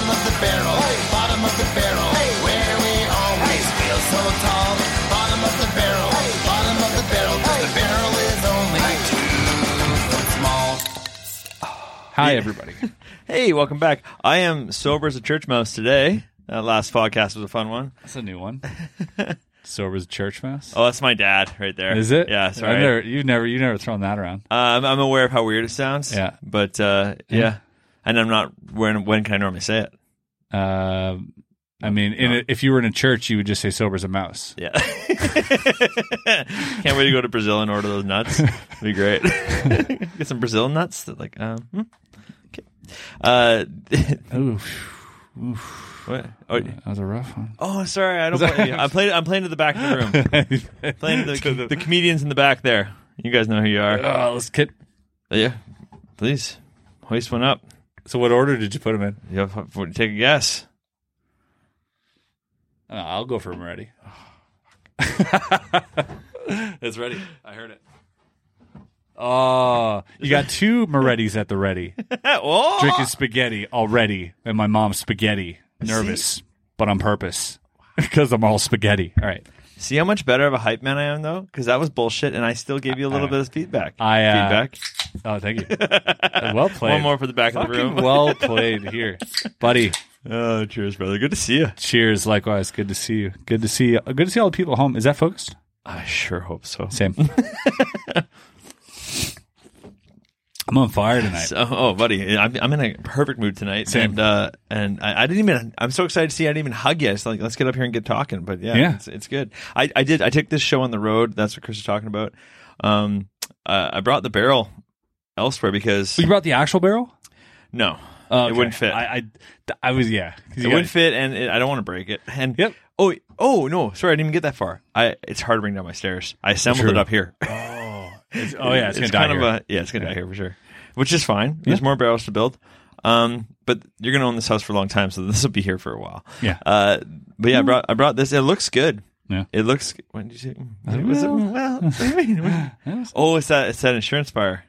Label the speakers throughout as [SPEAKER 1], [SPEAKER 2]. [SPEAKER 1] barrel, bottom of the barrel, where we always feel so tall. Bottom of the barrel, bottom of the barrel, 'cause the barrel is only two foot small.
[SPEAKER 2] Hi, everybody.
[SPEAKER 3] Hey, welcome back. I am sober as a church mouse today. That last podcast was a fun one.
[SPEAKER 2] That's a new one. Sober's church mouse.
[SPEAKER 3] Oh, that's my dad right there.
[SPEAKER 2] Is it?
[SPEAKER 3] Yeah,
[SPEAKER 2] I've never,
[SPEAKER 3] sorry.
[SPEAKER 2] you've never, you've never thrown that around.
[SPEAKER 3] Um, I'm aware of how weird it sounds.
[SPEAKER 2] Yeah.
[SPEAKER 3] But uh, yeah. And I'm not, when, when can I normally say it?
[SPEAKER 2] Uh, I mean, in a, if you were in a church, you would just say sober's a mouse.
[SPEAKER 3] Yeah. Can't wait to go to Brazil and order those nuts. It'd be great. Get some Brazil nuts. That like, um, hmm. okay. Uh,
[SPEAKER 2] Ooh,
[SPEAKER 3] what? Oh,
[SPEAKER 2] that was a rough one.
[SPEAKER 3] oh, sorry. I don't. Play, I'm playing. I'm playing to the back of the room. Playing to the,
[SPEAKER 2] To the-
[SPEAKER 3] the comedians in the back there. You guys know who you are.
[SPEAKER 2] Oh, let's get.
[SPEAKER 3] yeah. Please hoist one up.
[SPEAKER 2] So, what order did you put them in?
[SPEAKER 3] You have, take a guess.
[SPEAKER 2] Uh, I'll go for them ready. it's ready. I heard it. Oh, you got two Moretti's at the ready.
[SPEAKER 3] Oh!
[SPEAKER 2] Drinking spaghetti already, and my mom's spaghetti. Nervous, but on purpose because I'm all spaghetti. All right,
[SPEAKER 3] See how much better of a hype man I am though, because that was bullshit, and I still gave you a little
[SPEAKER 2] I-
[SPEAKER 3] bit of feedback.
[SPEAKER 2] I, uh,
[SPEAKER 3] feedback.
[SPEAKER 2] Oh, thank you. well played.
[SPEAKER 3] One more for the back of the
[SPEAKER 2] Fucking
[SPEAKER 3] room.
[SPEAKER 2] well played here, buddy.
[SPEAKER 3] Oh, cheers, brother. Good to see you.
[SPEAKER 2] Cheers. Likewise. Good to see you. Good to see. You. Good to see all the people at home. Is that focused?
[SPEAKER 3] I sure hope so.
[SPEAKER 2] Same. I'm on fire tonight.
[SPEAKER 3] So- oh, buddy, I'm, I'm in a perfect mood tonight.
[SPEAKER 2] Same.
[SPEAKER 3] And, uh, and I, I didn't even. I'm so excited to see. you. I didn't even hug you. It's like let's get up here and get talking. But yeah,
[SPEAKER 2] Yeah.
[SPEAKER 3] It's, it's good. I, I did. I took this show on the road. That's what Chris was talking about. Um, uh, I brought the barrel elsewhere because
[SPEAKER 2] You brought the actual barrel?
[SPEAKER 3] no,
[SPEAKER 2] Oh,
[SPEAKER 3] it
[SPEAKER 2] okay.
[SPEAKER 3] wouldn't fit.
[SPEAKER 2] I, I, I was yeah. 'Cause you
[SPEAKER 3] it
[SPEAKER 2] got-
[SPEAKER 3] wouldn't fit, and it, I don't want to break it. And
[SPEAKER 2] Yep.
[SPEAKER 3] oh, oh no, sorry, I didn't even get that far. I it's hard to bring down my stairs. I assembled
[SPEAKER 2] True.
[SPEAKER 3] it up here.
[SPEAKER 2] oh yeah, it's, gonna
[SPEAKER 3] kind
[SPEAKER 2] die.
[SPEAKER 3] of a yeah, it's gonna die here for sure, which is fine. There's more barrels to build, um, but you're gonna own this house for a long time, so this will be here for a while.
[SPEAKER 2] Yeah. Hmm.
[SPEAKER 3] uh, but yeah, I brought I brought this. It looks good.
[SPEAKER 2] Yeah.
[SPEAKER 3] it looks. When did you say? was it? Well, what do you mean? What- oh, it's that it's that insurance buyer.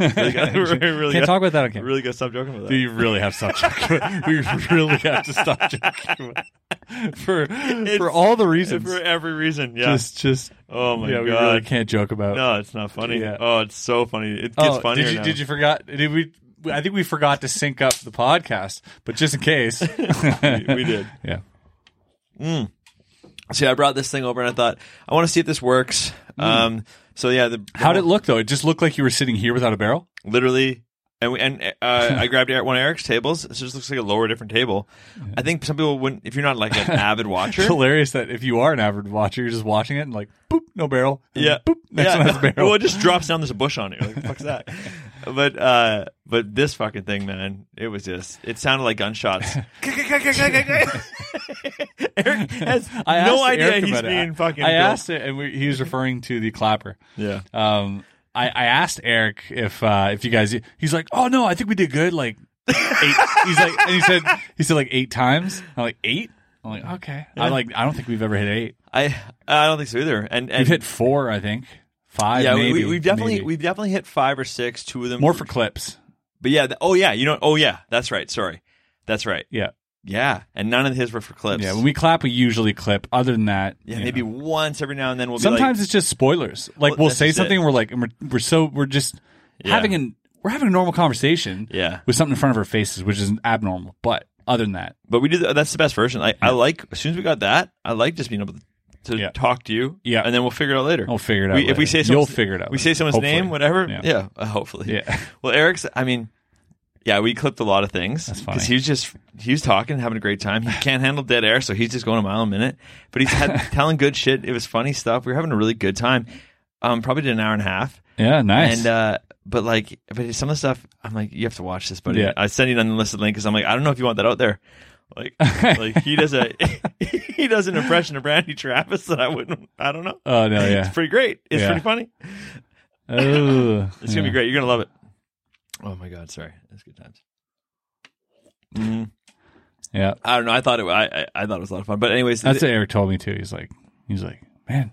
[SPEAKER 3] really got, really
[SPEAKER 2] Can't
[SPEAKER 3] got-
[SPEAKER 2] talk about that again.
[SPEAKER 3] Really got to stop joking about that.
[SPEAKER 2] You really have to stop joking. we really have to stop joking for for all the reasons.
[SPEAKER 3] for every reason, yeah.
[SPEAKER 2] just, just
[SPEAKER 3] oh my
[SPEAKER 2] yeah,
[SPEAKER 3] god,
[SPEAKER 2] we really can't joke about.
[SPEAKER 3] no, it's not funny.
[SPEAKER 2] Yeah.
[SPEAKER 3] Oh, it's so funny. It gets
[SPEAKER 2] oh,
[SPEAKER 3] funnier
[SPEAKER 2] did you
[SPEAKER 3] now.
[SPEAKER 2] did you forgot? Did we? I think we forgot to sync up the podcast, but just in case,
[SPEAKER 3] We- we did.
[SPEAKER 2] yeah.
[SPEAKER 3] So yeah, I brought this thing over and I thought I want to see if this works. Um, so yeah, the,
[SPEAKER 2] How did Mm. it look though? It just looked like you were sitting here without a barrel.
[SPEAKER 3] literally, and we, and uh, I grabbed Eric- one of Eric's tables. It just looks like a lower different table. I think some people wouldn't if you're not like an avid watcher.
[SPEAKER 2] It's hilarious that if you are an avid watcher, you're just watching it and like boop, no barrel. And
[SPEAKER 3] Yeah.
[SPEAKER 2] boop, next
[SPEAKER 3] yeah.
[SPEAKER 2] one has a barrel.
[SPEAKER 3] well, it just drops down. There's a bush on it. You're like, the fuck's that? But uh, but this fucking thing, man, it was just. It sounded like gunshots. Eric has
[SPEAKER 2] I
[SPEAKER 3] no
[SPEAKER 2] asked
[SPEAKER 3] idea
[SPEAKER 2] Eric
[SPEAKER 3] he's
[SPEAKER 2] about it.
[SPEAKER 3] being fucking.
[SPEAKER 2] I
[SPEAKER 3] built.
[SPEAKER 2] asked it, and we, he was referring to the clapper.
[SPEAKER 3] Yeah.
[SPEAKER 2] Um, I, I asked Eric if uh, if you guys. He's like, oh no, I think we did good. Like eight. he's like, and he said he said like eight times. I'm like eight. I'm like okay. I like I don't think we've ever hit eight.
[SPEAKER 3] I I don't think so either. And and
[SPEAKER 2] We've hit four, I think. Five.
[SPEAKER 3] yeah,
[SPEAKER 2] maybe,
[SPEAKER 3] we, we've definitely
[SPEAKER 2] maybe.
[SPEAKER 3] we've definitely hit five or six. Two of them
[SPEAKER 2] more for clips.
[SPEAKER 3] But yeah, th- oh yeah, you know, oh yeah, that's right. Sorry, that's right.
[SPEAKER 2] Yeah.
[SPEAKER 3] Yeah, and none of his were for clips.
[SPEAKER 2] Yeah, when we clap, we usually clip. Other than that,
[SPEAKER 3] yeah,
[SPEAKER 2] you
[SPEAKER 3] maybe
[SPEAKER 2] know.
[SPEAKER 3] once every now and then we'll
[SPEAKER 2] sometimes
[SPEAKER 3] be
[SPEAKER 2] it's just spoilers. Like
[SPEAKER 3] Well,
[SPEAKER 2] we'll
[SPEAKER 3] that's
[SPEAKER 2] say
[SPEAKER 3] just it.
[SPEAKER 2] something, and we're like, and we're, we're so we're just
[SPEAKER 3] Yeah.
[SPEAKER 2] having an we're having a normal conversation,
[SPEAKER 3] Yeah.
[SPEAKER 2] with something in front of our faces, which is abnormal. But other than that,
[SPEAKER 3] like, but we do the, that's the best version. I, I like as soon as we got that, I like just being able to. To
[SPEAKER 2] Yeah.
[SPEAKER 3] talk to you,
[SPEAKER 2] Yeah.
[SPEAKER 3] and then we'll figure it out later.
[SPEAKER 2] We'll figure it out
[SPEAKER 3] We, If we
[SPEAKER 2] later.
[SPEAKER 3] say
[SPEAKER 2] You'll
[SPEAKER 3] someone's-
[SPEAKER 2] figure it out
[SPEAKER 3] We
[SPEAKER 2] later.
[SPEAKER 3] say someone's
[SPEAKER 2] Hopefully.
[SPEAKER 3] name, whatever.
[SPEAKER 2] Yeah.
[SPEAKER 3] Yeah, uh, hopefully.
[SPEAKER 2] Yeah.
[SPEAKER 3] Well, Eric's. I mean, yeah, we clipped a lot of things
[SPEAKER 2] funny.
[SPEAKER 3] he was just he was talking, having a great time. He can't handle dead air, so he's just going a mile a minute. But he's had, telling good shit. It was funny stuff. We were having a really good time. Um, probably did an hour and a half.
[SPEAKER 2] yeah, nice.
[SPEAKER 3] And uh, but like, but some of the stuff, I'm like, you have to watch this, buddy.
[SPEAKER 2] Yeah.
[SPEAKER 3] I sent you an unlisted link because I'm like, I don't know if you want that out there. Like, like he does a he does an impression of Randy Travis that I wouldn't. I don't know.
[SPEAKER 2] oh no,
[SPEAKER 3] It's
[SPEAKER 2] yeah.
[SPEAKER 3] pretty great. It's
[SPEAKER 2] Yeah.
[SPEAKER 3] pretty funny.
[SPEAKER 2] Oh,
[SPEAKER 3] It's gonna be great. You're gonna love it. Oh my god, sorry. That's good times. Mm-hmm.
[SPEAKER 2] yeah.
[SPEAKER 3] I don't know. I thought it. I I, I thought it was a lot of fun. But anyways,
[SPEAKER 2] That's
[SPEAKER 3] it,
[SPEAKER 2] what Eric told me too. He's like, he's like, man,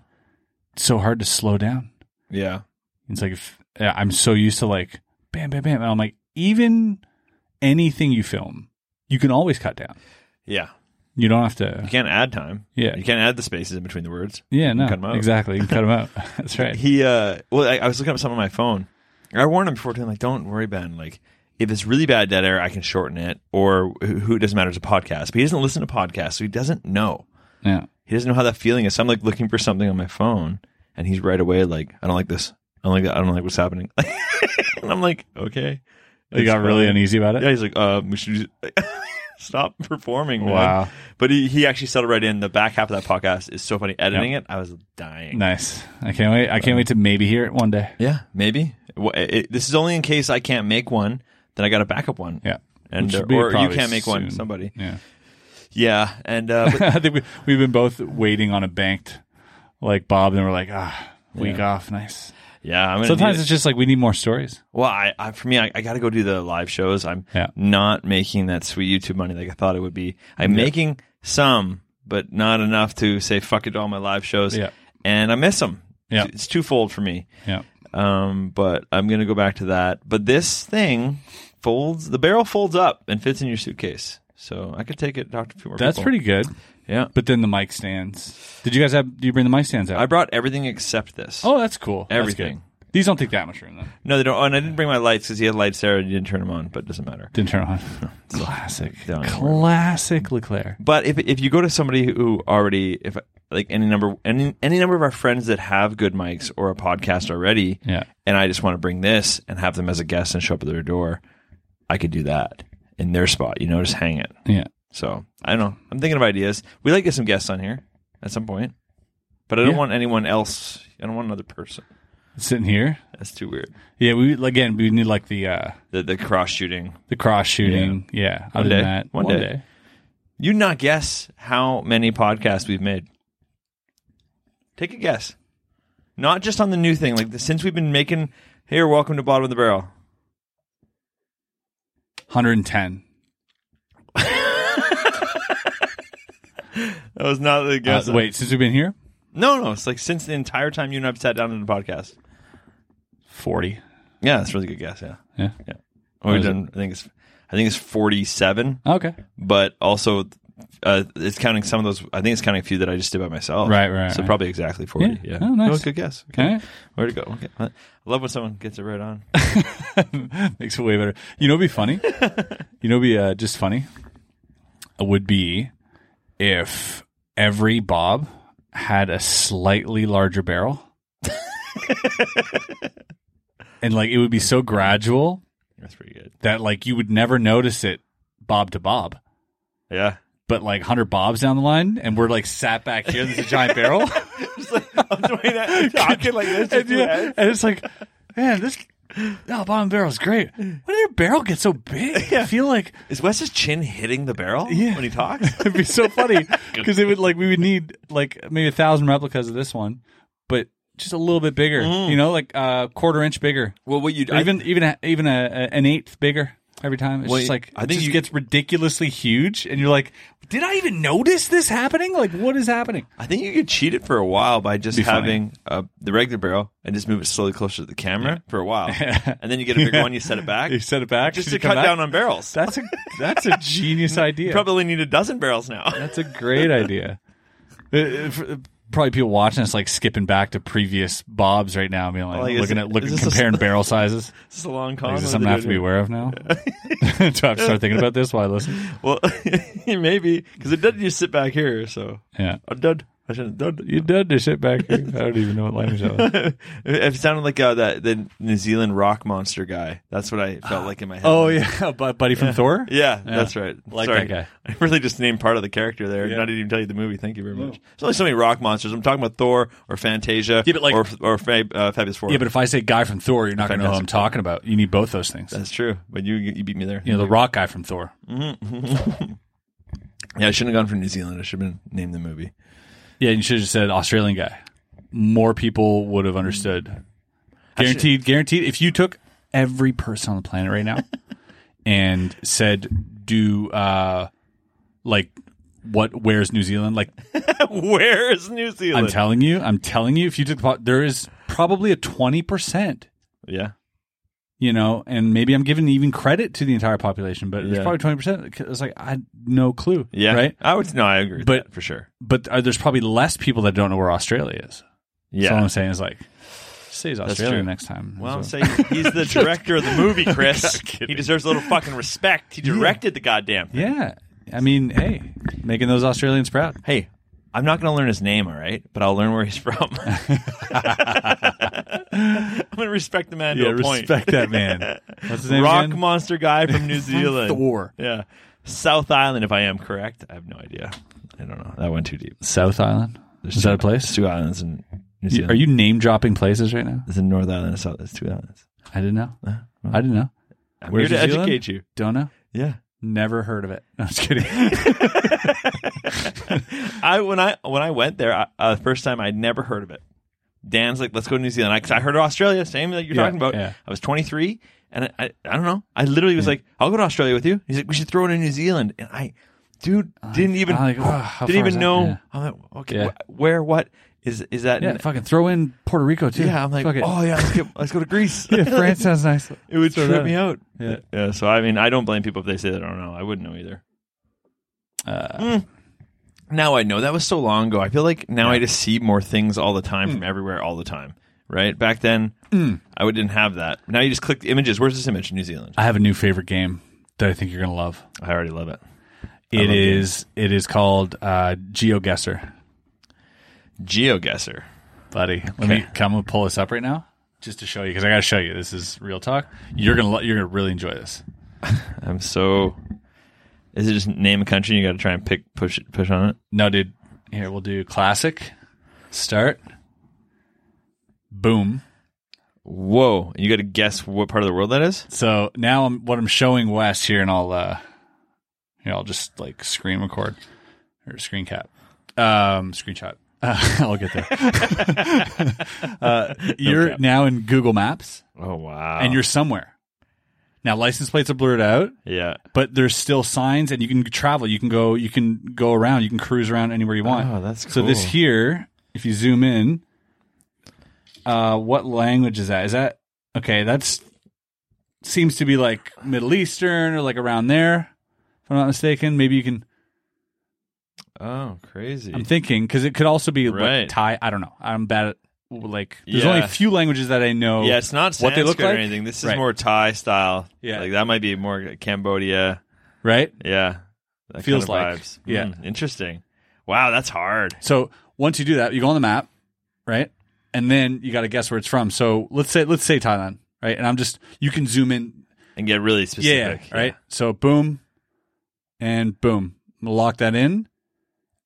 [SPEAKER 2] it's so hard to slow down.
[SPEAKER 3] yeah.
[SPEAKER 2] It's like if, yeah, I'm so used to like bam, bam, bam. And I'm like, even anything you film, you can always cut down.
[SPEAKER 3] Yeah.
[SPEAKER 2] You don't have
[SPEAKER 3] You
[SPEAKER 2] to.
[SPEAKER 3] can't add time.
[SPEAKER 2] Yeah.
[SPEAKER 3] You can't add the spaces in between the words.
[SPEAKER 2] Yeah, no,
[SPEAKER 3] cut 'em out.
[SPEAKER 2] exactly. You can cut them out. That's right.
[SPEAKER 3] He, uh, well, I, I was looking up something on my phone. I warned him before, too. I'm like, don't worry, Ben. Like, if it's really bad dead air, I can shorten it, or who who- it doesn't matter. It's a podcast, but he doesn't listen to podcasts, so he doesn't know.
[SPEAKER 2] Yeah.
[SPEAKER 3] He doesn't know how that feeling is. So I'm like looking for something on my phone, and he's right away like, I don't like this. I don't like that. I don't like what's happening. and I'm like, okay.
[SPEAKER 2] He
[SPEAKER 3] It's
[SPEAKER 2] got really
[SPEAKER 3] fine.
[SPEAKER 2] uneasy about it.
[SPEAKER 3] Yeah, he's like, uh, we should just stop performing. man.
[SPEAKER 2] Wow.
[SPEAKER 3] But he, he actually settled right in. The back half of that podcast is so funny. Editing it, I was dying.
[SPEAKER 2] Nice. I can't wait. I can't wait to maybe hear it one day.
[SPEAKER 3] Yeah, maybe. Wha- it- this is only in case I can't make one. Then I got a backup one.
[SPEAKER 2] Yeah.
[SPEAKER 3] And
[SPEAKER 2] Which
[SPEAKER 3] uh,
[SPEAKER 2] would be
[SPEAKER 3] or you
[SPEAKER 2] probably
[SPEAKER 3] can't make one.
[SPEAKER 2] soon.
[SPEAKER 3] Somebody.
[SPEAKER 2] Yeah.
[SPEAKER 3] Yeah. And uh, but
[SPEAKER 2] I think we, we've been both waiting on a banked like Bob, and we're like, ah, week off, nice.
[SPEAKER 3] yeah, I'm gonna
[SPEAKER 2] Sometimes
[SPEAKER 3] need
[SPEAKER 2] it's just like we need more stories.
[SPEAKER 3] it. well, I, I for me, I, I got to go do the live shows. I'm
[SPEAKER 2] Yeah.
[SPEAKER 3] not making that sweet YouTube money like I thought it would be. I'm making some, but not enough to say fuck it to all my live shows.
[SPEAKER 2] Yeah.
[SPEAKER 3] And I miss them.
[SPEAKER 2] Yeah.
[SPEAKER 3] It's twofold for me.
[SPEAKER 2] Yeah.
[SPEAKER 3] Um, but I'm gonna go back to that. But this thing folds. The barrel folds up and fits in your suitcase. So I could take it, Doctor.
[SPEAKER 2] That's pretty good.
[SPEAKER 3] Yeah.
[SPEAKER 2] But then the mic stands. Did you guys have? Do you bring the mic stands out?
[SPEAKER 3] I brought everything except this.
[SPEAKER 2] oh, that's cool. That's
[SPEAKER 3] Everything.
[SPEAKER 2] good. These don't take that much room, though.
[SPEAKER 3] no, they don't. Oh, and I didn't bring my lights because he had lights there and you didn't turn them on. But it doesn't matter.
[SPEAKER 2] Didn't turn on. Classic.
[SPEAKER 3] Don't worry.
[SPEAKER 2] Classic Leclerc.
[SPEAKER 3] But if if you go to somebody who already if like any number any any number of our friends that have good mics or a podcast already,
[SPEAKER 2] Yeah.
[SPEAKER 3] and I just want to bring this and have them as a guest and show up at their door, I could do that in their spot. You know, just hang it.
[SPEAKER 2] Yeah.
[SPEAKER 3] So I don't know. I'm thinking of ideas. We like to get some guests on here at some point, but I don't
[SPEAKER 2] Yeah.
[SPEAKER 3] want anyone else. I don't want another person.
[SPEAKER 2] Sitting here.
[SPEAKER 3] That's too weird.
[SPEAKER 2] Yeah. We again. We need like the uh
[SPEAKER 3] The the cross shooting.
[SPEAKER 2] the cross shooting. Yeah. Other
[SPEAKER 3] day.
[SPEAKER 2] than that,
[SPEAKER 3] One day. You not guess how many podcasts we've made. Take a guess. Not just on the new thing. Like the, since we've been making here, welcome to bottom of the barrel.
[SPEAKER 2] 110.
[SPEAKER 3] That was not the
[SPEAKER 2] Uh,
[SPEAKER 3] guess.
[SPEAKER 2] wait, since we've been here,
[SPEAKER 3] no, no. It's like since the entire time you and I've sat down in the podcast.
[SPEAKER 2] 40.
[SPEAKER 3] Yeah, that's a really good guess. Yeah,
[SPEAKER 2] Yeah.
[SPEAKER 3] yeah. Well, we've
[SPEAKER 2] is it?
[SPEAKER 3] done. I think it's. I think it's forty-seven.
[SPEAKER 2] Okay.
[SPEAKER 3] but also uh, it's counting some of those. I think it's counting a few that I just did by myself.
[SPEAKER 2] Right, right,
[SPEAKER 3] So
[SPEAKER 2] right.
[SPEAKER 3] probably exactly forty.
[SPEAKER 2] Yeah.
[SPEAKER 3] Yeah.
[SPEAKER 2] Oh, nice.
[SPEAKER 3] Well, good guess.
[SPEAKER 2] All right.
[SPEAKER 3] Where to go? Okay. I love when someone gets it right on.
[SPEAKER 2] Makes it way better. You know, what'd be funny. you know, what'd be uh, just funny. It would be if every Bob had a slightly larger barrel, and like it would be so gradual
[SPEAKER 3] That's pretty good.
[SPEAKER 2] that like you would never notice it, Bob to Bob.
[SPEAKER 3] Yeah.
[SPEAKER 2] But like hundred Bob's down the line, and we're like sat back here. There's a giant barrel.
[SPEAKER 3] Just like, I'm doing that, talking like this.
[SPEAKER 2] and,
[SPEAKER 3] with my
[SPEAKER 2] yeah,
[SPEAKER 3] head.
[SPEAKER 2] and it's like, man, this oh, bottom barrel's great. Why did your barrel get so big? I feel like
[SPEAKER 3] Is Wes's chin hitting the barrel
[SPEAKER 2] Yeah.
[SPEAKER 3] when he talks?
[SPEAKER 2] it'd be so funny because it would like we would need like maybe a thousand replicas of this one, but just a little bit bigger. You know, like a uh, quarter inch bigger,
[SPEAKER 3] Mm. well, what you
[SPEAKER 2] Or even even a, even a, a, an eighth bigger every time. It's
[SPEAKER 3] Well,
[SPEAKER 2] just like
[SPEAKER 3] I
[SPEAKER 2] I
[SPEAKER 3] think
[SPEAKER 2] think it just
[SPEAKER 3] you-
[SPEAKER 2] gets ridiculously huge, and you're like, did I even notice this happening? Like, what is happening?
[SPEAKER 3] I think you could cheat it for a while by just
[SPEAKER 2] Be funny.
[SPEAKER 3] having uh, the regular barrel and just move it slowly closer to the camera for a while, and then you get a bigger one. You set it back.
[SPEAKER 2] You set it back
[SPEAKER 3] just
[SPEAKER 2] did
[SPEAKER 3] to
[SPEAKER 2] you come
[SPEAKER 3] cut
[SPEAKER 2] back?
[SPEAKER 3] down on barrels.
[SPEAKER 2] That's a that's a genius idea.
[SPEAKER 3] Probably need a dozen barrels now.
[SPEAKER 2] That's a great idea. Uh, uh, for- Probably people watching us like skipping back to previous Bobs right now, and being like,
[SPEAKER 3] Like, is
[SPEAKER 2] looking
[SPEAKER 3] it-
[SPEAKER 2] at looking
[SPEAKER 3] is this a-
[SPEAKER 2] comparing barrel sizes.
[SPEAKER 3] It's a long con.
[SPEAKER 2] Like, is this
[SPEAKER 3] What
[SPEAKER 2] something I
[SPEAKER 3] are
[SPEAKER 2] have
[SPEAKER 3] they
[SPEAKER 2] to be
[SPEAKER 3] doing?
[SPEAKER 2] aware of now? Do I have to start thinking about this while I listen?
[SPEAKER 3] Well, maybe because it doesn't just sit back here. So
[SPEAKER 2] Yeah,
[SPEAKER 3] I'm done. I shouldn't done.
[SPEAKER 2] you did this shit back here. I don't even know what language that was.
[SPEAKER 3] it it sounded like uh, that the New Zealand rock monster guy. That's what I felt like in my head.
[SPEAKER 2] Oh yeah, Bu- buddy from Thor.
[SPEAKER 3] yeah, that's right.
[SPEAKER 2] Like that
[SPEAKER 3] Sorry.
[SPEAKER 2] guy.
[SPEAKER 3] I really just named part of the character there. and I didn't even tell you the movie. Thank you very much. There's only so many rock monsters. I'm talking about Thor or Fantasia.
[SPEAKER 2] Yeah, but like-
[SPEAKER 3] or or Fab, uh, Fabulous Four.
[SPEAKER 2] Yeah, but if I say guy from Thor, you're not going to know who I'm
[SPEAKER 3] Fantastic.
[SPEAKER 2] talking about. You need both those things.
[SPEAKER 3] that's true. But you you beat me there.
[SPEAKER 2] You know, the rock guy from Thor.
[SPEAKER 3] Yeah, I shouldn't have gone for New Zealand. I should have been named the movie.
[SPEAKER 2] Yeah, you should have just said Australian guy. More people would have understood. Guaranteed, guaranteed. If you took every person on the planet right now and said, "Do uh, like what? Where's New Zealand?" Like
[SPEAKER 3] Where is New
[SPEAKER 2] I'm
[SPEAKER 3] Zealand?
[SPEAKER 2] telling you, I'm telling you. If you took the pot, there is probably a twenty percent
[SPEAKER 3] yeah,
[SPEAKER 2] you know, and maybe I'm giving even credit to the entire population, but it's
[SPEAKER 3] Yeah.
[SPEAKER 2] probably 20%. It's like, I had no clue.
[SPEAKER 3] Yeah.
[SPEAKER 2] Right.
[SPEAKER 3] I would, no, I agree with
[SPEAKER 2] But-
[SPEAKER 3] that for sure.
[SPEAKER 2] But uh, there's probably less people that don't know where Australia is. So all
[SPEAKER 3] Yeah.
[SPEAKER 2] I'm saying is like, says Australia
[SPEAKER 3] true.
[SPEAKER 2] next time.
[SPEAKER 3] well, I'm
[SPEAKER 2] So-
[SPEAKER 3] saying he's the director of the movie, Chris.
[SPEAKER 2] kidding.
[SPEAKER 3] he deserves a little fucking respect. He directed the goddamn thing.
[SPEAKER 2] yeah. I mean, hey, making those Australians proud.
[SPEAKER 3] Hey, I'm not going to learn his name, all right? But I'll learn where he's from. I'm going to respect the man to a point.
[SPEAKER 2] respect that man. What's his name
[SPEAKER 3] Rock
[SPEAKER 2] again?
[SPEAKER 3] monster guy from New Zealand.
[SPEAKER 2] Thor.
[SPEAKER 3] Yeah. South Island, if I am correct. I have no idea. I don't know. That went too deep.
[SPEAKER 2] South Island.
[SPEAKER 3] There's
[SPEAKER 2] Is
[SPEAKER 3] two-
[SPEAKER 2] that a place?
[SPEAKER 3] There's two islands in New
[SPEAKER 2] You-
[SPEAKER 3] Zealand.
[SPEAKER 2] Are you name dropping places right now?
[SPEAKER 3] There's a North Island and a South. There's two islands.
[SPEAKER 2] I didn't know. I didn't know.
[SPEAKER 3] I'm
[SPEAKER 2] Where's
[SPEAKER 3] here to
[SPEAKER 2] New Zealand?
[SPEAKER 3] educate you.
[SPEAKER 2] Don't know.
[SPEAKER 3] Yeah.
[SPEAKER 2] Never heard of it. No, I'm just kidding.
[SPEAKER 3] I when I when I went there I, uh, the first time, I'd never heard of it. Dan's like, let's go to New Zealand. I, 'cause I heard of Australia, same that you're
[SPEAKER 2] Yeah,
[SPEAKER 3] talking about.
[SPEAKER 2] yeah.
[SPEAKER 3] I was 23, and I, I, I don't know. I literally was like, I'll go to Australia with you. He's like, we should throw it in New Zealand, and I, dude, didn't even
[SPEAKER 2] I'm like, "Oh, how
[SPEAKER 3] didn't
[SPEAKER 2] far is
[SPEAKER 3] even
[SPEAKER 2] that?"
[SPEAKER 3] know.
[SPEAKER 2] Yeah.
[SPEAKER 3] I'm like, okay,
[SPEAKER 2] Yeah.
[SPEAKER 3] wh- where, what is is that?
[SPEAKER 2] yeah,
[SPEAKER 3] in-
[SPEAKER 2] fucking throw in Puerto Rico too.
[SPEAKER 3] yeah. I'm like,
[SPEAKER 2] Fuck it.
[SPEAKER 3] oh yeah, let's, get, let's go to Greece.
[SPEAKER 2] yeah, France sounds nice.
[SPEAKER 3] it would
[SPEAKER 2] Throw
[SPEAKER 3] trip
[SPEAKER 2] that
[SPEAKER 3] me
[SPEAKER 2] in.
[SPEAKER 3] out.
[SPEAKER 2] Yeah.
[SPEAKER 3] yeah. So I mean, I don't blame people if they say they don't know. I wouldn't know either.
[SPEAKER 2] Uh,
[SPEAKER 3] Hmm. Now I know that was so long ago. I feel like now I just see more things all the time from everywhere all the time. Right back then, I would didn't have that. Now you just click the images. Where's this image? New Zealand.
[SPEAKER 2] I have a new favorite game that I think you're gonna love.
[SPEAKER 3] I already love it.
[SPEAKER 2] It
[SPEAKER 3] love
[SPEAKER 2] is it is called uh, GeoGuessr,
[SPEAKER 3] GeoGuessr.
[SPEAKER 2] buddy. Let me come and pull this up right now just to show you because I gotta show you. This is real talk. You're gonna lo- you're gonna really enjoy this.
[SPEAKER 3] I'm so. Is it just name a country? and You got to try and pick push it push on it.
[SPEAKER 2] No, dude. Here we'll do classic. Start. Boom.
[SPEAKER 3] Whoa! You got to guess what part of the world that is.
[SPEAKER 2] So now I'm what I'm showing Wes here, and I'll uh, here I'll just like screen record or screen cap, um, screenshot. Uh, I'll get there. uh, you're now in Google Maps,
[SPEAKER 3] Oh wow!
[SPEAKER 2] and you're somewhere. Now license plates are blurred out,
[SPEAKER 3] yeah.
[SPEAKER 2] but there's still signs, and you can travel. You can go. You can go around. You can cruise around anywhere you want.
[SPEAKER 3] Oh, that's
[SPEAKER 2] so. This
[SPEAKER 3] cool.
[SPEAKER 2] here, if you zoom in, uh, what language is that? Is that okay? That's seems to be like Middle Eastern or like around there. If I'm not mistaken, maybe you can.
[SPEAKER 3] Oh, crazy.
[SPEAKER 2] I'm thinking because it could also be
[SPEAKER 3] Right.
[SPEAKER 2] like Thai. I don't know. I'm bad at like. There's
[SPEAKER 3] Yeah.
[SPEAKER 2] only a few languages that I know.
[SPEAKER 3] yeah, it's not
[SPEAKER 2] what they look
[SPEAKER 3] Sanskrit or
[SPEAKER 2] like?
[SPEAKER 3] anything. This is
[SPEAKER 2] Right.
[SPEAKER 3] more Thai style.
[SPEAKER 2] Yeah.
[SPEAKER 3] like that might be more Cambodia.
[SPEAKER 2] right.
[SPEAKER 3] Yeah. That
[SPEAKER 2] Feels
[SPEAKER 3] of
[SPEAKER 2] like.
[SPEAKER 3] vibes.
[SPEAKER 2] Yeah.
[SPEAKER 3] Mm, interesting. Wow, that's hard.
[SPEAKER 2] So once you do that, you go on the map, right? And then you got to guess where it's from. So let's say let's say Thailand, right? And I'm just you can zoom in,
[SPEAKER 3] And get really
[SPEAKER 2] yeah,
[SPEAKER 3] specific.
[SPEAKER 2] right. So boom, and boom, I'm gonna lock that in,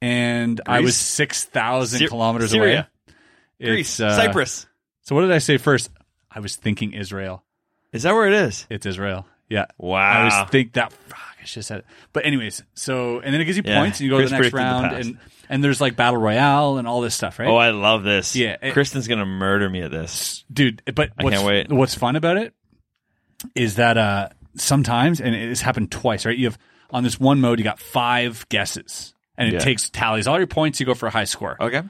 [SPEAKER 2] and I was
[SPEAKER 3] Greece?
[SPEAKER 2] six thousand
[SPEAKER 3] Sy-
[SPEAKER 2] kilometers away.
[SPEAKER 3] Syria.
[SPEAKER 2] It's,
[SPEAKER 3] Greece,
[SPEAKER 2] uh,
[SPEAKER 3] Cyprus.
[SPEAKER 2] So what did I say first? I was thinking Israel.
[SPEAKER 3] Is that where it is?
[SPEAKER 2] It's Israel. Yeah.
[SPEAKER 3] Wow.
[SPEAKER 2] I was think that fuck, I should have said it. But anyways, so and then it gives you
[SPEAKER 3] Yeah.
[SPEAKER 2] points, and you go
[SPEAKER 3] Chris
[SPEAKER 2] to the next
[SPEAKER 3] predicted the
[SPEAKER 2] round,
[SPEAKER 3] past.
[SPEAKER 2] and and there's like battle royale and all this stuff, right?
[SPEAKER 3] oh, I love this.
[SPEAKER 2] Yeah, it-
[SPEAKER 3] Kristen's going to murder me at this.
[SPEAKER 2] dude. But
[SPEAKER 3] I
[SPEAKER 2] what's,
[SPEAKER 3] can't wait.
[SPEAKER 2] What's fun about it is that uh, sometimes, and it's happened twice, right? You have on this one mode, you got five guesses, and it
[SPEAKER 3] Yeah.
[SPEAKER 2] takes tallies all your points. You go for a high score,
[SPEAKER 3] Okay.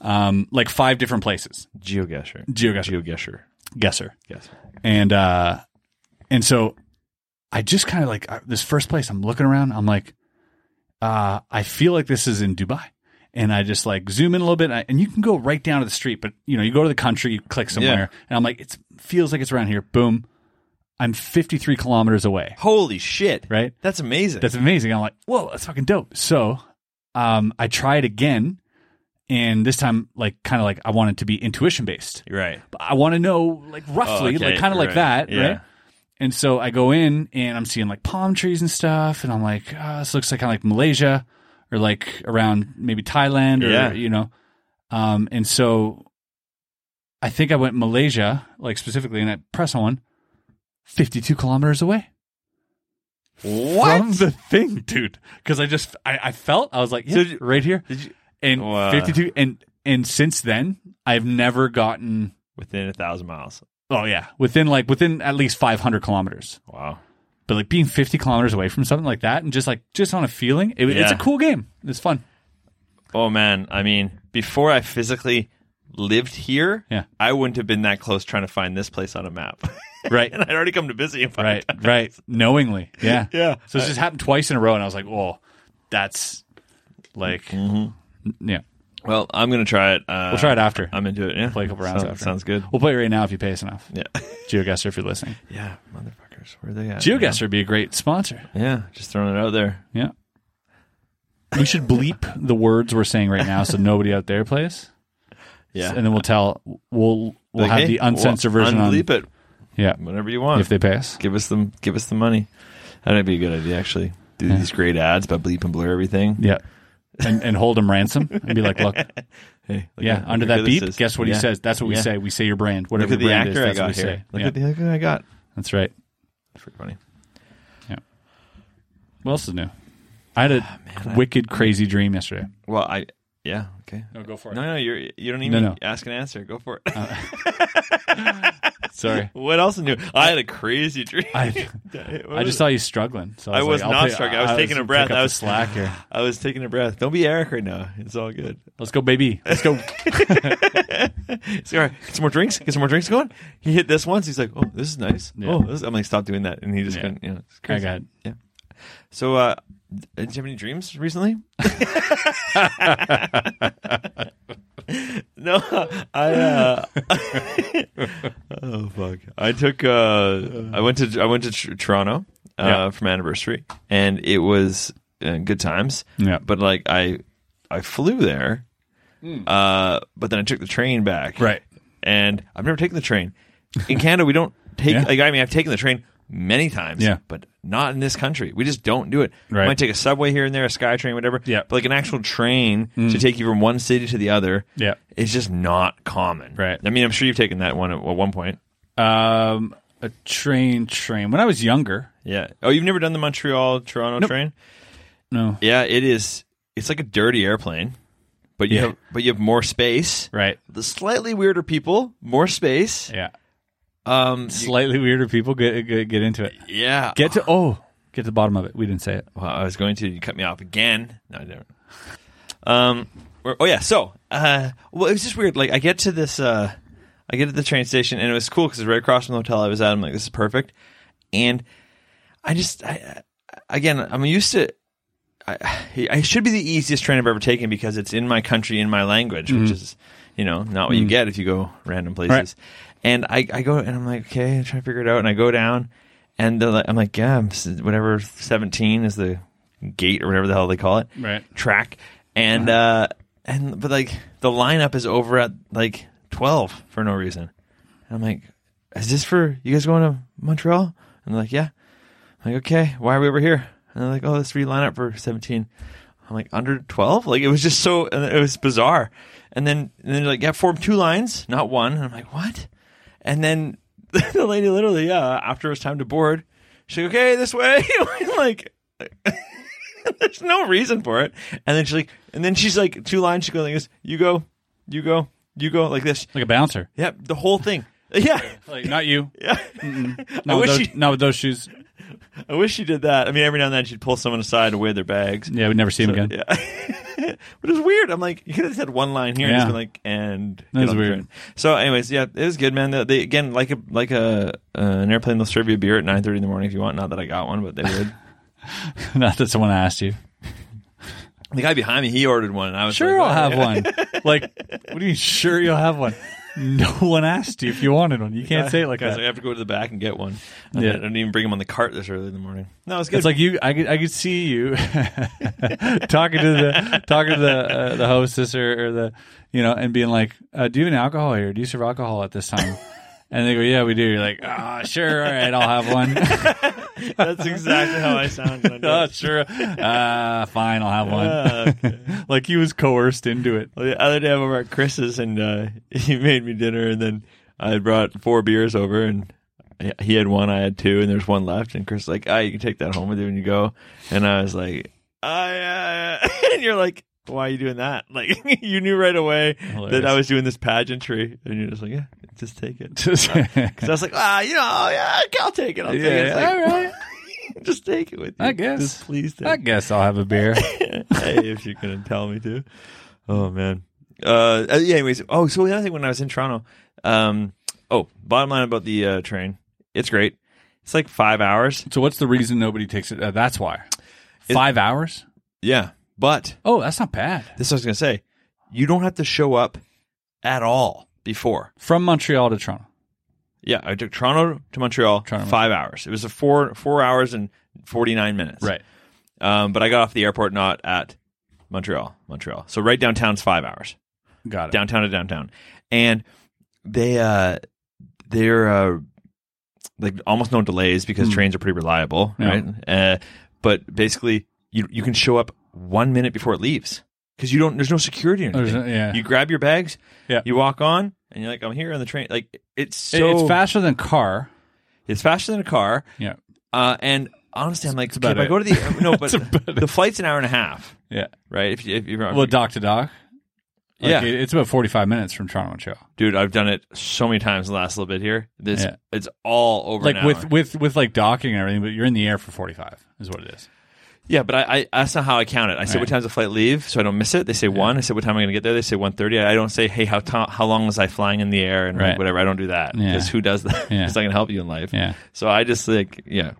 [SPEAKER 2] um, like five different places.
[SPEAKER 3] Geoguesser.
[SPEAKER 2] Geoguesser,
[SPEAKER 3] Geoguesser.
[SPEAKER 2] guesser,
[SPEAKER 3] Yes.
[SPEAKER 2] and uh, and so I just kind of like uh, this first place. I'm looking around. I'm like, uh, I feel like this is in Dubai. And I just like zoom in a little bit, and, I- and you can go right down to the street. But you know, you go to the country, you click somewhere, and I'm like, it feels like it's around here. Boom, I'm 53 kilometers away.
[SPEAKER 3] Holy shit.
[SPEAKER 2] Right?
[SPEAKER 3] That's amazing.
[SPEAKER 2] That's amazing. I'm like, whoa, that's fucking dope. So, um, I try it again, and this time, like, kind of like I want it to be intuition based.
[SPEAKER 3] right.
[SPEAKER 2] But I want to know like roughly,
[SPEAKER 3] Oh, okay,
[SPEAKER 2] like kind of like
[SPEAKER 3] right.
[SPEAKER 2] that,
[SPEAKER 3] Yeah.
[SPEAKER 2] right? And so I go in and I'm seeing like palm trees and stuff, and I'm like, oh, this looks like kind of like Malaysia or like around maybe Thailand or
[SPEAKER 3] Yeah.
[SPEAKER 2] you know. Um, and so I think I went Malaysia like specifically, and I press on one, 52 kilometers away
[SPEAKER 3] What?
[SPEAKER 2] from the thing, dude. Because I just I, I felt I was like yeah,
[SPEAKER 3] Did you-
[SPEAKER 2] right here,
[SPEAKER 3] Did you,
[SPEAKER 2] and
[SPEAKER 3] Wow.
[SPEAKER 2] 52, and and since then I've never gotten.
[SPEAKER 3] within a thousand miles.
[SPEAKER 2] Oh yeah, within like within at least 500 kilometers.
[SPEAKER 3] Wow.
[SPEAKER 2] But like being 50 kilometers away from something like that, and just like just on a feeling, it, it's
[SPEAKER 3] Yeah.
[SPEAKER 2] a cool game. It's fun.
[SPEAKER 3] Oh man, I mean, before I physically lived here,
[SPEAKER 2] Yeah.
[SPEAKER 3] I wouldn't have been that close trying to find this place on a map.
[SPEAKER 2] Right.
[SPEAKER 3] I'd already come to busy if I
[SPEAKER 2] right. Right. Knowingly. Yeah.
[SPEAKER 3] Yeah.
[SPEAKER 2] So this just happened twice in a row, and I was like, "Well, that's like, N- yeah."
[SPEAKER 3] Well, I'm gonna try it. Uh,
[SPEAKER 2] We'll try it after.
[SPEAKER 3] Mm-hmm. I'm into it. Yeah,
[SPEAKER 2] Play a couple rounds
[SPEAKER 3] sounds,
[SPEAKER 2] after.
[SPEAKER 3] Sounds good.
[SPEAKER 2] We'll play it right now if you pay us enough.
[SPEAKER 3] Yeah,
[SPEAKER 2] GeoGuessr, if you're listening,
[SPEAKER 3] yeah, motherfuckers, where are they at?
[SPEAKER 2] GeoGuessr would be a great sponsor.
[SPEAKER 3] Yeah, just throwing it out there.
[SPEAKER 2] Yeah. We should bleep the words we're saying right now, so nobody out there plays.
[SPEAKER 3] Yeah,
[SPEAKER 2] and then we'll tell we'll we'll
[SPEAKER 3] Like,
[SPEAKER 2] have
[SPEAKER 3] hey,
[SPEAKER 2] the uncensored
[SPEAKER 3] well,
[SPEAKER 2] version
[SPEAKER 3] Unbleep
[SPEAKER 2] on.
[SPEAKER 3] it
[SPEAKER 2] Yeah,
[SPEAKER 3] whenever you want.
[SPEAKER 2] if they pay us.
[SPEAKER 3] give us them, give us the money. That'd be a good idea, actually. Do these great ads, but bleep and blur everything.
[SPEAKER 2] Yeah, and and hold them ransom and be like, look,
[SPEAKER 3] Hey, look
[SPEAKER 2] yeah,
[SPEAKER 3] at-
[SPEAKER 2] under
[SPEAKER 3] look
[SPEAKER 2] that
[SPEAKER 3] at this
[SPEAKER 2] beep,
[SPEAKER 3] is.
[SPEAKER 2] guess what he
[SPEAKER 3] Yeah.
[SPEAKER 2] says. That's what we
[SPEAKER 3] Yeah.
[SPEAKER 2] say. We say your brand,
[SPEAKER 3] Look
[SPEAKER 2] whatever
[SPEAKER 3] at the
[SPEAKER 2] brand
[SPEAKER 3] actor
[SPEAKER 2] is.
[SPEAKER 3] I
[SPEAKER 2] That's what we
[SPEAKER 3] got
[SPEAKER 2] say.
[SPEAKER 3] here. Look
[SPEAKER 2] Yeah,
[SPEAKER 3] at the actor I got.
[SPEAKER 2] that's right.
[SPEAKER 3] Pretty funny.
[SPEAKER 2] What else is new? I had
[SPEAKER 3] Ah,
[SPEAKER 2] a wicked crazy dream yesterday.
[SPEAKER 3] Well, I yeah okay.
[SPEAKER 2] No, Oh, go for
[SPEAKER 3] No, no, you're you don't
[SPEAKER 2] No,
[SPEAKER 3] even
[SPEAKER 2] no.
[SPEAKER 3] ask an answer. Go for it.
[SPEAKER 2] Sorry,
[SPEAKER 3] what else is new? I had a crazy dream.
[SPEAKER 2] I I
[SPEAKER 3] What was
[SPEAKER 2] just saw you struggling. So I
[SPEAKER 3] I
[SPEAKER 2] was,
[SPEAKER 3] was
[SPEAKER 2] like, I'll
[SPEAKER 3] not
[SPEAKER 2] pick-
[SPEAKER 3] struggling. I was taking a
[SPEAKER 2] pick up
[SPEAKER 3] breath. I
[SPEAKER 2] the
[SPEAKER 3] was-
[SPEAKER 2] slack here.
[SPEAKER 3] I was taking a breath. Don't be Eric right now. It's all good.
[SPEAKER 2] Let's go, baby. Let's go.
[SPEAKER 3] It's like, all right, get some more drinks. Get some more drinks going. He hit this once. He's like, oh, this is nice.
[SPEAKER 2] Yeah.
[SPEAKER 3] Oh, this is, I'm like, stop doing that. And he just
[SPEAKER 2] Yeah.
[SPEAKER 3] couldn't. You know, it's
[SPEAKER 2] I
[SPEAKER 3] crazy.
[SPEAKER 2] got it.
[SPEAKER 3] So, uh, did you have any dreams recently? no, I. Uh, oh fuck! I took. Uh, I went to. I went to tr- Toronto uh,
[SPEAKER 2] Yeah.
[SPEAKER 3] for my anniversary, and it was uh, good times.
[SPEAKER 2] Yeah.
[SPEAKER 3] But like I, I flew there, uh, but then I took the train back.
[SPEAKER 2] Hmm. Right.
[SPEAKER 3] And I've never taken the train. In Canada, we don't take.
[SPEAKER 2] Yeah.
[SPEAKER 3] Like I mean, I've taken the train many times.
[SPEAKER 2] Yeah.
[SPEAKER 3] But not in this country. We just don't do it.
[SPEAKER 2] Right.
[SPEAKER 3] Might take a subway here and there, a sky train, whatever.
[SPEAKER 2] Yeah. Mm.
[SPEAKER 3] But like an actual train to take you from one city to the other.
[SPEAKER 2] Yeah.
[SPEAKER 3] It's just not common.
[SPEAKER 2] Right.
[SPEAKER 3] I mean, I'm sure you've taken that one at, at one point.
[SPEAKER 2] Um, a train, train. When I was younger,
[SPEAKER 3] Yeah. Oh, you've never done the Montreal Toronto train?
[SPEAKER 2] no,
[SPEAKER 3] Yeah, it is. It's like a dirty airplane, but you
[SPEAKER 2] Yeah.
[SPEAKER 3] have but you have more space.
[SPEAKER 2] right?
[SPEAKER 3] The slightly weirder people, more space.
[SPEAKER 2] Yeah,
[SPEAKER 3] Um,
[SPEAKER 2] slightly weirder people get get, get into it.
[SPEAKER 3] yeah.
[SPEAKER 2] Get to oh, get to the bottom of it. We didn't say it.
[SPEAKER 3] Well, I was going to. You cut me off again. No, I didn't. Um. where- oh yeah. So, uh, well, it was just weird. Like, I get to this. Uh, I get to the train station, and it was cool because it was right across from the hotel I was at. I'm like, this is perfect. And I just, I, I- again, I'm used to. I, I should be the easiest train I've ever taken because it's in my country, in my language, which is, you know, not what you get if you go random places.
[SPEAKER 2] Right.
[SPEAKER 3] And I, I go and I'm like, okay, I'm trying to figure it out. And I go down, and they're like, I'm like, yeah, I'm s- whatever 17 is the gate or whatever the hell they call it,
[SPEAKER 2] Right.
[SPEAKER 3] Track, and uh, and but like the lineup is over at like 12 for no reason. And I'm like, is this for you guys going to Montreal? And they're like, yeah. I'm like, okay, why are we over here? And they're like, oh, let's re-line up for 17. I'm like, under 12? Like, it was just so, and it was bizarre. And then, and then they're like, yeah, form two lines, not one. And I'm like, what? And then the lady literally, yeah, after it was time to board, she's like, okay, this way. I'm like, there's no reason for it. And then she's like, and then she's like, two lines, she goes like this, you go, you go, you go, like this.
[SPEAKER 2] Like a bouncer.
[SPEAKER 3] Yep, the whole thing. Yeah.
[SPEAKER 2] Like not you.
[SPEAKER 3] Yeah. I
[SPEAKER 2] Not with,
[SPEAKER 3] wish
[SPEAKER 2] those,
[SPEAKER 3] she,
[SPEAKER 2] not with those shoes.
[SPEAKER 3] I wish she did that. I mean, every now and then she'd pull someone aside to weigh their bags.
[SPEAKER 2] Yeah, we'd never see him again.
[SPEAKER 3] Yeah. but it was weird. I'm like, you could have said one line here and
[SPEAKER 2] Yeah.
[SPEAKER 3] just been like, and
[SPEAKER 2] That was
[SPEAKER 3] get on the
[SPEAKER 2] weird.
[SPEAKER 3] train. So, anyways, yeah, it was good, man. They, they again, like a like a uh, an airplane, they'll serve you a beer at 9:30 in the morning if you want. Not that I got one, but they would.
[SPEAKER 2] not that someone asked you.
[SPEAKER 3] the guy behind me, he ordered one, and I was
[SPEAKER 2] Sure, I'll
[SPEAKER 3] like, "Oh,
[SPEAKER 2] have
[SPEAKER 3] yeah."
[SPEAKER 2] one. Like, what do you mean? Sure, you'll have one. No one asked you if you wanted one. You can't say it like
[SPEAKER 3] Guys, I
[SPEAKER 2] that.
[SPEAKER 3] have to go to the back and get one. I
[SPEAKER 2] Yeah.
[SPEAKER 3] didn't even bring him on the cart this early in the morning. No, it's good.
[SPEAKER 2] It's like you. I could, I could see you talking to the talking to the uh, the hostess or, or the you know and being like, uh, "Do you have any alcohol here? Do you serve alcohol at this time?" And they go, "Yeah, we do." You're like, "Ah, sure, all right, I'll have one.
[SPEAKER 3] That's exactly how I sound. when I do
[SPEAKER 2] oh,
[SPEAKER 3] it.
[SPEAKER 2] sure, uh, fine, I'll have one."
[SPEAKER 3] Ah, okay.
[SPEAKER 2] like he was coerced into it.
[SPEAKER 3] Well, the other day I'm over at Chris's and uh, he made me dinner, and then I had brought four beers over, and I- he had one, I had two, and there's one left. And Chris was like, ah, you can take that home with you when you go. And I was like, I, uh, and you're like, why are you doing that? Like you knew right away that I
[SPEAKER 2] Hilarious.
[SPEAKER 3] was doing this pageantry, and you're just like, yeah, just take it.
[SPEAKER 2] Just-
[SPEAKER 3] Because I was like, ah, you know, yeah, I'll take it. I'll take it. It's like,
[SPEAKER 2] right.
[SPEAKER 3] Just take it with you.
[SPEAKER 2] I guess.
[SPEAKER 3] Just please take
[SPEAKER 2] I guess I'll have a beer.
[SPEAKER 3] hey, if you couldn't tell me to. Oh man. Uh. uh, yeah, Anyways. Oh, so the other thing when I was in Toronto. Um. Oh, bottom line about the uh, train It's great. It's like five hours.
[SPEAKER 2] So what's the reason nobody takes it? Uh, that's why. Five hours.
[SPEAKER 3] Yeah, but
[SPEAKER 2] Oh, that's not bad.
[SPEAKER 3] this is what I was gonna say. You don't have to show up at all before.
[SPEAKER 2] From Montreal to Toronto.
[SPEAKER 3] Yeah, I took Toronto to Montreal
[SPEAKER 2] Toronto.
[SPEAKER 3] five hours. It was a four four hours and forty nine minutes. Um, but I got off the airport not at Montreal, Montreal. So right downtown's five hours,
[SPEAKER 2] Got it.
[SPEAKER 3] downtown to downtown, and they uh they're uh like almost no delays because trains are pretty reliable,
[SPEAKER 2] Hmm. Yeah.
[SPEAKER 3] right? Uh, but basically, you you can show up one minute before it leaves because you don't. There's no security. Or
[SPEAKER 2] There's
[SPEAKER 3] anything.
[SPEAKER 2] no- yeah.
[SPEAKER 3] You grab your bags.
[SPEAKER 2] Yeah.
[SPEAKER 3] You walk on, and you're like, I'm here on the train. Like it's
[SPEAKER 2] It-
[SPEAKER 3] so
[SPEAKER 2] it's faster than car.
[SPEAKER 3] It's faster than a car.
[SPEAKER 2] Yeah.
[SPEAKER 3] Uh, and honestly, I'm like, okay,
[SPEAKER 2] about
[SPEAKER 3] if I
[SPEAKER 2] it.
[SPEAKER 3] go to the no, but
[SPEAKER 2] That's about
[SPEAKER 3] the flight's an hour and a half,
[SPEAKER 2] Yeah.
[SPEAKER 3] right? If, you, if you're
[SPEAKER 2] Well, dock to dock. Like,
[SPEAKER 3] Yeah.
[SPEAKER 2] it- it's about 45 minutes from Toronto to Montreal.
[SPEAKER 3] dude, I've done it so many times in the last little bit here. This
[SPEAKER 2] Yeah.
[SPEAKER 3] it's all over
[SPEAKER 2] Like
[SPEAKER 3] an
[SPEAKER 2] with,
[SPEAKER 3] hour.
[SPEAKER 2] with, with like docking and everything, but you're in the air for 45 is what it is.
[SPEAKER 3] yeah, but I, I that's not how I count it. I say what
[SPEAKER 2] Right.
[SPEAKER 3] time's the flight leave, so I don't miss it. They say one. I say what time am I going to get there? They say one thirty. I don't say hey how to- how long was I flying in the air and like,
[SPEAKER 2] Right.
[SPEAKER 3] whatever. I don't do that
[SPEAKER 2] Yeah.
[SPEAKER 3] because who does that?
[SPEAKER 2] Yeah.
[SPEAKER 3] it's not going to help you in life.
[SPEAKER 2] Yeah.
[SPEAKER 3] So I just like yeah,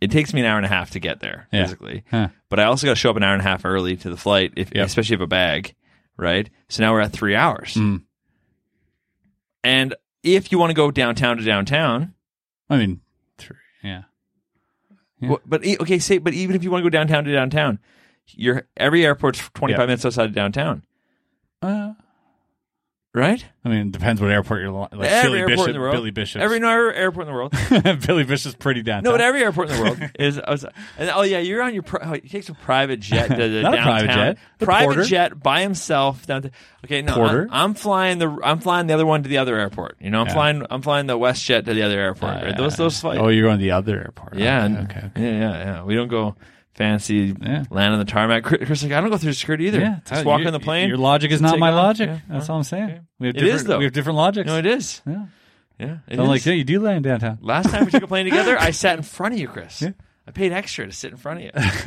[SPEAKER 3] it takes me an hour and a half to get there
[SPEAKER 2] Yeah.
[SPEAKER 3] physically.
[SPEAKER 2] Huh.
[SPEAKER 3] but I also got to show up an hour and a half early to the flight, if,
[SPEAKER 2] Yep.
[SPEAKER 3] especially if a bag, right? So now we're at three hours.
[SPEAKER 2] Mm.
[SPEAKER 3] And if you want to go downtown to downtown,
[SPEAKER 2] I mean, three. Yeah. Yeah.
[SPEAKER 3] wh- but e- okay, say, but even if you want to go downtown to downtown, your every airport's twenty five
[SPEAKER 2] Yeah.
[SPEAKER 3] minutes outside of downtown,
[SPEAKER 2] Uh,
[SPEAKER 3] right?
[SPEAKER 2] I mean, it depends what airport you're li- like.
[SPEAKER 3] every
[SPEAKER 2] Billy
[SPEAKER 3] airport
[SPEAKER 2] Bishop,
[SPEAKER 3] in the world,
[SPEAKER 2] Billy Bishop's.
[SPEAKER 3] every no, every airport in the world.
[SPEAKER 2] Billy Bishop's pretty downtown.
[SPEAKER 3] No, but every airport in the world is. outside. And, oh yeah, you're on your. Pri- oh, he takes a private jet to the
[SPEAKER 2] Not a
[SPEAKER 3] downtown.
[SPEAKER 2] private jet. The
[SPEAKER 3] Private
[SPEAKER 2] Porter.
[SPEAKER 3] jet by himself. Down to, okay, no,
[SPEAKER 2] Porter.
[SPEAKER 3] I, am flying the. I'm flying the other one to the other airport. You know, I'm
[SPEAKER 2] Yeah.
[SPEAKER 3] flying. I'm flying the West jet to the other airport.
[SPEAKER 2] Uh,
[SPEAKER 3] right? Those those flights.
[SPEAKER 2] Oh, you're on the other airport.
[SPEAKER 3] yeah,
[SPEAKER 2] Okay,
[SPEAKER 3] and-
[SPEAKER 2] okay. okay.
[SPEAKER 3] yeah, yeah, yeah. We don't go fancy
[SPEAKER 2] Yeah.
[SPEAKER 3] land on the tarmac. Chris, Chris, like I don't go through security either.
[SPEAKER 2] Yeah,
[SPEAKER 3] just
[SPEAKER 2] Tyler,
[SPEAKER 3] walk
[SPEAKER 2] you-
[SPEAKER 3] on the plane.
[SPEAKER 2] Your logic is not
[SPEAKER 3] take
[SPEAKER 2] my
[SPEAKER 3] off.
[SPEAKER 2] logic.
[SPEAKER 3] Yeah,
[SPEAKER 2] That's
[SPEAKER 3] well,
[SPEAKER 2] all I'm saying. We have
[SPEAKER 3] It is,
[SPEAKER 2] different,
[SPEAKER 3] though.
[SPEAKER 2] We have different logics.
[SPEAKER 3] no, it is.
[SPEAKER 2] Yeah.
[SPEAKER 3] Yeah, it
[SPEAKER 2] I'm
[SPEAKER 3] is.
[SPEAKER 2] like, yeah, you do land downtown.
[SPEAKER 3] Last time we took a plane together, I sat in front of you, Chris. I paid extra to sit in front of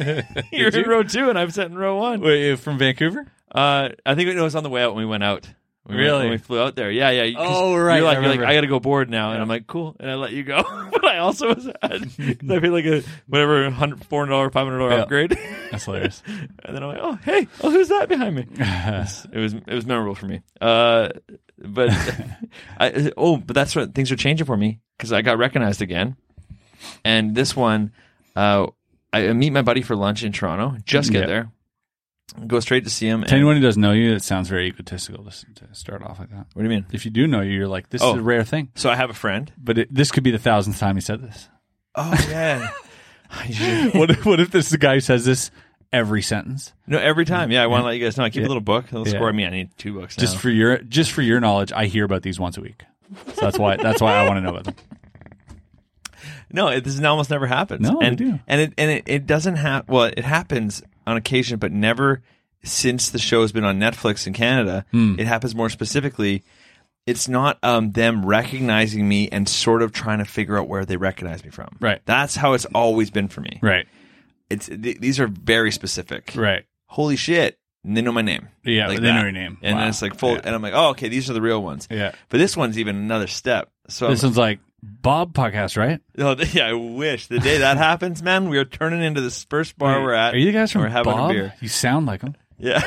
[SPEAKER 3] you. You're in row two, and I'm sat in row one.
[SPEAKER 2] Wait, you're from Vancouver?
[SPEAKER 3] Uh, I think it was on the way out when we went out. We went-
[SPEAKER 2] Really?
[SPEAKER 3] when we flew out there. Yeah, yeah. 'cause
[SPEAKER 2] Oh, right,
[SPEAKER 3] You're like,
[SPEAKER 2] I
[SPEAKER 3] you're like,
[SPEAKER 2] remember.
[SPEAKER 3] I got to go board now. And I'm like, cool. And I let you go. but I also was at, I paid like a, whatever, $100, $400, $500
[SPEAKER 2] Yeah.
[SPEAKER 3] upgrade.
[SPEAKER 2] That's hilarious.
[SPEAKER 3] and then I'm like, oh, hey, oh, who's that behind me? it was it was memorable for me. Uh, but I oh, but that's what things are changing for me because I got recognized again, and this one, uh, I meet my buddy for lunch in Toronto. Just get
[SPEAKER 2] Yeah.
[SPEAKER 3] there, go straight to see him.
[SPEAKER 2] to
[SPEAKER 3] and-
[SPEAKER 2] anyone who doesn't know you, it sounds very egotistical to, s- to start off like that.
[SPEAKER 3] what do you mean?
[SPEAKER 2] If you do know you, you're like, this
[SPEAKER 3] Oh.
[SPEAKER 2] is a rare thing.
[SPEAKER 3] So I have a friend.
[SPEAKER 2] But it, this could be the thousandth time he said this.
[SPEAKER 3] Oh yeah.
[SPEAKER 2] what, if, what if this is the guy who says this every sentence?
[SPEAKER 3] no, every time. Yeah, I want to let you guys know. I keep a little book, a little
[SPEAKER 2] Yeah.
[SPEAKER 3] score. I mean, I need two books.
[SPEAKER 2] Just
[SPEAKER 3] now.
[SPEAKER 2] for your just for your knowledge, I hear about these once a week. So that's why that's why I want to know about them.
[SPEAKER 3] No, it, this almost never happens.
[SPEAKER 2] No, they
[SPEAKER 3] and,
[SPEAKER 2] do.
[SPEAKER 3] and it and it, it doesn't have. Well, it happens on occasion, but never since the show has been on Netflix in Canada.
[SPEAKER 2] Hmm.
[SPEAKER 3] It happens more specifically. It's not um, them recognizing me and sort of trying to figure out where they recognize me from.
[SPEAKER 2] Right.
[SPEAKER 3] That's how it's always been for me.
[SPEAKER 2] Right.
[SPEAKER 3] It's th- these are very specific.
[SPEAKER 2] Right.
[SPEAKER 3] Holy shit! And they know my name.
[SPEAKER 2] Yeah,
[SPEAKER 3] Like
[SPEAKER 2] they know
[SPEAKER 3] that.
[SPEAKER 2] your name.
[SPEAKER 3] And then
[SPEAKER 2] Wow.
[SPEAKER 3] it's like full.
[SPEAKER 2] Yeah.
[SPEAKER 3] And I'm like, oh, okay, these are the real ones.
[SPEAKER 2] Yeah.
[SPEAKER 3] But this one's even another step. So I'm-
[SPEAKER 2] This one's like Bob podcast, right?
[SPEAKER 3] Oh, th- yeah, I wish the day that happens, man, we are turning into this first bar we're at.
[SPEAKER 2] Are you guys from
[SPEAKER 3] we're having
[SPEAKER 2] Bob?
[SPEAKER 3] a beer.
[SPEAKER 2] You sound like him.
[SPEAKER 3] Yeah,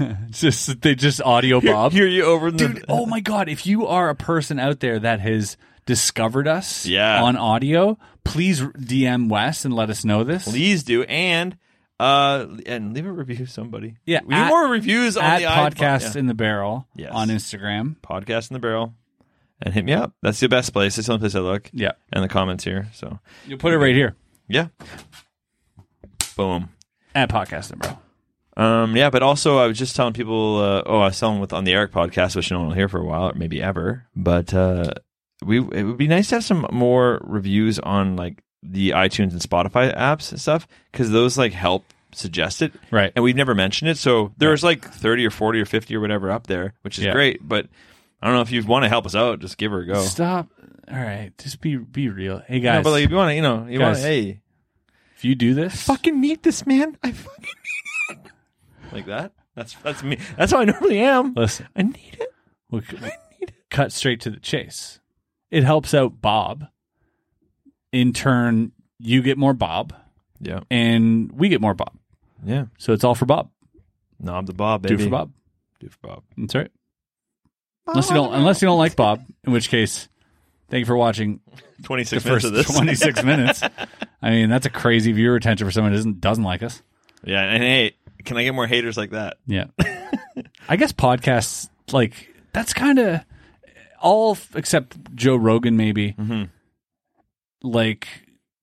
[SPEAKER 2] Just they just audio Bob.
[SPEAKER 3] hear you over in the
[SPEAKER 2] Dude, oh my god! If you are a person out there that has discovered us
[SPEAKER 3] Yeah.
[SPEAKER 2] on audio, please DM Wes and let us know this.
[SPEAKER 3] please do and uh and leave a review somebody.
[SPEAKER 2] Yeah,
[SPEAKER 3] we need
[SPEAKER 2] at-
[SPEAKER 3] more reviews on
[SPEAKER 2] At
[SPEAKER 3] the iPod-
[SPEAKER 2] podcast in the barrel
[SPEAKER 3] Yes.
[SPEAKER 2] on Instagram.
[SPEAKER 3] yeah. podcast in the barrel, and hit me up. That's the best place. It's the only place I look.
[SPEAKER 2] Yeah,
[SPEAKER 3] and the comments here. So
[SPEAKER 2] you put it right here
[SPEAKER 3] yeah, boom.
[SPEAKER 2] at podcast in the barrel.
[SPEAKER 3] Um, yeah, but also I was just telling people. Uh, oh, I was telling with on the Eric podcast, which no one will hear for a while, or maybe ever. But uh, we it would be nice to have some more reviews on like the iTunes and Spotify apps and stuff because those like help suggest it,
[SPEAKER 2] Right.
[SPEAKER 3] And we've never mentioned it, so there's like thirty or forty or fifty or whatever up there, which is
[SPEAKER 2] Yeah.
[SPEAKER 3] great. But I don't know if you want to help us out, just give her a go.
[SPEAKER 2] Stop. All right, just be be real. Hey
[SPEAKER 3] No,
[SPEAKER 2] guys,
[SPEAKER 3] but like if you want to, you know, you want
[SPEAKER 2] Guys.
[SPEAKER 3] hey,
[SPEAKER 2] if you do this,
[SPEAKER 3] fucking need this man, I fucking need it, like that. That's that's me. That's how I normally am.
[SPEAKER 2] listen.
[SPEAKER 3] I need it.
[SPEAKER 2] We'll c- cut straight to the chase. it helps out Bob. In turn, you get more Bob,
[SPEAKER 3] Yeah.
[SPEAKER 2] and we get more Bob.
[SPEAKER 3] Yeah.
[SPEAKER 2] So it's all for Bob.
[SPEAKER 3] Knob the Bob,
[SPEAKER 2] Do
[SPEAKER 3] baby.
[SPEAKER 2] for Bob.
[SPEAKER 3] Do for Bob.
[SPEAKER 2] That's right. Unless you don't, unless you don't like Bob, in which case, thank you for watching
[SPEAKER 3] Twenty
[SPEAKER 2] the
[SPEAKER 3] six minutes
[SPEAKER 2] first
[SPEAKER 3] of this.
[SPEAKER 2] twenty six minutes. I mean, that's a crazy viewer attention for someone who doesn't doesn't like us.
[SPEAKER 3] Yeah, and hey, can I get more haters like that?
[SPEAKER 2] Yeah, I guess podcasts like that's kind of all f- except Joe Rogan maybe.
[SPEAKER 3] Mm-hmm.
[SPEAKER 2] Like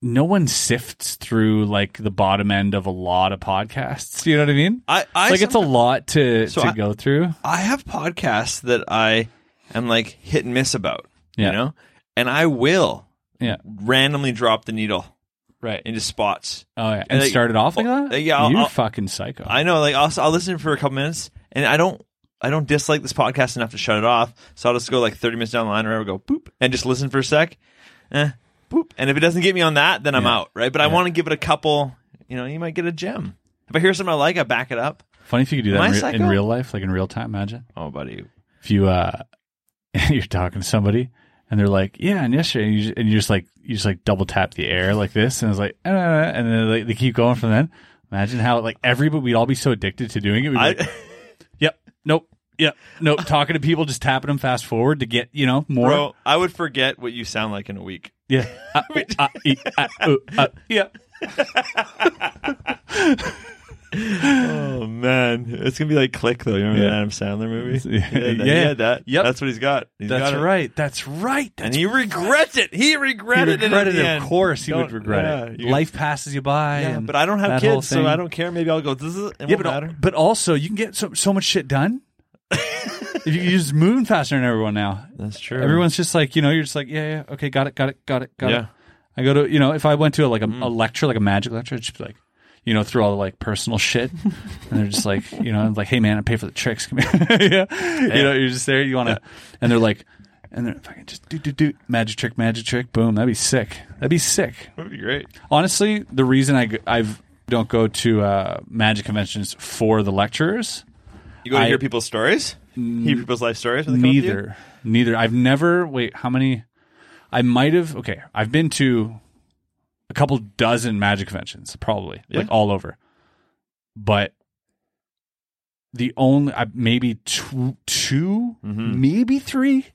[SPEAKER 2] no one sifts through like the bottom end of a lot of podcasts. You know what I mean?
[SPEAKER 3] I, I
[SPEAKER 2] like it's a
[SPEAKER 3] sometimes-
[SPEAKER 2] lot to
[SPEAKER 3] So
[SPEAKER 2] to
[SPEAKER 3] I-
[SPEAKER 2] go through.
[SPEAKER 3] I have podcasts that I am like hit and miss about.
[SPEAKER 2] Yeah.
[SPEAKER 3] You know? And I will
[SPEAKER 2] Yeah,
[SPEAKER 3] randomly drop the needle
[SPEAKER 2] right.
[SPEAKER 3] into spots.
[SPEAKER 2] Oh yeah, and
[SPEAKER 3] like-
[SPEAKER 2] started off like
[SPEAKER 3] Oh,
[SPEAKER 2] that.
[SPEAKER 3] yeah, I'll-
[SPEAKER 2] you
[SPEAKER 3] I'll-
[SPEAKER 2] fucking psycho.
[SPEAKER 3] I know, like I'll, I'll listen for a couple minutes and I don't I don't dislike this podcast enough to shut it off. So I'll just go like thirty minutes down the line or I'll go boop and just listen for a sec. Eh, boop. And if it doesn't get me on that, then I'm out, right? But I want to give it a couple you know, you might get a gem. If I hear something I like, I back it up.
[SPEAKER 2] Funny if you could do
[SPEAKER 3] Am I
[SPEAKER 2] that in, re- in
[SPEAKER 3] psycho?
[SPEAKER 2] real life, like in real time. Imagine
[SPEAKER 3] Oh buddy.
[SPEAKER 2] if you uh, you're talking to somebody and they're like, "Yeah," and yesterday, and you, just, and you just like you just like double tap the air like this, and it's like, "Uh," and then like, they keep going from then. Imagine how like everybody we'd all be so addicted to doing it. We'd be
[SPEAKER 3] I
[SPEAKER 2] like, "Yep, nope, yep, nope." Talking to people, just tapping them fast forward to get you know more.
[SPEAKER 3] bro, I would forget what you sound like in a week.
[SPEAKER 2] Yeah. Uh, ooh, uh, ee, uh, ooh, uh, yeah.
[SPEAKER 3] Oh man, it's gonna be like Click though. You remember
[SPEAKER 2] Yeah.
[SPEAKER 3] that Adam Sandler movie?
[SPEAKER 2] Yeah.
[SPEAKER 3] that-
[SPEAKER 2] Yeah.
[SPEAKER 3] he had that.
[SPEAKER 2] Yep.
[SPEAKER 3] that's what he's got. He's
[SPEAKER 2] That's
[SPEAKER 3] got it.
[SPEAKER 2] right. That's right. That's
[SPEAKER 3] And he regrets it. He regretted,
[SPEAKER 2] regret
[SPEAKER 3] it. at the end.
[SPEAKER 2] Of course, he would
[SPEAKER 3] Don't-
[SPEAKER 2] regret it.
[SPEAKER 3] yeah, you-
[SPEAKER 2] Life passes you by.
[SPEAKER 3] Yeah,
[SPEAKER 2] and
[SPEAKER 3] but I don't have
[SPEAKER 2] that whole
[SPEAKER 3] kids, so
[SPEAKER 2] thing.
[SPEAKER 3] I don't care. Maybe I'll go. This is it
[SPEAKER 2] Yeah,
[SPEAKER 3] won't matter.
[SPEAKER 2] but, but also you can get so so much shit done. If you you're just moving faster than everyone now.
[SPEAKER 3] That's true.
[SPEAKER 2] Everyone's just like you know. You're just like yeah, yeah, okay, got it, got it, got it, got
[SPEAKER 3] Yeah.
[SPEAKER 2] it. I go to you know if I went to like a, a lecture, like a magic lecture, it's just be like you know through all the like personal shit, and they're just like you know like hey man, I pay for the tricks. Come here, yeah. you know you're just there. You want to, and they're like, and they're fucking just do do do magic trick, magic trick, boom. That'd be sick. That'd be sick.
[SPEAKER 3] That'd be great.
[SPEAKER 2] Honestly, the reason I g- I've don't go to uh, magic conventions for the lecturers.
[SPEAKER 3] You go to
[SPEAKER 2] I- Mm,
[SPEAKER 3] hear people's stories. hear people's life stories. When they come up to you?
[SPEAKER 2] Neither, neither. I've never. Wait, how many? I might have. Okay, I've been to a couple dozen magic conventions, probably like
[SPEAKER 3] Yeah.
[SPEAKER 2] all over. But the only, I, maybe two, 2
[SPEAKER 3] Mm-hmm.
[SPEAKER 2] maybe three.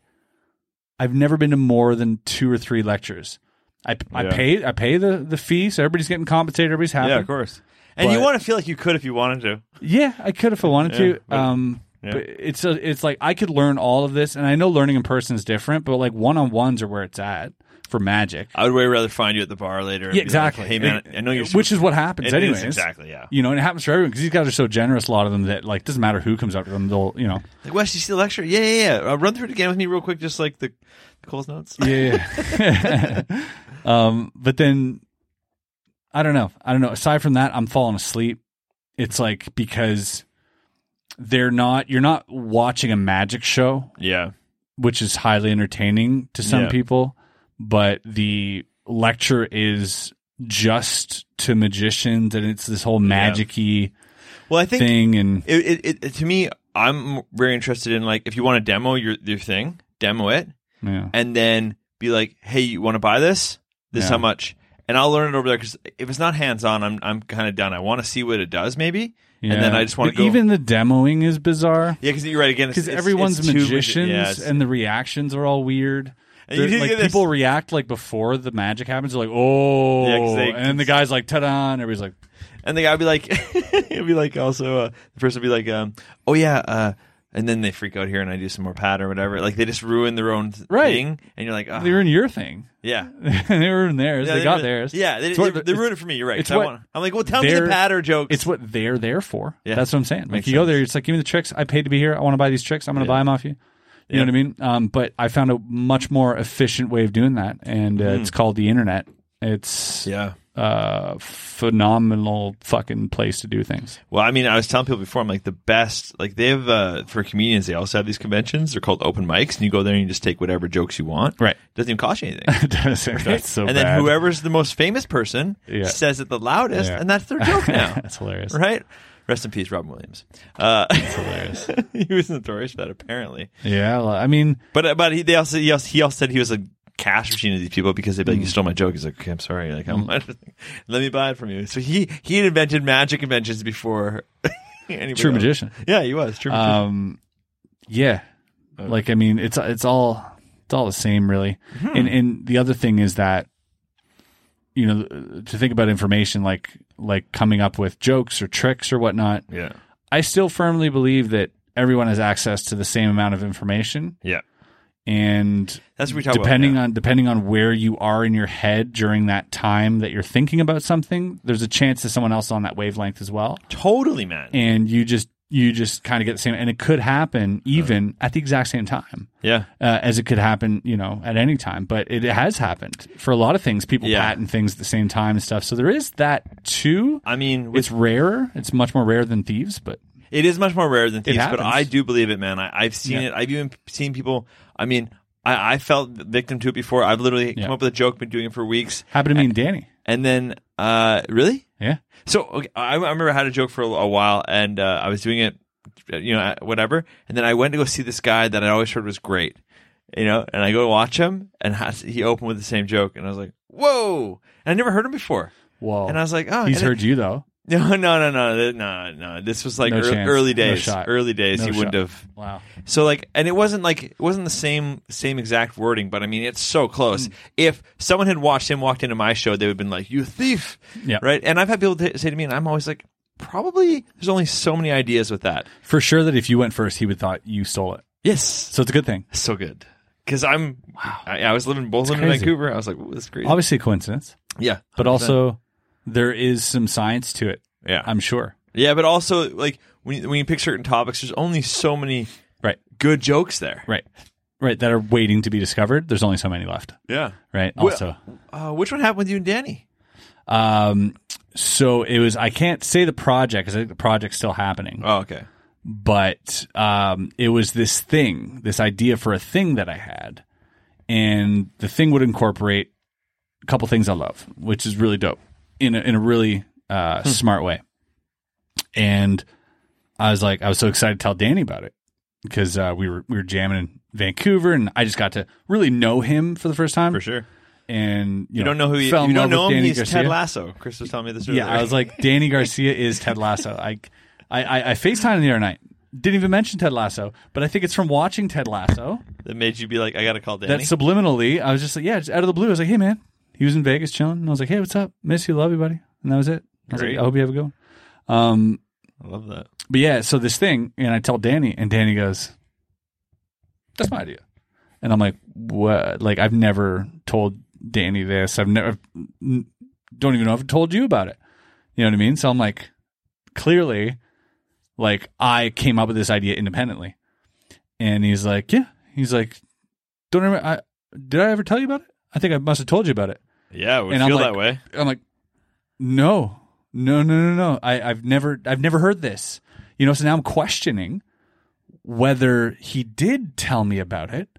[SPEAKER 2] I've never been to more than two or three lectures. I, I
[SPEAKER 3] Yeah.
[SPEAKER 2] pay I pay the, the fee, so everybody's getting compensated. Everybody's happy.
[SPEAKER 3] Yeah, of course. And you
[SPEAKER 2] But-
[SPEAKER 3] want to feel like you could if you wanted to.
[SPEAKER 2] Yeah, I could if I wanted
[SPEAKER 3] Yeah,
[SPEAKER 2] to.
[SPEAKER 3] but-
[SPEAKER 2] um,
[SPEAKER 3] yeah.
[SPEAKER 2] but it's a, it's like I could learn all of this, and I know learning in person is different, but like one on ones are where it's at for magic.
[SPEAKER 3] I would way rather find you at the bar later. and
[SPEAKER 2] Yeah,
[SPEAKER 3] be like,
[SPEAKER 2] exactly.
[SPEAKER 3] hey man,
[SPEAKER 2] And-
[SPEAKER 3] I know you're.
[SPEAKER 2] which is what happens,
[SPEAKER 3] It is
[SPEAKER 2] anyways.
[SPEAKER 3] exactly. Yeah.
[SPEAKER 2] You know, and it happens for everyone because these guys are so generous. A lot of them that like doesn't matter who comes up to them, they'll you know.
[SPEAKER 3] Like Wes, you see the lecture? Yeah, yeah, yeah. Uh, run through it again with me real quick, just like the, the Cole's notes.
[SPEAKER 2] Yeah. um, but then I don't know. I don't know. Aside from that, I'm falling asleep. It's like because they're not. You're not watching a magic show.
[SPEAKER 3] Yeah.
[SPEAKER 2] which is highly entertaining to some
[SPEAKER 3] Yeah.
[SPEAKER 2] people, but the lecture is just to magicians and it's this whole magic-y
[SPEAKER 3] Well, I think
[SPEAKER 2] thing and
[SPEAKER 3] it, it, it, to me, I'm very interested in like if you want to demo your your thing, demo it,
[SPEAKER 2] yeah.
[SPEAKER 3] and then be like, hey, you want to buy this? This
[SPEAKER 2] Yeah.
[SPEAKER 3] how much? And I'll learn it over there because if it's not hands on, I'm I'm kind of done. I want to see what it does, maybe, and then
[SPEAKER 2] Yeah.
[SPEAKER 3] I just want to
[SPEAKER 2] But
[SPEAKER 3] go.
[SPEAKER 2] even the demoing is bizarre
[SPEAKER 3] yeah, because you're right again.
[SPEAKER 2] because everyone's magicians
[SPEAKER 3] and
[SPEAKER 2] and the reactions are all weird.
[SPEAKER 3] And you
[SPEAKER 2] They're-
[SPEAKER 3] do
[SPEAKER 2] like
[SPEAKER 3] get this-
[SPEAKER 2] people react like before the magic happens, they're like, "Oh,"
[SPEAKER 3] Yeah, 'cause they-
[SPEAKER 2] and then the guy's like, "Ta-da!" and everybody's like,
[SPEAKER 3] and the guy would be like, he'll be like also uh, the person would be like, um, oh yeah, uh, and then they freak out here and I do some more pat or whatever. Like they just ruin their own th-
[SPEAKER 2] Right.
[SPEAKER 3] thing, and you're like, oh,
[SPEAKER 2] "They were in your thing,
[SPEAKER 3] yeah.
[SPEAKER 2] they were in theirs,
[SPEAKER 3] Yeah,
[SPEAKER 2] they, got
[SPEAKER 3] ruined-
[SPEAKER 2] theirs."
[SPEAKER 3] Yeah, they,
[SPEAKER 2] It's what-
[SPEAKER 3] they, they ruined it for me. You're right.
[SPEAKER 2] it's
[SPEAKER 3] 'cause I
[SPEAKER 2] what-
[SPEAKER 3] wanna- I'm like, well, tell me the
[SPEAKER 2] they're-
[SPEAKER 3] patter jokes.
[SPEAKER 2] It's what they're there for.
[SPEAKER 3] Yeah.
[SPEAKER 2] That's what I'm saying. Like
[SPEAKER 3] Makes
[SPEAKER 2] you go
[SPEAKER 3] sense.
[SPEAKER 2] there, it's like give me the tricks. I paid to be here. I want to buy these tricks. I'm going to 'em buy them off you. You know
[SPEAKER 3] Yeah.
[SPEAKER 2] what I mean? Um, but I found a much more efficient way of doing that, and uh, it's called the internet. It's
[SPEAKER 3] Mm. yeah.
[SPEAKER 2] a phenomenal fucking place to do things.
[SPEAKER 3] Well, I mean, I was telling people before, I'm like the best. Like they have uh, for comedians, they also have these conventions. They're called open mics, and you go there and you just take whatever jokes you want.
[SPEAKER 2] Right.
[SPEAKER 3] Doesn't even cost you anything.
[SPEAKER 2] That's so
[SPEAKER 3] and
[SPEAKER 2] bad.
[SPEAKER 3] then whoever's the most famous person
[SPEAKER 2] Yeah.
[SPEAKER 3] says it the loudest,
[SPEAKER 2] Yeah.
[SPEAKER 3] and that's their joke now.
[SPEAKER 2] That's hilarious.
[SPEAKER 3] right. Rest in peace, Robin Williams. Uh,
[SPEAKER 2] hilarious.
[SPEAKER 3] he was notorious for that, apparently.
[SPEAKER 2] Yeah, well, I mean,
[SPEAKER 3] But uh, but he they also he also, he also said he was a cash machine to these people because they'd be like,
[SPEAKER 2] Mm.
[SPEAKER 3] "You stole my joke." He's like, "Okay, I'm sorry. Like, I'm, let me buy it from you." So he he had invented magic inventions before. anybody
[SPEAKER 2] True
[SPEAKER 3] else.
[SPEAKER 2] magician.
[SPEAKER 3] Yeah, he was true magician.
[SPEAKER 2] Um, yeah, like I mean, it's it's all it's all the same, really. And and the other thing is that you know to think about information like like coming up with jokes or tricks or whatnot.
[SPEAKER 3] yeah,
[SPEAKER 2] I still firmly believe that everyone has access to the same amount of information,
[SPEAKER 3] yeah.
[SPEAKER 2] and
[SPEAKER 3] That's what we talk
[SPEAKER 2] depending
[SPEAKER 3] about.
[SPEAKER 2] on depending on where you are in your head during that time that you're thinking about something, there's a chance that someone else is on that wavelength as well
[SPEAKER 3] yeah. totally, man.
[SPEAKER 2] and you just you just kind of get the same and it could happen even at the exact same time
[SPEAKER 3] yeah,
[SPEAKER 2] uh, as it could happen you know at any time but it, has happened for a lot of things people
[SPEAKER 3] Yeah.
[SPEAKER 2] patent things at the same time and stuff so there is that too
[SPEAKER 3] I mean, with
[SPEAKER 2] it's rarer it's much more rare than thieves but
[SPEAKER 3] It is much more rare than thieves, but
[SPEAKER 2] happens.
[SPEAKER 3] I do believe it, man. I, I've seen it. I've even seen people. I mean, I, I felt victim to it before. I've literally
[SPEAKER 2] Yeah.
[SPEAKER 3] come up with a joke, been doing it for weeks,
[SPEAKER 2] happened to me and danny
[SPEAKER 3] and then uh, really.
[SPEAKER 2] yeah
[SPEAKER 3] So okay, I, I remember I had a joke for a, a while, and uh, I was doing it, you know, whatever. And then I went to go see this guy that I always heard was great, you know. And I go watch him, and has, he opened with the same joke, and I was like, "Whoa!" And I never heard him before.
[SPEAKER 2] whoa
[SPEAKER 3] And I was like, "Oh,
[SPEAKER 2] he's
[SPEAKER 3] and it-
[SPEAKER 2] heard you though
[SPEAKER 3] no, no, no, no, th- no, no. This was like
[SPEAKER 2] No
[SPEAKER 3] ear-
[SPEAKER 2] chance.
[SPEAKER 3] early
[SPEAKER 2] No
[SPEAKER 3] days.
[SPEAKER 2] shot.
[SPEAKER 3] early days.
[SPEAKER 2] No
[SPEAKER 3] he wouldn't
[SPEAKER 2] shot.
[SPEAKER 3] have.
[SPEAKER 2] wow
[SPEAKER 3] So like, and it wasn't like it wasn't the same same exact wording, but I mean, it's so close.
[SPEAKER 2] Mm.
[SPEAKER 3] If someone had watched him walked into my show, they would have been like, "You thief!"
[SPEAKER 2] Yeah.
[SPEAKER 3] Right. And I've had people t- say to me, and I'm always like, probably there's only so many ideas with that.
[SPEAKER 2] for sure that if you went first he would thought you stole it
[SPEAKER 3] Yes.
[SPEAKER 2] so it's a good thing
[SPEAKER 3] So good. Because I'm, I, I was living both living in
[SPEAKER 2] crazy.
[SPEAKER 3] Vancouver. I was like, "Ooh, this is crazy."
[SPEAKER 2] obviously a coincidence
[SPEAKER 3] yeah.
[SPEAKER 2] but
[SPEAKER 3] 100%.
[SPEAKER 2] also there is some science to it
[SPEAKER 3] yeah,
[SPEAKER 2] i'm sure
[SPEAKER 3] yeah. But also, like when you, when you pick certain topics, there's only so many
[SPEAKER 2] right
[SPEAKER 3] good jokes there.
[SPEAKER 2] Right. Right. That are waiting to be discovered. There's only so many left.
[SPEAKER 3] Yeah.
[SPEAKER 2] Right.
[SPEAKER 3] Well-
[SPEAKER 2] Also.
[SPEAKER 3] Uh, which one happened with you and Danny?
[SPEAKER 2] Um, so it was, I can't say the project because I think the project's still happening,
[SPEAKER 3] Oh, okay.
[SPEAKER 2] but um, it was this thing, this idea for a thing that I had. And the thing would incorporate a couple things I love, which is really dope in a, in a really
[SPEAKER 3] Hmm.
[SPEAKER 2] uh, smart way. And I was like, I was so excited to tell Danny about it because uh, we were we were jamming in Vancouver, and I just got to really know him for the first time.
[SPEAKER 3] sure.
[SPEAKER 2] And you,
[SPEAKER 3] You don't know who he,
[SPEAKER 2] fell in
[SPEAKER 3] you don't
[SPEAKER 2] love
[SPEAKER 3] know
[SPEAKER 2] with
[SPEAKER 3] him.
[SPEAKER 2] Danny
[SPEAKER 3] He's
[SPEAKER 2] Garcia.
[SPEAKER 3] Ted Lasso. Chris was telling me this.
[SPEAKER 2] Yeah,
[SPEAKER 3] earlier.
[SPEAKER 2] I was like, Danny Garcia is Ted Lasso. I, I, I, I FaceTimed him the other night. Didn't even mention Ted Lasso, but I think it's from watching Ted Lasso
[SPEAKER 3] that made you be like, I gotta call
[SPEAKER 2] that
[SPEAKER 3] Danny.
[SPEAKER 2] subliminally I was just like, yeah, just out of the blue. I was like, hey man, he was in Vegas chilling, and I was like, hey, what's up? Miss you, love you, buddy. And that was it. I was
[SPEAKER 3] Great.
[SPEAKER 2] like, I hope you have a good one. Um,
[SPEAKER 3] I love that.
[SPEAKER 2] but yeah, so this thing, and I tell Danny, and Danny goes, "That's my idea," and I'm like, "What? Like I've never told Danny this. I've never, n- don't even know if I've told you about it. You know what I mean?" So I'm like, clearly, like I came up with this idea independently, and he's like, "Yeah," he's like, "Don't ever, I did I ever tell you about it? I think I must have told you about it."
[SPEAKER 3] Yeah, it would
[SPEAKER 2] And I'm
[SPEAKER 3] feel
[SPEAKER 2] like-
[SPEAKER 3] that way.
[SPEAKER 2] I'm like, no, no, no, no, no. I, I've never, I've never heard this. You know, so now I'm questioning whether he did tell me about it,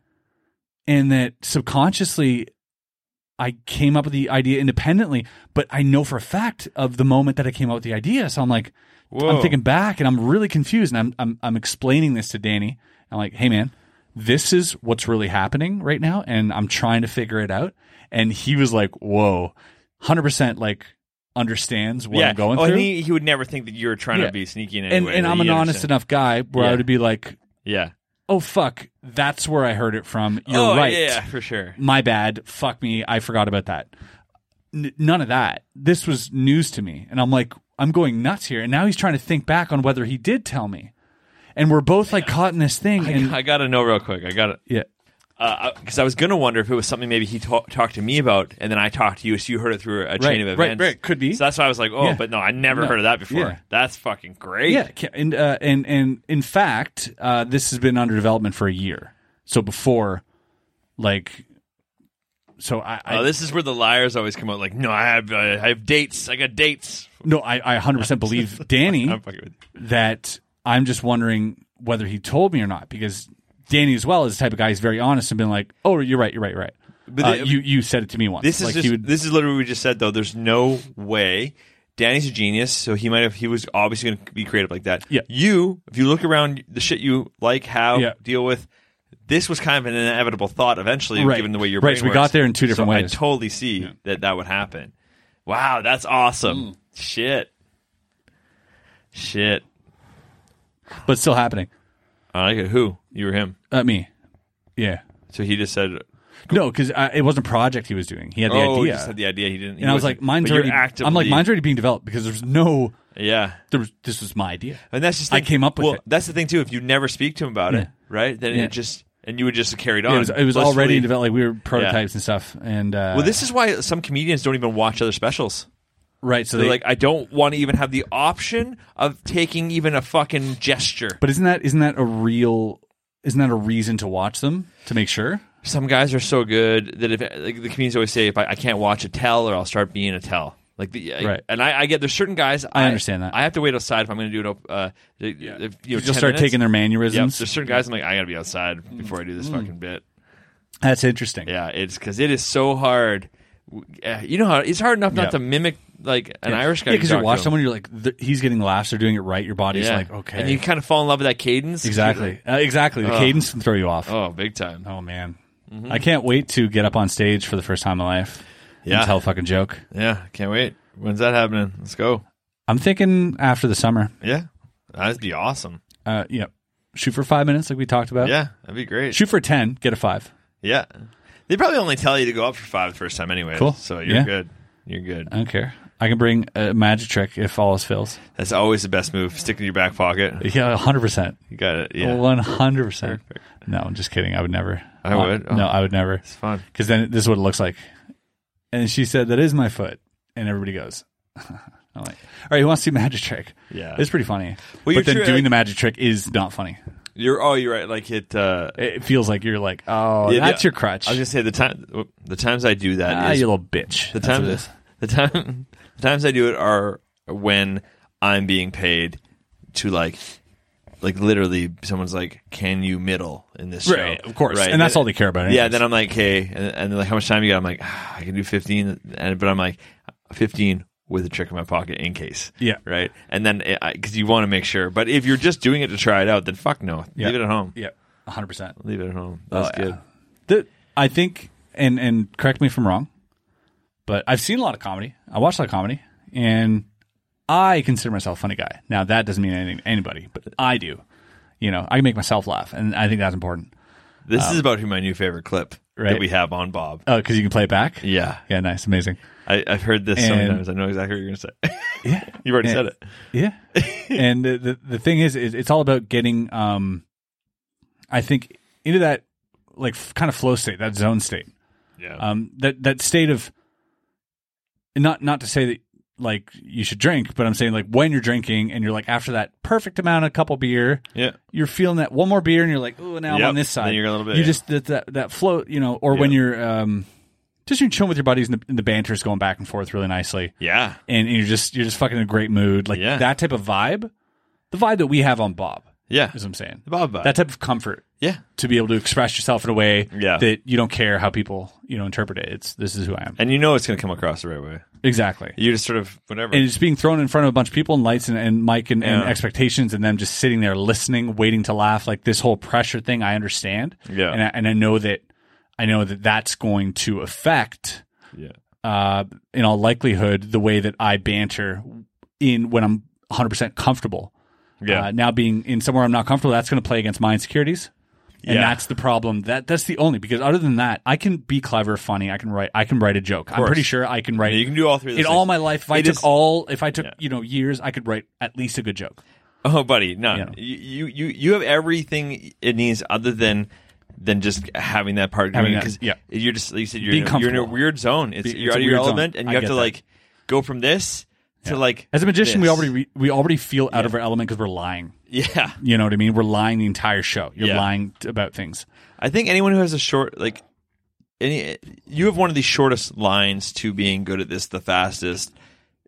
[SPEAKER 2] and that subconsciously I came up with the idea independently. But I know for a fact of the moment that I came up with the idea. So I'm like,
[SPEAKER 3] Whoa.
[SPEAKER 2] I'm thinking back, and I'm really confused, and I'm, I'm, I'm explaining this to Danny. I'm like, hey, man. This is what's really happening right now, and I'm trying to figure it out. And he was like, "Whoa, hundred percent like understands what
[SPEAKER 3] yeah,
[SPEAKER 2] I'm going
[SPEAKER 3] oh,
[SPEAKER 2] through.
[SPEAKER 3] And he, he would never think that you were trying
[SPEAKER 2] Yeah.
[SPEAKER 3] to be sneaky in any
[SPEAKER 2] and
[SPEAKER 3] way.
[SPEAKER 2] and
[SPEAKER 3] that
[SPEAKER 2] I'm
[SPEAKER 3] he
[SPEAKER 2] an honest
[SPEAKER 3] understands.
[SPEAKER 2] enough guy where I
[SPEAKER 3] Yeah.
[SPEAKER 2] would be like,
[SPEAKER 3] Yeah.
[SPEAKER 2] oh fuck, that's where I heard it from. You're
[SPEAKER 3] oh,
[SPEAKER 2] right.
[SPEAKER 3] Yeah, yeah, for sure.
[SPEAKER 2] My bad. Fuck me. I forgot about that. N- none of that. This was news to me, and I'm like, I'm going nuts here. And now he's trying to think back on whether he did tell me. And we're both like caught in this thing. and
[SPEAKER 3] I gotta know real quick. I gotta
[SPEAKER 2] yeah,
[SPEAKER 3] because I was gonna wonder if it was something maybe he ta- talked to me about, and then I talked to you, so you heard it through a chain of
[SPEAKER 2] right,
[SPEAKER 3] events.
[SPEAKER 2] right, could be.
[SPEAKER 3] So that's why I was like, oh,
[SPEAKER 2] Yeah.
[SPEAKER 3] but no, I never
[SPEAKER 2] No,
[SPEAKER 3] heard of that before.
[SPEAKER 2] yeah.
[SPEAKER 3] That's fucking great.
[SPEAKER 2] Yeah, ca- and uh, and and in fact, uh, this has been under development for a year. So before, like, so I, I
[SPEAKER 3] Oh, this is where the liars always come out. Like, no, I have, uh, I have dates. I got dates.
[SPEAKER 2] no, I I hundred percent believe Danny
[SPEAKER 3] I'm fucking with you.
[SPEAKER 2] that I'm just wondering whether he told me or not because Danny as well is the type of guy who's very honest and been like, oh, you're right, you're right, you're right. But
[SPEAKER 3] the-
[SPEAKER 2] you you said it to me once.
[SPEAKER 3] This is
[SPEAKER 2] like
[SPEAKER 3] just,
[SPEAKER 2] he would
[SPEAKER 3] this is literally what we just said though. There's no way. Danny's a genius, so he might have. He was obviously going to be creative like that.
[SPEAKER 2] Yeah.
[SPEAKER 3] You, if you look around, the shit you like, how
[SPEAKER 2] Yeah.
[SPEAKER 3] deal with. This was kind of an inevitable thought eventually,
[SPEAKER 2] Right.
[SPEAKER 3] given the way your
[SPEAKER 2] Right,
[SPEAKER 3] brain
[SPEAKER 2] so we
[SPEAKER 3] works.
[SPEAKER 2] got there in two different
[SPEAKER 3] So I
[SPEAKER 2] ways.
[SPEAKER 3] totally see that that would happen. Wow, that's awesome. Shit. Shit.
[SPEAKER 2] but still happening.
[SPEAKER 3] I like it. Who? You or him.
[SPEAKER 2] Uh, me, yeah.
[SPEAKER 3] So he just said,
[SPEAKER 2] No, because it wasn't a project he was doing. He had the
[SPEAKER 3] "Oh, he
[SPEAKER 2] idea,
[SPEAKER 3] just had the idea." He didn't. he
[SPEAKER 2] and I was
[SPEAKER 3] wasn't-
[SPEAKER 2] like, "Mine's
[SPEAKER 3] but you're
[SPEAKER 2] already." I'm like,
[SPEAKER 3] actively-
[SPEAKER 2] "Mine's already being developed because there's no.
[SPEAKER 3] Yeah,
[SPEAKER 2] There was, this was my idea.
[SPEAKER 3] and that's just.
[SPEAKER 2] I came up with
[SPEAKER 3] well,
[SPEAKER 2] it.
[SPEAKER 3] That's the thing too. If you never speak to him about
[SPEAKER 2] Yeah.
[SPEAKER 3] it, right? Then
[SPEAKER 2] Yeah.
[SPEAKER 3] it just and you would just carried on.
[SPEAKER 2] It was, it was already
[SPEAKER 3] blissfully.
[SPEAKER 2] in development. Like we were prototypes and stuff. And uh,
[SPEAKER 3] Well, this is why some comedians don't even watch other specials.
[SPEAKER 2] right. So
[SPEAKER 3] They're
[SPEAKER 2] they,
[SPEAKER 3] like,
[SPEAKER 2] like,
[SPEAKER 3] I don't want to even have the option of taking even a fucking gesture.
[SPEAKER 2] but isn't that isn't that a real? Isn't that a reason to watch them to make sure?
[SPEAKER 3] Some guys are so good that if like, the comedians always say, if I, I can't watch a tell, or I'll start being a tell. Like the, I-
[SPEAKER 2] Right.
[SPEAKER 3] and I, I get there's certain guys
[SPEAKER 2] I understand that.
[SPEAKER 3] I have to wait outside if I'm going to do it. Uh, if, you know,
[SPEAKER 2] You'll
[SPEAKER 3] 10
[SPEAKER 2] start
[SPEAKER 3] minutes.
[SPEAKER 2] taking their
[SPEAKER 3] Yep,
[SPEAKER 2] mannerisms.
[SPEAKER 3] there's certain guys I'm like I got to be outside before I do
[SPEAKER 2] Mm.
[SPEAKER 3] this fucking bit.
[SPEAKER 2] That's interesting.
[SPEAKER 3] Yeah, it's because it is so hard. W- uh, You know how it's hard enough not
[SPEAKER 2] Yeah.
[SPEAKER 3] to mimic like an Irish guy.
[SPEAKER 2] because
[SPEAKER 3] you
[SPEAKER 2] you
[SPEAKER 3] talk
[SPEAKER 2] watch
[SPEAKER 3] to.
[SPEAKER 2] someone, you're like, th- he's getting laughs. They're doing it right. Your body's
[SPEAKER 3] yeah.
[SPEAKER 2] like, okay,
[SPEAKER 3] and you kind of fall in love with that cadence.
[SPEAKER 2] exactly, uh, exactly. The cadence can throw you off.
[SPEAKER 3] Oh, Mm-hmm. big time.
[SPEAKER 2] Oh man, I can't wait to get up on stage for the first time in my life
[SPEAKER 3] Yeah.
[SPEAKER 2] and tell a fucking joke.
[SPEAKER 3] Yeah, can't wait. When's that happening? Let's go.
[SPEAKER 2] I'm thinking after the summer.
[SPEAKER 3] Yeah, that'd be awesome.
[SPEAKER 2] Uh, yeah, shoot for five minutes, like we talked about.
[SPEAKER 3] Yeah, that'd be great.
[SPEAKER 2] shoot for ten, get a five.
[SPEAKER 3] Yeah, they probably only tell you to go up for five the first time anyway.
[SPEAKER 2] Cool.
[SPEAKER 3] So you're
[SPEAKER 2] Yeah.
[SPEAKER 3] good. You're good.
[SPEAKER 2] I don't care. I can bring a magic trick if all else fails.
[SPEAKER 3] That's always the best move. Stick in your back pocket.
[SPEAKER 2] Yeah, uh, hundred percent,
[SPEAKER 3] You got it. Yeah,
[SPEAKER 2] one hundred percent. No, I'm just kidding. I would never.
[SPEAKER 3] I
[SPEAKER 2] Uh,
[SPEAKER 3] would.
[SPEAKER 2] No,
[SPEAKER 3] Oh.
[SPEAKER 2] I would never.
[SPEAKER 3] it's fun.
[SPEAKER 2] Because then this is what it looks like. And she said, "That is my foot," and everybody goes. I'm like, all right, who wants to do magic trick?
[SPEAKER 3] Yeah.
[SPEAKER 2] it's pretty funny.
[SPEAKER 3] Well, you're
[SPEAKER 2] but then
[SPEAKER 3] true,
[SPEAKER 2] doing
[SPEAKER 3] like-
[SPEAKER 2] the magic trick is not funny.
[SPEAKER 3] You're. Oh, you're right. Like it. Uh,
[SPEAKER 2] it feels like you're like, oh,
[SPEAKER 3] Yeah,
[SPEAKER 2] that's
[SPEAKER 3] yeah.
[SPEAKER 2] your crutch.
[SPEAKER 3] I was gonna say the time. The times I do that
[SPEAKER 2] ah,
[SPEAKER 3] is
[SPEAKER 2] you little bitch. That's
[SPEAKER 3] the
[SPEAKER 2] what
[SPEAKER 3] times
[SPEAKER 2] it is.
[SPEAKER 3] the time the times I do it are when I'm being paid to like like literally someone's like can you middle in this
[SPEAKER 2] Right,
[SPEAKER 3] show
[SPEAKER 2] of course. And that's all they care about
[SPEAKER 3] yeah
[SPEAKER 2] anyways.
[SPEAKER 3] then I'm like hey and, and they're like how much time you got I'm like "Ah, I can do 15 and but I'm like 15 with a trick in my pocket in case
[SPEAKER 2] Yeah.
[SPEAKER 3] right and then because you want to make sure but if you're just doing it to try it out then fuck no
[SPEAKER 2] Yeah.
[SPEAKER 3] leave it at home
[SPEAKER 2] Yeah, 100. percent
[SPEAKER 3] leave it at home that's
[SPEAKER 2] yeah.
[SPEAKER 3] good
[SPEAKER 2] I think, and and correct me if I'm wrong, but I've seen a lot of comedy. I watch a lot of comedy, and I consider myself a funny guy. Now that doesn't mean anything to anybody, but I do. You know, I can make myself laugh, and I think that's important
[SPEAKER 3] this is about who my new favorite clip
[SPEAKER 2] Um, right.
[SPEAKER 3] that we have on Bob
[SPEAKER 2] because Uh, you can play it back.
[SPEAKER 3] yeah
[SPEAKER 2] yeah, nice, amazing.
[SPEAKER 3] I, I've heard this so many
[SPEAKER 2] And-
[SPEAKER 3] times. I know exactly what you're going to say.
[SPEAKER 2] Yeah,
[SPEAKER 3] You've already
[SPEAKER 2] Yeah.
[SPEAKER 3] said it.
[SPEAKER 2] Yeah. and the, the the thing is, is it's all about getting um I think into that like f- kind of flow state, that zone state.
[SPEAKER 3] Yeah.
[SPEAKER 2] Um that that state of not not to say that like you should drink, but I'm saying like when you're drinking and you're like after that perfect amount of couple beer,
[SPEAKER 3] yeah.
[SPEAKER 2] you're feeling that one more beer and you're like, oh, now I'm
[SPEAKER 3] Yep.
[SPEAKER 2] on this side.
[SPEAKER 3] Then you're a little bit-
[SPEAKER 2] You
[SPEAKER 3] yeah.
[SPEAKER 2] just that, that that float, you know, or when
[SPEAKER 3] Yeah.
[SPEAKER 2] you're um just you're chilling with your buddies and the, and the banter's going back and forth really nicely
[SPEAKER 3] Yeah.
[SPEAKER 2] and you're just you're just fucking in a great mood, like
[SPEAKER 3] Yeah.
[SPEAKER 2] that type of vibe, the vibe that we have on Bob
[SPEAKER 3] Yeah.
[SPEAKER 2] is what I'm saying.
[SPEAKER 3] The Bob vibe.
[SPEAKER 2] That type of comfort
[SPEAKER 3] yeah.
[SPEAKER 2] to be able to express yourself in a way
[SPEAKER 3] Yeah.
[SPEAKER 2] that you don't care how people you know interpret it. It's this is who I am
[SPEAKER 3] And you know it's going to come across the right way.
[SPEAKER 2] exactly.
[SPEAKER 3] You just sort of, whatever.
[SPEAKER 2] And it's being thrown in front of a bunch of people and lights and, and mic and, and
[SPEAKER 3] Yeah.
[SPEAKER 2] expectations and them just sitting there listening, waiting to laugh. Like this whole pressure thing, I understand.
[SPEAKER 3] Yeah.
[SPEAKER 2] and I, and I know that I know that that's going to affect
[SPEAKER 3] yeah.
[SPEAKER 2] uh, in all likelihood, the way that I banter in when I'm 100% comfortable.
[SPEAKER 3] Yeah.
[SPEAKER 2] Uh, now being in somewhere I'm not comfortable, that's going to play against my insecurities. And
[SPEAKER 3] Yeah.
[SPEAKER 2] that's the problem. That that's the only because other than that, I can be clever, funny. I can write. I can write a joke. I'm
[SPEAKER 3] course.
[SPEAKER 2] pretty sure I can write.
[SPEAKER 3] You can do all three of
[SPEAKER 2] in
[SPEAKER 3] those
[SPEAKER 2] all
[SPEAKER 3] things.
[SPEAKER 2] my life. If I
[SPEAKER 3] It
[SPEAKER 2] took
[SPEAKER 3] is-
[SPEAKER 2] all, if I took
[SPEAKER 3] Yeah.
[SPEAKER 2] you know years, I could write at least a good joke.
[SPEAKER 3] Oh, buddy. No.
[SPEAKER 2] Yeah.
[SPEAKER 3] You, you, you, you have everything it needs other than. Than just having that part,
[SPEAKER 2] Having that-
[SPEAKER 3] because
[SPEAKER 2] yeah.
[SPEAKER 3] you're just like you said, you're
[SPEAKER 2] Being
[SPEAKER 3] in, a- you're in a
[SPEAKER 2] comfortable.
[SPEAKER 3] weird zone. It's
[SPEAKER 2] Be-
[SPEAKER 3] you're
[SPEAKER 2] it's
[SPEAKER 3] out
[SPEAKER 2] a
[SPEAKER 3] of your
[SPEAKER 2] weird zone.
[SPEAKER 3] element, and
[SPEAKER 2] I
[SPEAKER 3] you have
[SPEAKER 2] get
[SPEAKER 3] to
[SPEAKER 2] that.
[SPEAKER 3] like go from this to like
[SPEAKER 2] As a magician, we
[SPEAKER 3] this.
[SPEAKER 2] already re- we already feel out of our element because we're lying.
[SPEAKER 3] yeah.
[SPEAKER 2] You know what I mean? We're lying the entire show. You're
[SPEAKER 3] Yeah.
[SPEAKER 2] lying t- about things.
[SPEAKER 3] I think anyone who has a short like any you have one of the shortest lines to being good at this the fastest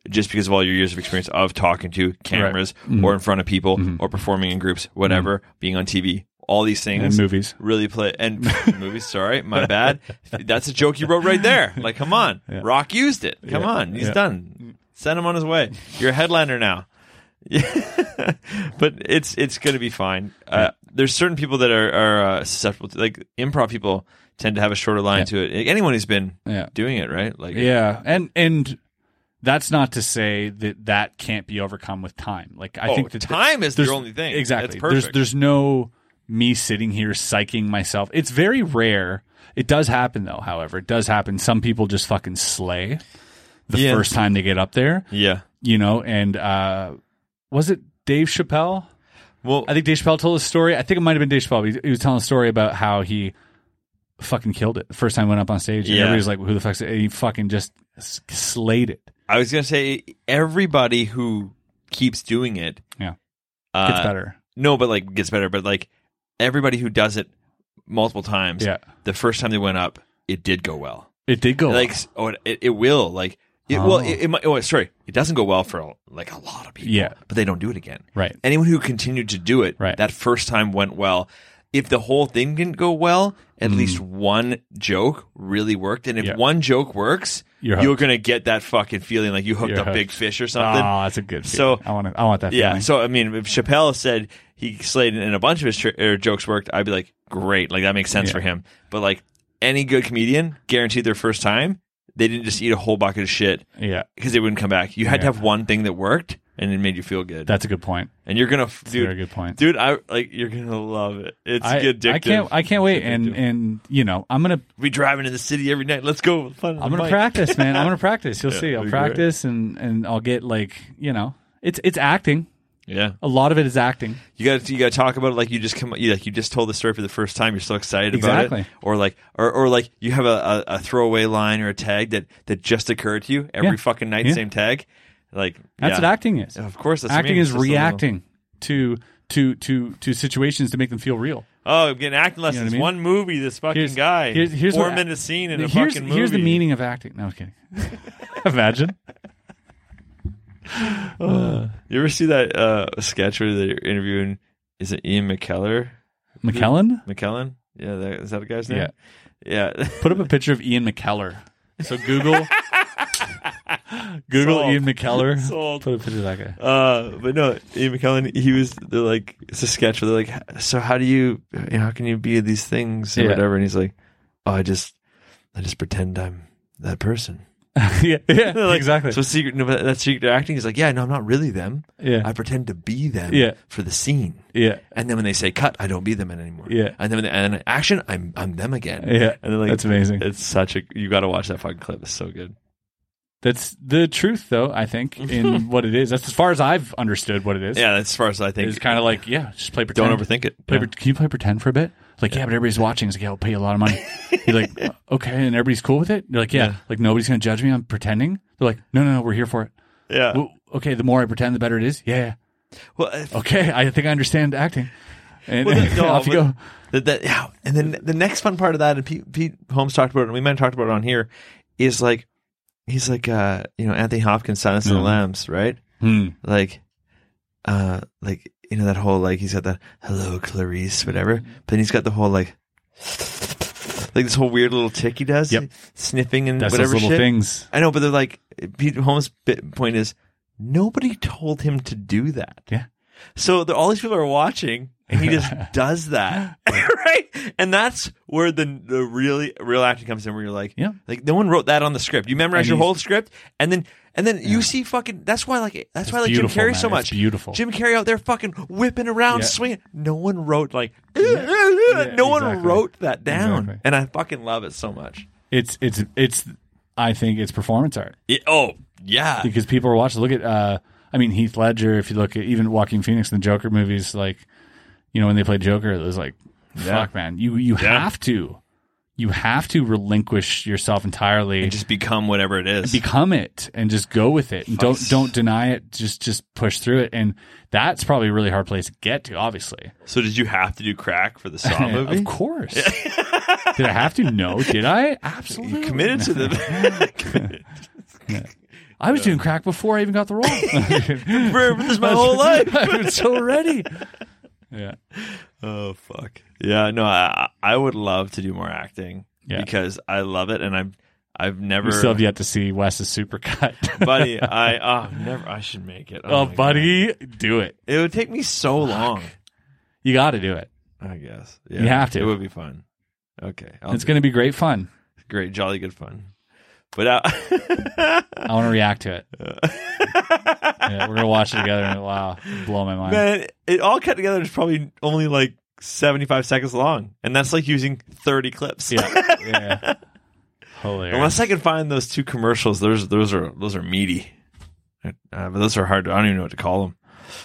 [SPEAKER 3] just because of all your years of experience of talking to cameras
[SPEAKER 2] Mm-hmm.
[SPEAKER 3] or in front of people or performing in groups whatever being on TV all these things
[SPEAKER 2] And movies.
[SPEAKER 3] really play and movies sorry my bad that's a joke you wrote right there like come on rock used it come
[SPEAKER 2] Yeah.
[SPEAKER 3] on he's
[SPEAKER 2] Yeah.
[SPEAKER 3] done send him on his way you're a headliner now but it's it's going to be fine. Uh, there's certain people that are are uh, susceptible to like improv people tend to have a shorter line to it. Anyone who's been
[SPEAKER 2] Yeah.
[SPEAKER 3] doing it, right? Like
[SPEAKER 2] Yeah, and and that's not to say that that can't be overcome with time. Like I
[SPEAKER 3] Oh,
[SPEAKER 2] think that the-
[SPEAKER 3] time is their
[SPEAKER 2] there's-
[SPEAKER 3] only thing.
[SPEAKER 2] Exactly.
[SPEAKER 3] That's perfect.
[SPEAKER 2] There's there's no me sitting here psyching myself. It's very rare. It does happen though. However, it does happen. Some people just fucking slay the
[SPEAKER 3] Yeah.
[SPEAKER 2] first time they get up there.
[SPEAKER 3] yeah.
[SPEAKER 2] You know, and uh, was it Dave Chappelle?
[SPEAKER 3] Well,
[SPEAKER 2] I think Dave Chappelle told a story. I think it might have been Dave Chappelle. But he, he was telling a story about how he fucking killed it the first time he went up on stage. And
[SPEAKER 3] Yeah.
[SPEAKER 2] everybody's like, "Who the fuck's?" And he fucking just s- slayed it.
[SPEAKER 3] I was gonna say everybody who keeps doing it,
[SPEAKER 2] Yeah.
[SPEAKER 3] uh,
[SPEAKER 2] Gets better.
[SPEAKER 3] No, but like gets better. But like everybody who does it multiple times,
[SPEAKER 2] Yeah.
[SPEAKER 3] The first time they went up, it did go well.
[SPEAKER 2] It did go
[SPEAKER 3] Like
[SPEAKER 2] up.
[SPEAKER 3] s- oh, it, it will like. It,
[SPEAKER 2] Oh.
[SPEAKER 3] Well, it, it might. Oh, sorry. It doesn't go well for like a lot of people.
[SPEAKER 2] Yeah.
[SPEAKER 3] but they don't do it again.
[SPEAKER 2] right.
[SPEAKER 3] anyone who continued to do it
[SPEAKER 2] Right.
[SPEAKER 3] that first time went well. If the whole thing didn't go well, at least one joke really worked. And if
[SPEAKER 2] Mm. Yeah.
[SPEAKER 3] one joke works,
[SPEAKER 2] You're
[SPEAKER 3] you're,
[SPEAKER 2] hooked.
[SPEAKER 3] gonna get that fucking feeling like you hooked
[SPEAKER 2] You're
[SPEAKER 3] a big
[SPEAKER 2] hooked.
[SPEAKER 3] fish or
[SPEAKER 2] Oh,
[SPEAKER 3] something.
[SPEAKER 2] that's a good.
[SPEAKER 3] So-
[SPEAKER 2] Feeling. I want to. I want that.
[SPEAKER 3] yeah.
[SPEAKER 2] Feeling.
[SPEAKER 3] So I mean, if Chappelle said he slayed and a bunch of his tr- er, jokes worked, I'd be like, great, like that makes sense
[SPEAKER 2] Yeah.
[SPEAKER 3] for him. But like any good comedian, guaranteed their first time, they didn't just eat a whole bucket of shit
[SPEAKER 2] yeah,
[SPEAKER 3] because they wouldn't come back. You had to
[SPEAKER 2] Yeah.
[SPEAKER 3] have one thing that worked and it made you feel good.
[SPEAKER 2] that's a good point.
[SPEAKER 3] and you're gonna, f-
[SPEAKER 2] That's a
[SPEAKER 3] dude,
[SPEAKER 2] very good point.
[SPEAKER 3] dude i like you're gonna love it it's
[SPEAKER 2] I,
[SPEAKER 3] addictive
[SPEAKER 2] I can't. I can't wait.
[SPEAKER 3] It's
[SPEAKER 2] And
[SPEAKER 3] addictive.
[SPEAKER 2] and you know, I'm gonna.
[SPEAKER 3] we driving to the city every night let's go Fun
[SPEAKER 2] I'm gonna practice, man. I'm gonna practice. You'll
[SPEAKER 3] Yeah,
[SPEAKER 2] see. I'll
[SPEAKER 3] that'd be great.
[SPEAKER 2] practice, and and I'll get like you know, it's it's acting.
[SPEAKER 3] yeah
[SPEAKER 2] A lot of it is acting.
[SPEAKER 3] you gotta you gotta talk about it like you just come you like you just told the story for the first time you're so excited about
[SPEAKER 2] Exactly.
[SPEAKER 3] it or like or, or like you have a, a, a throwaway line or a tag that that just occurred to you every
[SPEAKER 2] Yeah.
[SPEAKER 3] fucking night
[SPEAKER 2] Yeah.
[SPEAKER 3] same tag like
[SPEAKER 2] That's
[SPEAKER 3] yeah.
[SPEAKER 2] what acting is.
[SPEAKER 3] of course that's what I
[SPEAKER 2] acting
[SPEAKER 3] mean.
[SPEAKER 2] is
[SPEAKER 3] It's just a little-
[SPEAKER 2] reacting to to to to situations to make them feel real.
[SPEAKER 3] oh I'm getting acting
[SPEAKER 2] I
[SPEAKER 3] lessons
[SPEAKER 2] mean?
[SPEAKER 3] one movie this fucking guy
[SPEAKER 2] Here's, here's
[SPEAKER 3] four
[SPEAKER 2] what a-
[SPEAKER 3] minute scene in a
[SPEAKER 2] here's,
[SPEAKER 3] fucking movie
[SPEAKER 2] Here's the meaning of acting. No I'm kidding. Imagine.
[SPEAKER 3] you ever see that uh sketch where they're interviewing is it Ian McKellar
[SPEAKER 2] McKellen?
[SPEAKER 3] McKellen? Yeah, that, is that a guy's
[SPEAKER 2] Yeah.
[SPEAKER 3] name? Yeah. Yeah.
[SPEAKER 2] Put up a picture of Ian McKellar. So Google Google
[SPEAKER 3] Sold.
[SPEAKER 2] Ian McKellar.
[SPEAKER 3] Sold.
[SPEAKER 2] Put a picture of that guy.
[SPEAKER 3] uh, but no, Ian McKellen, he was they're like, it's a sketch where they're like, so how do you, you know, how can you be these things or
[SPEAKER 2] Yeah.
[SPEAKER 3] whatever? And he's like, oh, I just, I just pretend I'm that person.
[SPEAKER 2] yeah, yeah
[SPEAKER 3] They're like,
[SPEAKER 2] exactly.
[SPEAKER 3] So secret, no, but that's secret acting. He's like, yeah, no, I'm not really them.
[SPEAKER 2] Yeah.
[SPEAKER 3] I pretend to be them
[SPEAKER 2] Yeah.
[SPEAKER 3] for the scene.
[SPEAKER 2] yeah,
[SPEAKER 3] And then when they say cut, I don't be them anymore.
[SPEAKER 2] Yeah.
[SPEAKER 3] And then when they, and then action, I'm I'm them again.
[SPEAKER 2] yeah.
[SPEAKER 3] And then like
[SPEAKER 2] That's amazing.
[SPEAKER 3] It's such a you got to watch that fucking clip. It's so good.
[SPEAKER 2] That's the truth, though. I think in what it is. That's as far as I've understood what it is.
[SPEAKER 3] Yeah, that's as far as I think.
[SPEAKER 2] it's kind of like yeah, just play pretend.
[SPEAKER 3] don't overthink it.
[SPEAKER 2] Play,
[SPEAKER 3] Yeah.
[SPEAKER 2] pre- Can you play pretend for a bit? Like yeah, but everybody's watching. It's like yeah, I'll pay you a lot of money. You're like okay, and everybody's cool with it. You're like yeah,
[SPEAKER 3] Yeah.
[SPEAKER 2] like nobody's gonna judge me. I'm pretending. They're like no, no, no, we're here for it.
[SPEAKER 3] Yeah.
[SPEAKER 2] Well, okay, the more I pretend, the better it is. Yeah.
[SPEAKER 3] Well, uh,
[SPEAKER 2] Okay, I think I understand acting. And
[SPEAKER 3] well, that- no,
[SPEAKER 2] off you
[SPEAKER 3] but
[SPEAKER 2] go.
[SPEAKER 3] That, that, yeah. And then the next fun part of that, and Pete, Pete Holmes talked about it, and we might have talked about it on here, is like, he's like, uh, you know, Anthony Hopkins, Silence of
[SPEAKER 2] Mhm.
[SPEAKER 3] the Lambs, right?
[SPEAKER 2] Hmm.
[SPEAKER 3] Like, uh, like you know that whole like he's got that hello Clarice, whatever. But then he's got the whole like, like this whole weird little tick he does,
[SPEAKER 2] Yep.
[SPEAKER 3] sniffing and
[SPEAKER 2] That's
[SPEAKER 3] whatever
[SPEAKER 2] those little
[SPEAKER 3] shit.
[SPEAKER 2] things.
[SPEAKER 3] I know, but they're like Pete Holmes' bit point is nobody told him to do that.
[SPEAKER 2] Yeah.
[SPEAKER 3] So the, all these people are watching, and he just does that, right? And that's where the the really real acting comes in, where you're like,
[SPEAKER 2] Yeah.
[SPEAKER 3] like no one wrote that on the script. You memorize
[SPEAKER 2] And
[SPEAKER 3] your
[SPEAKER 2] he's-
[SPEAKER 3] whole script, and then and then you see fucking. That's why like that's why I like Jim
[SPEAKER 2] beautiful,
[SPEAKER 3] Carrey
[SPEAKER 2] man.
[SPEAKER 3] so
[SPEAKER 2] It's
[SPEAKER 3] much.
[SPEAKER 2] beautiful.
[SPEAKER 3] Jim Carrey out there fucking whipping around,
[SPEAKER 2] Yeah.
[SPEAKER 3] swinging. No one wrote like,
[SPEAKER 2] Yeah,
[SPEAKER 3] no one
[SPEAKER 2] exactly.
[SPEAKER 3] wrote that down,
[SPEAKER 2] Exactly.
[SPEAKER 3] and I fucking love it so much.
[SPEAKER 2] It's it's it's. I think it's performance art
[SPEAKER 3] It- oh yeah,
[SPEAKER 2] because people are watching. Look at. uh I mean Heath Ledger. If you look at even Joaquin Phoenix in the Joker movies, like you know when they play Joker, it was like, fuck, man, you you have to, you have to relinquish yourself entirely.
[SPEAKER 3] and just become whatever it is.
[SPEAKER 2] become it and just go with it and don't don't deny it just just push through it and that's probably a really hard place to get to obviously
[SPEAKER 3] so did you have to do crack for the Saw
[SPEAKER 2] Yeah,
[SPEAKER 3] movie?
[SPEAKER 2] of course did i have to no did i absolutely
[SPEAKER 3] You committed to the committed.
[SPEAKER 2] i was doing crack before i even got the role
[SPEAKER 3] for this is my whole life.
[SPEAKER 2] i was so ready yeah
[SPEAKER 3] Oh fuck. Yeah, no, I I would love to do more acting
[SPEAKER 2] Yeah.
[SPEAKER 3] because I love it and I'm I've never
[SPEAKER 2] we still have yet to see wes's supercut
[SPEAKER 3] buddy, I oh never I should make it.
[SPEAKER 2] oh
[SPEAKER 3] my God.
[SPEAKER 2] buddy do it
[SPEAKER 3] It would take me so long.
[SPEAKER 2] you gotta do it
[SPEAKER 3] I guess. Yeah,
[SPEAKER 2] You have to.
[SPEAKER 3] It would be fun. Okay, I'll
[SPEAKER 2] it's
[SPEAKER 3] do
[SPEAKER 2] going to be great fun.
[SPEAKER 3] it. great, jolly good fun. But uh,
[SPEAKER 2] I want to react to it. Yeah, we're going to watch it together and wow, blow my mind.
[SPEAKER 3] man, it all cut together is probably only like seventy-five seconds long, and that's like using thirty clips.
[SPEAKER 2] Yeah. yeah. Holy.
[SPEAKER 3] Unless I can find those two commercials, those those are those are meaty, uh, but those are hard. To, I don't even know what to call them.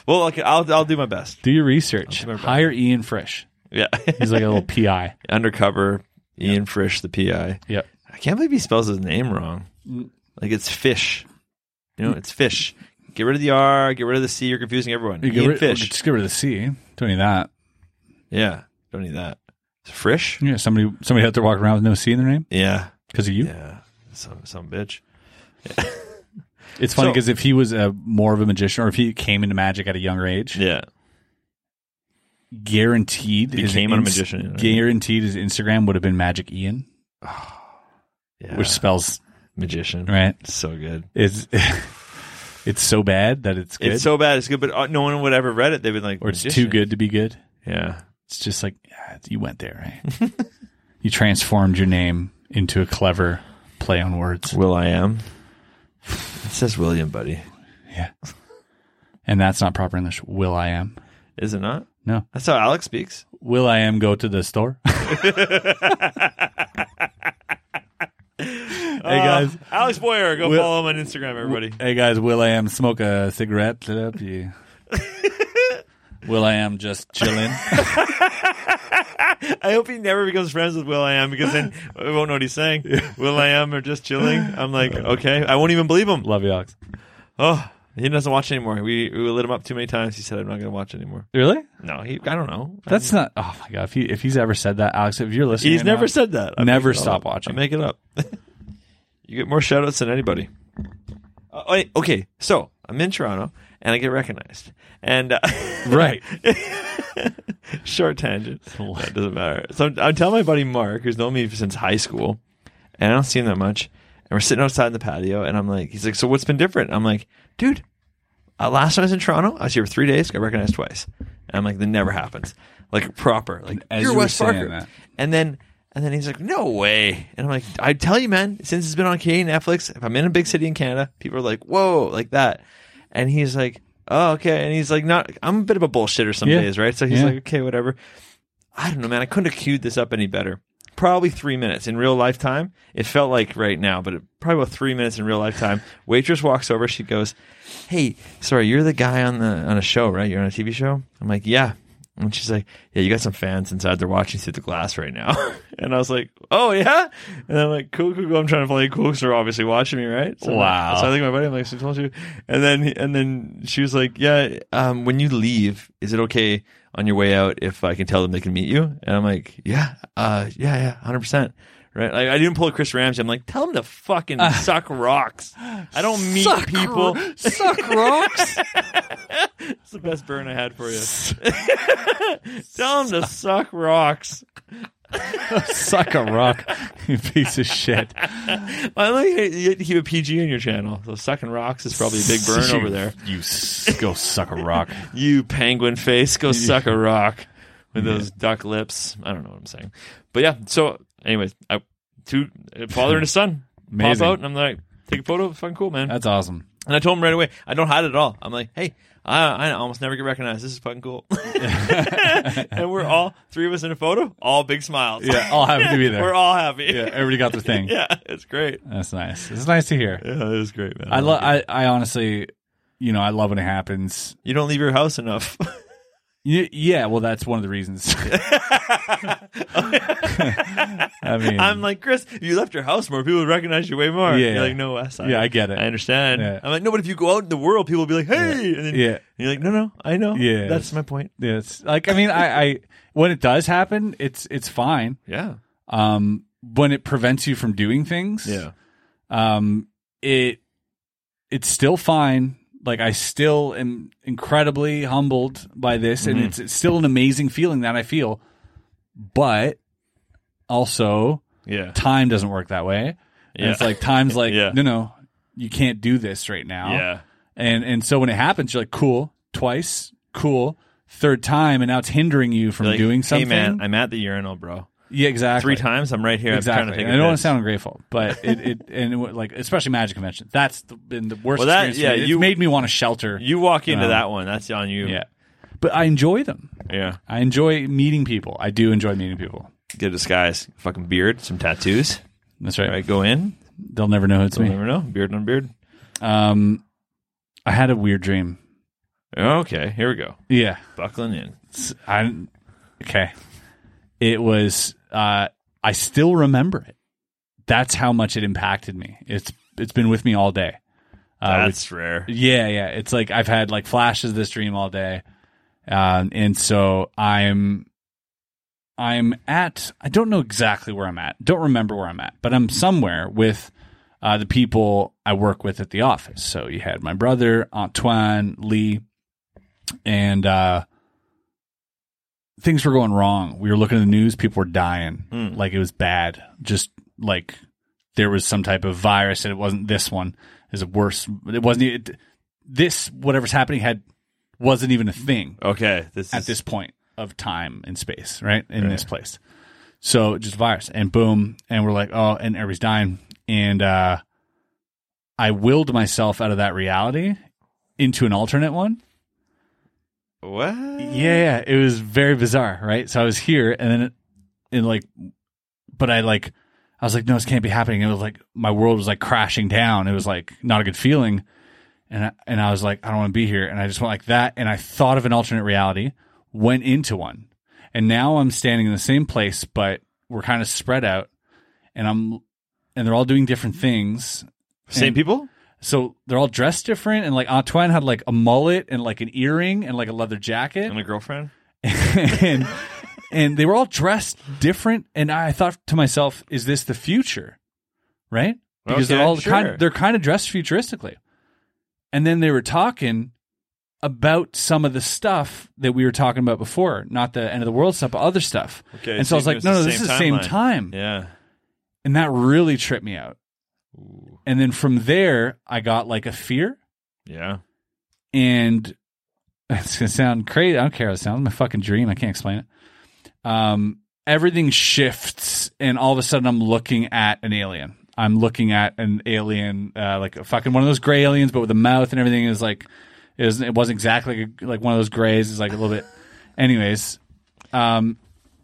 [SPEAKER 3] Well, okay, I'll I'll do my best.
[SPEAKER 2] Do your research.
[SPEAKER 3] do my best.
[SPEAKER 2] Hire Ian Frisch.
[SPEAKER 3] Yeah,
[SPEAKER 2] He's like a little PI.
[SPEAKER 3] undercover Ian Frisch, the PI.
[SPEAKER 2] Yep.
[SPEAKER 3] I can't believe he spells his name wrong.
[SPEAKER 2] Mm.
[SPEAKER 3] Like it's fish. You know, it's fish. Get rid of the R. Get rid of the C. You're confusing everyone.
[SPEAKER 2] You
[SPEAKER 3] Ian fish.
[SPEAKER 2] Just get rid of the C. Don't need that.
[SPEAKER 3] Yeah, don't need that. It's frish.
[SPEAKER 2] Yeah, somebody somebody out there walking around with no C in their name
[SPEAKER 3] Yeah,
[SPEAKER 2] because of you.
[SPEAKER 3] yeah. Some some bitch.
[SPEAKER 2] It's funny
[SPEAKER 3] So-
[SPEAKER 2] because if he was a more of a magician or if he came into magic at a younger age,
[SPEAKER 3] Yeah,
[SPEAKER 2] guaranteed his
[SPEAKER 3] Became a
[SPEAKER 2] ins-
[SPEAKER 3] magician, right?
[SPEAKER 2] Guaranteed his Instagram would have been Magic Ian,
[SPEAKER 3] yeah.
[SPEAKER 2] which spells
[SPEAKER 3] magician?
[SPEAKER 2] right.
[SPEAKER 3] So good.
[SPEAKER 2] It's it's so bad that it's good,
[SPEAKER 3] It's so bad. It's good, but uh, no one would ever read it. They'd be like,
[SPEAKER 2] or it's
[SPEAKER 3] "Magician."
[SPEAKER 2] too good to be good.
[SPEAKER 3] Yeah,
[SPEAKER 2] It's just like yeah, you went there, right? you transformed your name into a clever play on words.
[SPEAKER 3] Will I am. It says William, buddy.
[SPEAKER 2] Yeah, and that's not proper English. Will I am?
[SPEAKER 3] Is it not?
[SPEAKER 2] No.
[SPEAKER 3] That's how Alex speaks.
[SPEAKER 2] Will I am go to the store? hey
[SPEAKER 3] Uh,
[SPEAKER 2] guys,
[SPEAKER 3] Alex Boyer, go
[SPEAKER 2] Will-
[SPEAKER 3] follow him on Instagram, everybody.
[SPEAKER 2] hey guys, Will I am smoke a cigarette? Lit up you. Will I am just chilling?
[SPEAKER 3] I hope he never becomes friends with Will I Am because then I won't know what he's saying. Will I Am are just chilling. I'm like, okay, I won't even believe him.
[SPEAKER 2] Love you, Alex.
[SPEAKER 3] Oh, he doesn't watch anymore. We we lit him up too many times. He said, I'm not going to watch anymore.
[SPEAKER 2] Really?
[SPEAKER 3] No, he, I don't know.
[SPEAKER 2] That's not. Oh my god! If he if he's ever said that, Alex, if you're listening,
[SPEAKER 3] he's
[SPEAKER 2] right
[SPEAKER 3] never
[SPEAKER 2] now,
[SPEAKER 3] said that. I
[SPEAKER 2] um, Never
[SPEAKER 3] make it all
[SPEAKER 2] stop
[SPEAKER 3] up.
[SPEAKER 2] watching.
[SPEAKER 3] I make it up. you get more shout outs than anybody. Uh, wait, okay, so I'm in Toronto and I get recognized. And uh,
[SPEAKER 2] right.
[SPEAKER 3] short tangent. That doesn't matter. So I'm, I'm telling my buddy Mark, who's known me since high school, and I don't see him that much. And we're sitting outside in the patio, and I'm like, he's like, so what's been different? I'm like, dude, uh, last time I was in Toronto, I was here for three days, got recognized twice. And I'm like, that never happens. Like proper, like
[SPEAKER 2] As
[SPEAKER 3] you're
[SPEAKER 2] you were
[SPEAKER 3] Wes
[SPEAKER 2] saying
[SPEAKER 3] Parker.
[SPEAKER 2] that.
[SPEAKER 3] And then and then he's like, no way. And I'm like, I tell you, man, since it's been on Canadian Netflix, if I'm in a big city in Canada, people are like, whoa, like that. And he's like, oh, okay. And he's like, not, I'm a bit of a bullshitter some
[SPEAKER 2] Yeah.
[SPEAKER 3] days, right? So he's
[SPEAKER 2] Yeah.
[SPEAKER 3] like, okay, whatever. I don't know, man. I couldn't have queued this up any better. Probably three minutes in real life time. It felt like right now, but it, probably about three minutes in real life time. Waitress walks over. She goes, "Hey, sorry, you're the guy on the on a show, right? You're on a TV show." I'm like, "Yeah." And she's like, "Yeah, you got some fans inside. They're watching through the glass right now." and I was like, "Oh yeah." And I'm like, "Cool, cool, cool." I'm trying to play cool because they're obviously watching me, right? So I'm like-
[SPEAKER 2] Wow.
[SPEAKER 3] so I think my buddy, I'm like, "So I told you." And then and then she was like, "Yeah, um, when you leave, is it okay?" on your way out if I can tell them they can meet you? And I'm like, yeah, uh, yeah, yeah, hundred percent. Right? Like, I didn't pull a Chris Ramsey. I'm like, tell them to fucking suck rocks. I don't meet people.
[SPEAKER 2] Suck rocks.
[SPEAKER 3] It's the best burn I had for you. tell them to suck rocks.
[SPEAKER 2] Suck a rock, you piece of shit.
[SPEAKER 3] I like how you have to keep a PG on your channel. So sucking rocks is probably a big burn
[SPEAKER 2] You-
[SPEAKER 3] over there.
[SPEAKER 2] You s- go suck a rock.
[SPEAKER 3] You penguin face, go suck a rock with those duck lips. I don't know what I'm saying, but yeah. So, anyways, I, two a father and a son pop
[SPEAKER 2] Amazing. Uh,
[SPEAKER 3] out, and I'm like, take a photo, fucking cool, man.
[SPEAKER 2] That's awesome.
[SPEAKER 3] and I told him right away, I don't hide it at all. I'm like, hey, I, I almost never get recognized. This is fucking cool. and we're all three of us in a photo, all big smiles.
[SPEAKER 2] Yeah, I'll have to be there.
[SPEAKER 3] we're all happy.
[SPEAKER 2] yeah,
[SPEAKER 3] Yeah,
[SPEAKER 2] everybody got their thing.
[SPEAKER 3] it's great.
[SPEAKER 2] That's nice. It's nice to hear.
[SPEAKER 3] Yeah, it was great, man.
[SPEAKER 2] I love. I, I honestly, you know, I love when it happens.
[SPEAKER 3] you don't leave your house enough.
[SPEAKER 2] Y- yeah, well, that's one of the reasons. I mean,
[SPEAKER 3] I'm like, Chris, if you left your house more, people would recognize you way more.
[SPEAKER 2] Yeah.
[SPEAKER 3] You're like, no, Wes. I,
[SPEAKER 2] Yeah, I get it.
[SPEAKER 3] I understand.
[SPEAKER 2] Yeah.
[SPEAKER 3] I'm like, no, but if you go out in the world, people will be like, hey. And then
[SPEAKER 2] Yeah.
[SPEAKER 3] and you're like, no, no, I know.
[SPEAKER 2] Yeah.
[SPEAKER 3] That's my point.
[SPEAKER 2] yeah, it's like I mean, I, I when it does happen, it's it's fine.
[SPEAKER 3] Yeah.
[SPEAKER 2] Um, when it prevents you from doing things, um, it it's still fine. Like I still am incredibly humbled by this,
[SPEAKER 3] Mm-hmm.
[SPEAKER 2] and it's, it's still an amazing feeling that I feel. But also,
[SPEAKER 3] Yeah.
[SPEAKER 2] time doesn't work that way. And
[SPEAKER 3] Yeah.
[SPEAKER 2] it's like times like
[SPEAKER 3] Yeah.
[SPEAKER 2] no, no, you can't do this right now.
[SPEAKER 3] Yeah.
[SPEAKER 2] And and so when it happens, you're like, cool, twice, cool, third time, and now it's hindering you from
[SPEAKER 3] Like,
[SPEAKER 2] doing
[SPEAKER 3] hey
[SPEAKER 2] something.
[SPEAKER 3] man, I'm at the urinal, bro.
[SPEAKER 2] yeah, exactly.
[SPEAKER 3] Three times I'm right here. I'm
[SPEAKER 2] Exactly.
[SPEAKER 3] trying to take.
[SPEAKER 2] And
[SPEAKER 3] a
[SPEAKER 2] I don't want
[SPEAKER 3] piss.
[SPEAKER 2] to sound ungrateful, but it, it and it, wa- like especially magic convention. That's the, been the worst.
[SPEAKER 3] Well, that-
[SPEAKER 2] experience
[SPEAKER 3] yeah,
[SPEAKER 2] for me. It's
[SPEAKER 3] you-
[SPEAKER 2] made me want to shelter.
[SPEAKER 3] You walk into
[SPEAKER 2] Um,
[SPEAKER 3] that one. That's on you.
[SPEAKER 2] yeah, but I enjoy them.
[SPEAKER 3] Yeah.
[SPEAKER 2] I enjoy meeting people. I do enjoy meeting people.
[SPEAKER 3] Get a disguise, fucking beard, some tattoos.
[SPEAKER 2] That's right.
[SPEAKER 3] All right, go in.
[SPEAKER 2] They'll never know it's
[SPEAKER 3] You'll
[SPEAKER 2] me.
[SPEAKER 3] never know. Beard on beard.
[SPEAKER 2] Um, I had a weird dream.
[SPEAKER 3] Okay, here we go.
[SPEAKER 2] Yeah.
[SPEAKER 3] Buckling in.
[SPEAKER 2] It's- I okay. It was. Uh, I still remember it. That's how much it impacted me. It's it's been with me all day. Uh, which-
[SPEAKER 3] That's rare.
[SPEAKER 2] yeah, yeah. It's like I've had like flashes of this dream all day, um, and so I'm I'm at I don't know exactly where I'm at. Don't remember where I'm at, but I'm somewhere with uh, the people I work with at the office. So you had my brother Antoine Lee, and uh, things were going wrong. We were looking at the news; people were dying.
[SPEAKER 3] Hmm.
[SPEAKER 2] Like it was bad. Just like there was some type of virus, and it wasn't this one. It was a worse. It wasn't it, this. Whatever's happening had wasn't even a thing
[SPEAKER 3] Okay, this
[SPEAKER 2] at
[SPEAKER 3] is
[SPEAKER 2] this point of time and space, right? In this place. So just virus and boom. And we're like, oh, and everybody's dying. And uh, I willed myself out of that reality into an alternate one.
[SPEAKER 3] what?
[SPEAKER 2] Yeah, yeah. It was very bizarre, right? So I was here and then it, and like, but I like, I was like, no, this can't be happening. It was like, my world was like crashing down. It was like not a good feeling. And I, and I was like, I don't want to be here. And I just went like that. And I thought of an alternate reality, went into one. And now I'm standing in the same place, but we're kind of spread out and I'm, and they're all doing different things
[SPEAKER 3] Same people?
[SPEAKER 2] so they're all dressed different and like Antoine had like a mullet and like an earring and like a leather jacket
[SPEAKER 3] And a girlfriend?
[SPEAKER 2] and and they were all dressed different and I thought to myself is this the future right because
[SPEAKER 3] Okay,
[SPEAKER 2] they're all
[SPEAKER 3] sure.
[SPEAKER 2] kind they're kind of dressed futuristically and then they were talking about some of the stuff that we were talking about before not the end of the world stuff but other stuff
[SPEAKER 3] Okay,
[SPEAKER 2] and so I was
[SPEAKER 3] you
[SPEAKER 2] like
[SPEAKER 3] guys
[SPEAKER 2] no no
[SPEAKER 3] the
[SPEAKER 2] this is the same
[SPEAKER 3] timeline.
[SPEAKER 2] time
[SPEAKER 3] Yeah.
[SPEAKER 2] and that really tripped me out and then from there I got like a fear
[SPEAKER 3] Yeah.
[SPEAKER 2] and it's gonna sound crazy. I don't care how it sounds. My fucking dream. I can't explain it. Um, everything shifts, and all of a sudden, I'm looking at an alien. I'm looking at an alien, uh, like a fucking one of those gray aliens, but with a mouth and everything is like, it wasn't, it wasn't exactly like, a- like one of those grays. It's like a little bit, anyways. Um,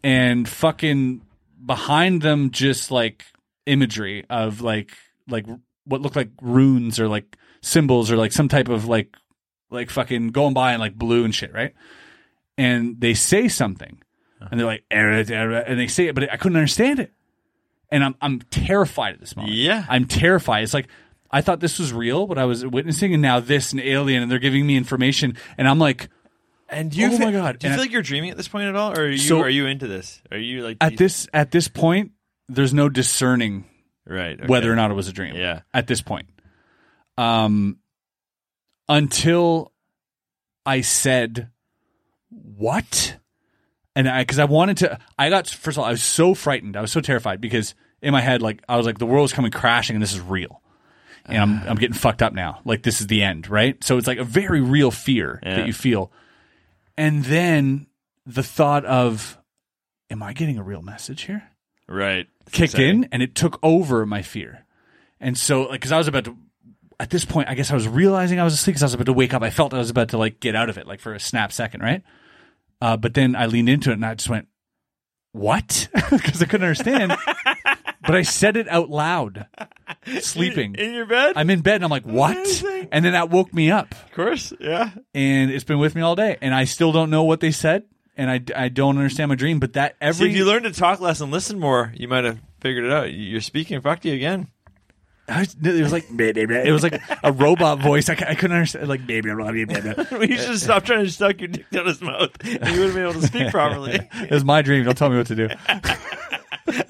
[SPEAKER 2] and fucking behind them, just like imagery of like like what looked like runes or like symbols or like some type of like like fucking going by and like blue and shit, right? And they say something, and they're like, "Era, era," and they say it, but I couldn't understand it, and I'm I'm terrified at this moment.
[SPEAKER 3] Yeah.
[SPEAKER 2] I'm terrified. It's like I thought this was real, what I was witnessing, and now this an alien, and they're giving me information, and I'm like,
[SPEAKER 3] And you
[SPEAKER 2] Oh
[SPEAKER 3] fe-
[SPEAKER 2] my God.
[SPEAKER 3] Do you
[SPEAKER 2] And
[SPEAKER 3] feel
[SPEAKER 2] I-
[SPEAKER 3] like you're dreaming at this point at all? Or are you
[SPEAKER 2] So-
[SPEAKER 3] are you into this? Are you like
[SPEAKER 2] at this at this point, there's no discerning
[SPEAKER 3] right okay.
[SPEAKER 2] whether or not it was a dream.
[SPEAKER 3] Yeah.
[SPEAKER 2] At this point. Um until I said what? And I cuz I wanted to I got first of all I was so frightened. I was so terrified because in my head like I was like the world's coming crashing and this is real. And I'm I'm getting fucked up now. Like this is the end, right? So it's like a very real fear
[SPEAKER 3] Yeah.
[SPEAKER 2] that you feel. And then the thought of am I getting a real message here?
[SPEAKER 3] right
[SPEAKER 2] kicked
[SPEAKER 3] Exciting.
[SPEAKER 2] in and it took over my fear. And so, like, because I was about to, at this point, I guess I was realizing I was asleep because I was about to wake up. I felt I was about to, like, get out of it, like, for a snap second, right? Uh, but then I leaned into it and I just went, what? Because I couldn't understand. but I said it out loud, sleeping.
[SPEAKER 3] in your bed.
[SPEAKER 2] I'm in bed and I'm like, what?
[SPEAKER 3] Amazing.
[SPEAKER 2] And then that woke me up
[SPEAKER 3] of course. Yeah.
[SPEAKER 2] and it's been with me all day. And I still don't know what they said. And I, I don't understand my dream, but that
[SPEAKER 3] See,
[SPEAKER 2] every
[SPEAKER 3] if you learn to talk less and listen more, you might have figured it out. You're speaking. Fuck you again.
[SPEAKER 2] I was- it was like it was like a robot voice. I, c- I couldn't understand. Like
[SPEAKER 3] we should stop trying to suck your dick down his mouth. And you wouldn't be able to speak properly.
[SPEAKER 2] it was my dream. Don't tell me what to do.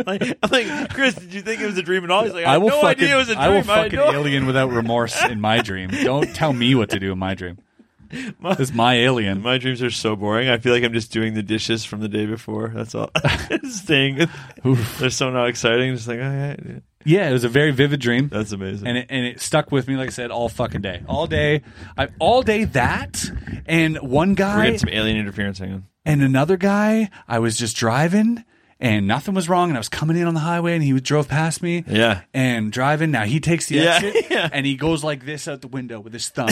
[SPEAKER 3] like, I'm like, Chris, did you think it was a dream at all? He's like, I,
[SPEAKER 2] I will
[SPEAKER 3] had no
[SPEAKER 2] fucking
[SPEAKER 3] idea it was a dream.
[SPEAKER 2] I will fucking
[SPEAKER 3] know.
[SPEAKER 2] alien without remorse in my dream. Don't tell me what to do in my dream. It's my alien.
[SPEAKER 3] My dreams are so boring. I feel like I'm just doing the dishes from the day before. That's all. Staying. They're so not exciting. Just like, oh, yeah.
[SPEAKER 2] Yeah, it was a very vivid dream.
[SPEAKER 3] That's amazing.
[SPEAKER 2] and it, and it stuck with me. Like I said, all fucking day, all day, I, all day that, and one
[SPEAKER 3] We're
[SPEAKER 2] guy
[SPEAKER 3] getting some alien interference. Hang on.
[SPEAKER 2] and another guy. I was just driving, and nothing was wrong, and I was coming in on the highway, and he drove past me.
[SPEAKER 3] Yeah.
[SPEAKER 2] and driving. Now he takes the
[SPEAKER 3] Yeah,
[SPEAKER 2] exit,
[SPEAKER 3] yeah.
[SPEAKER 2] and he goes like this out the window with his thumb,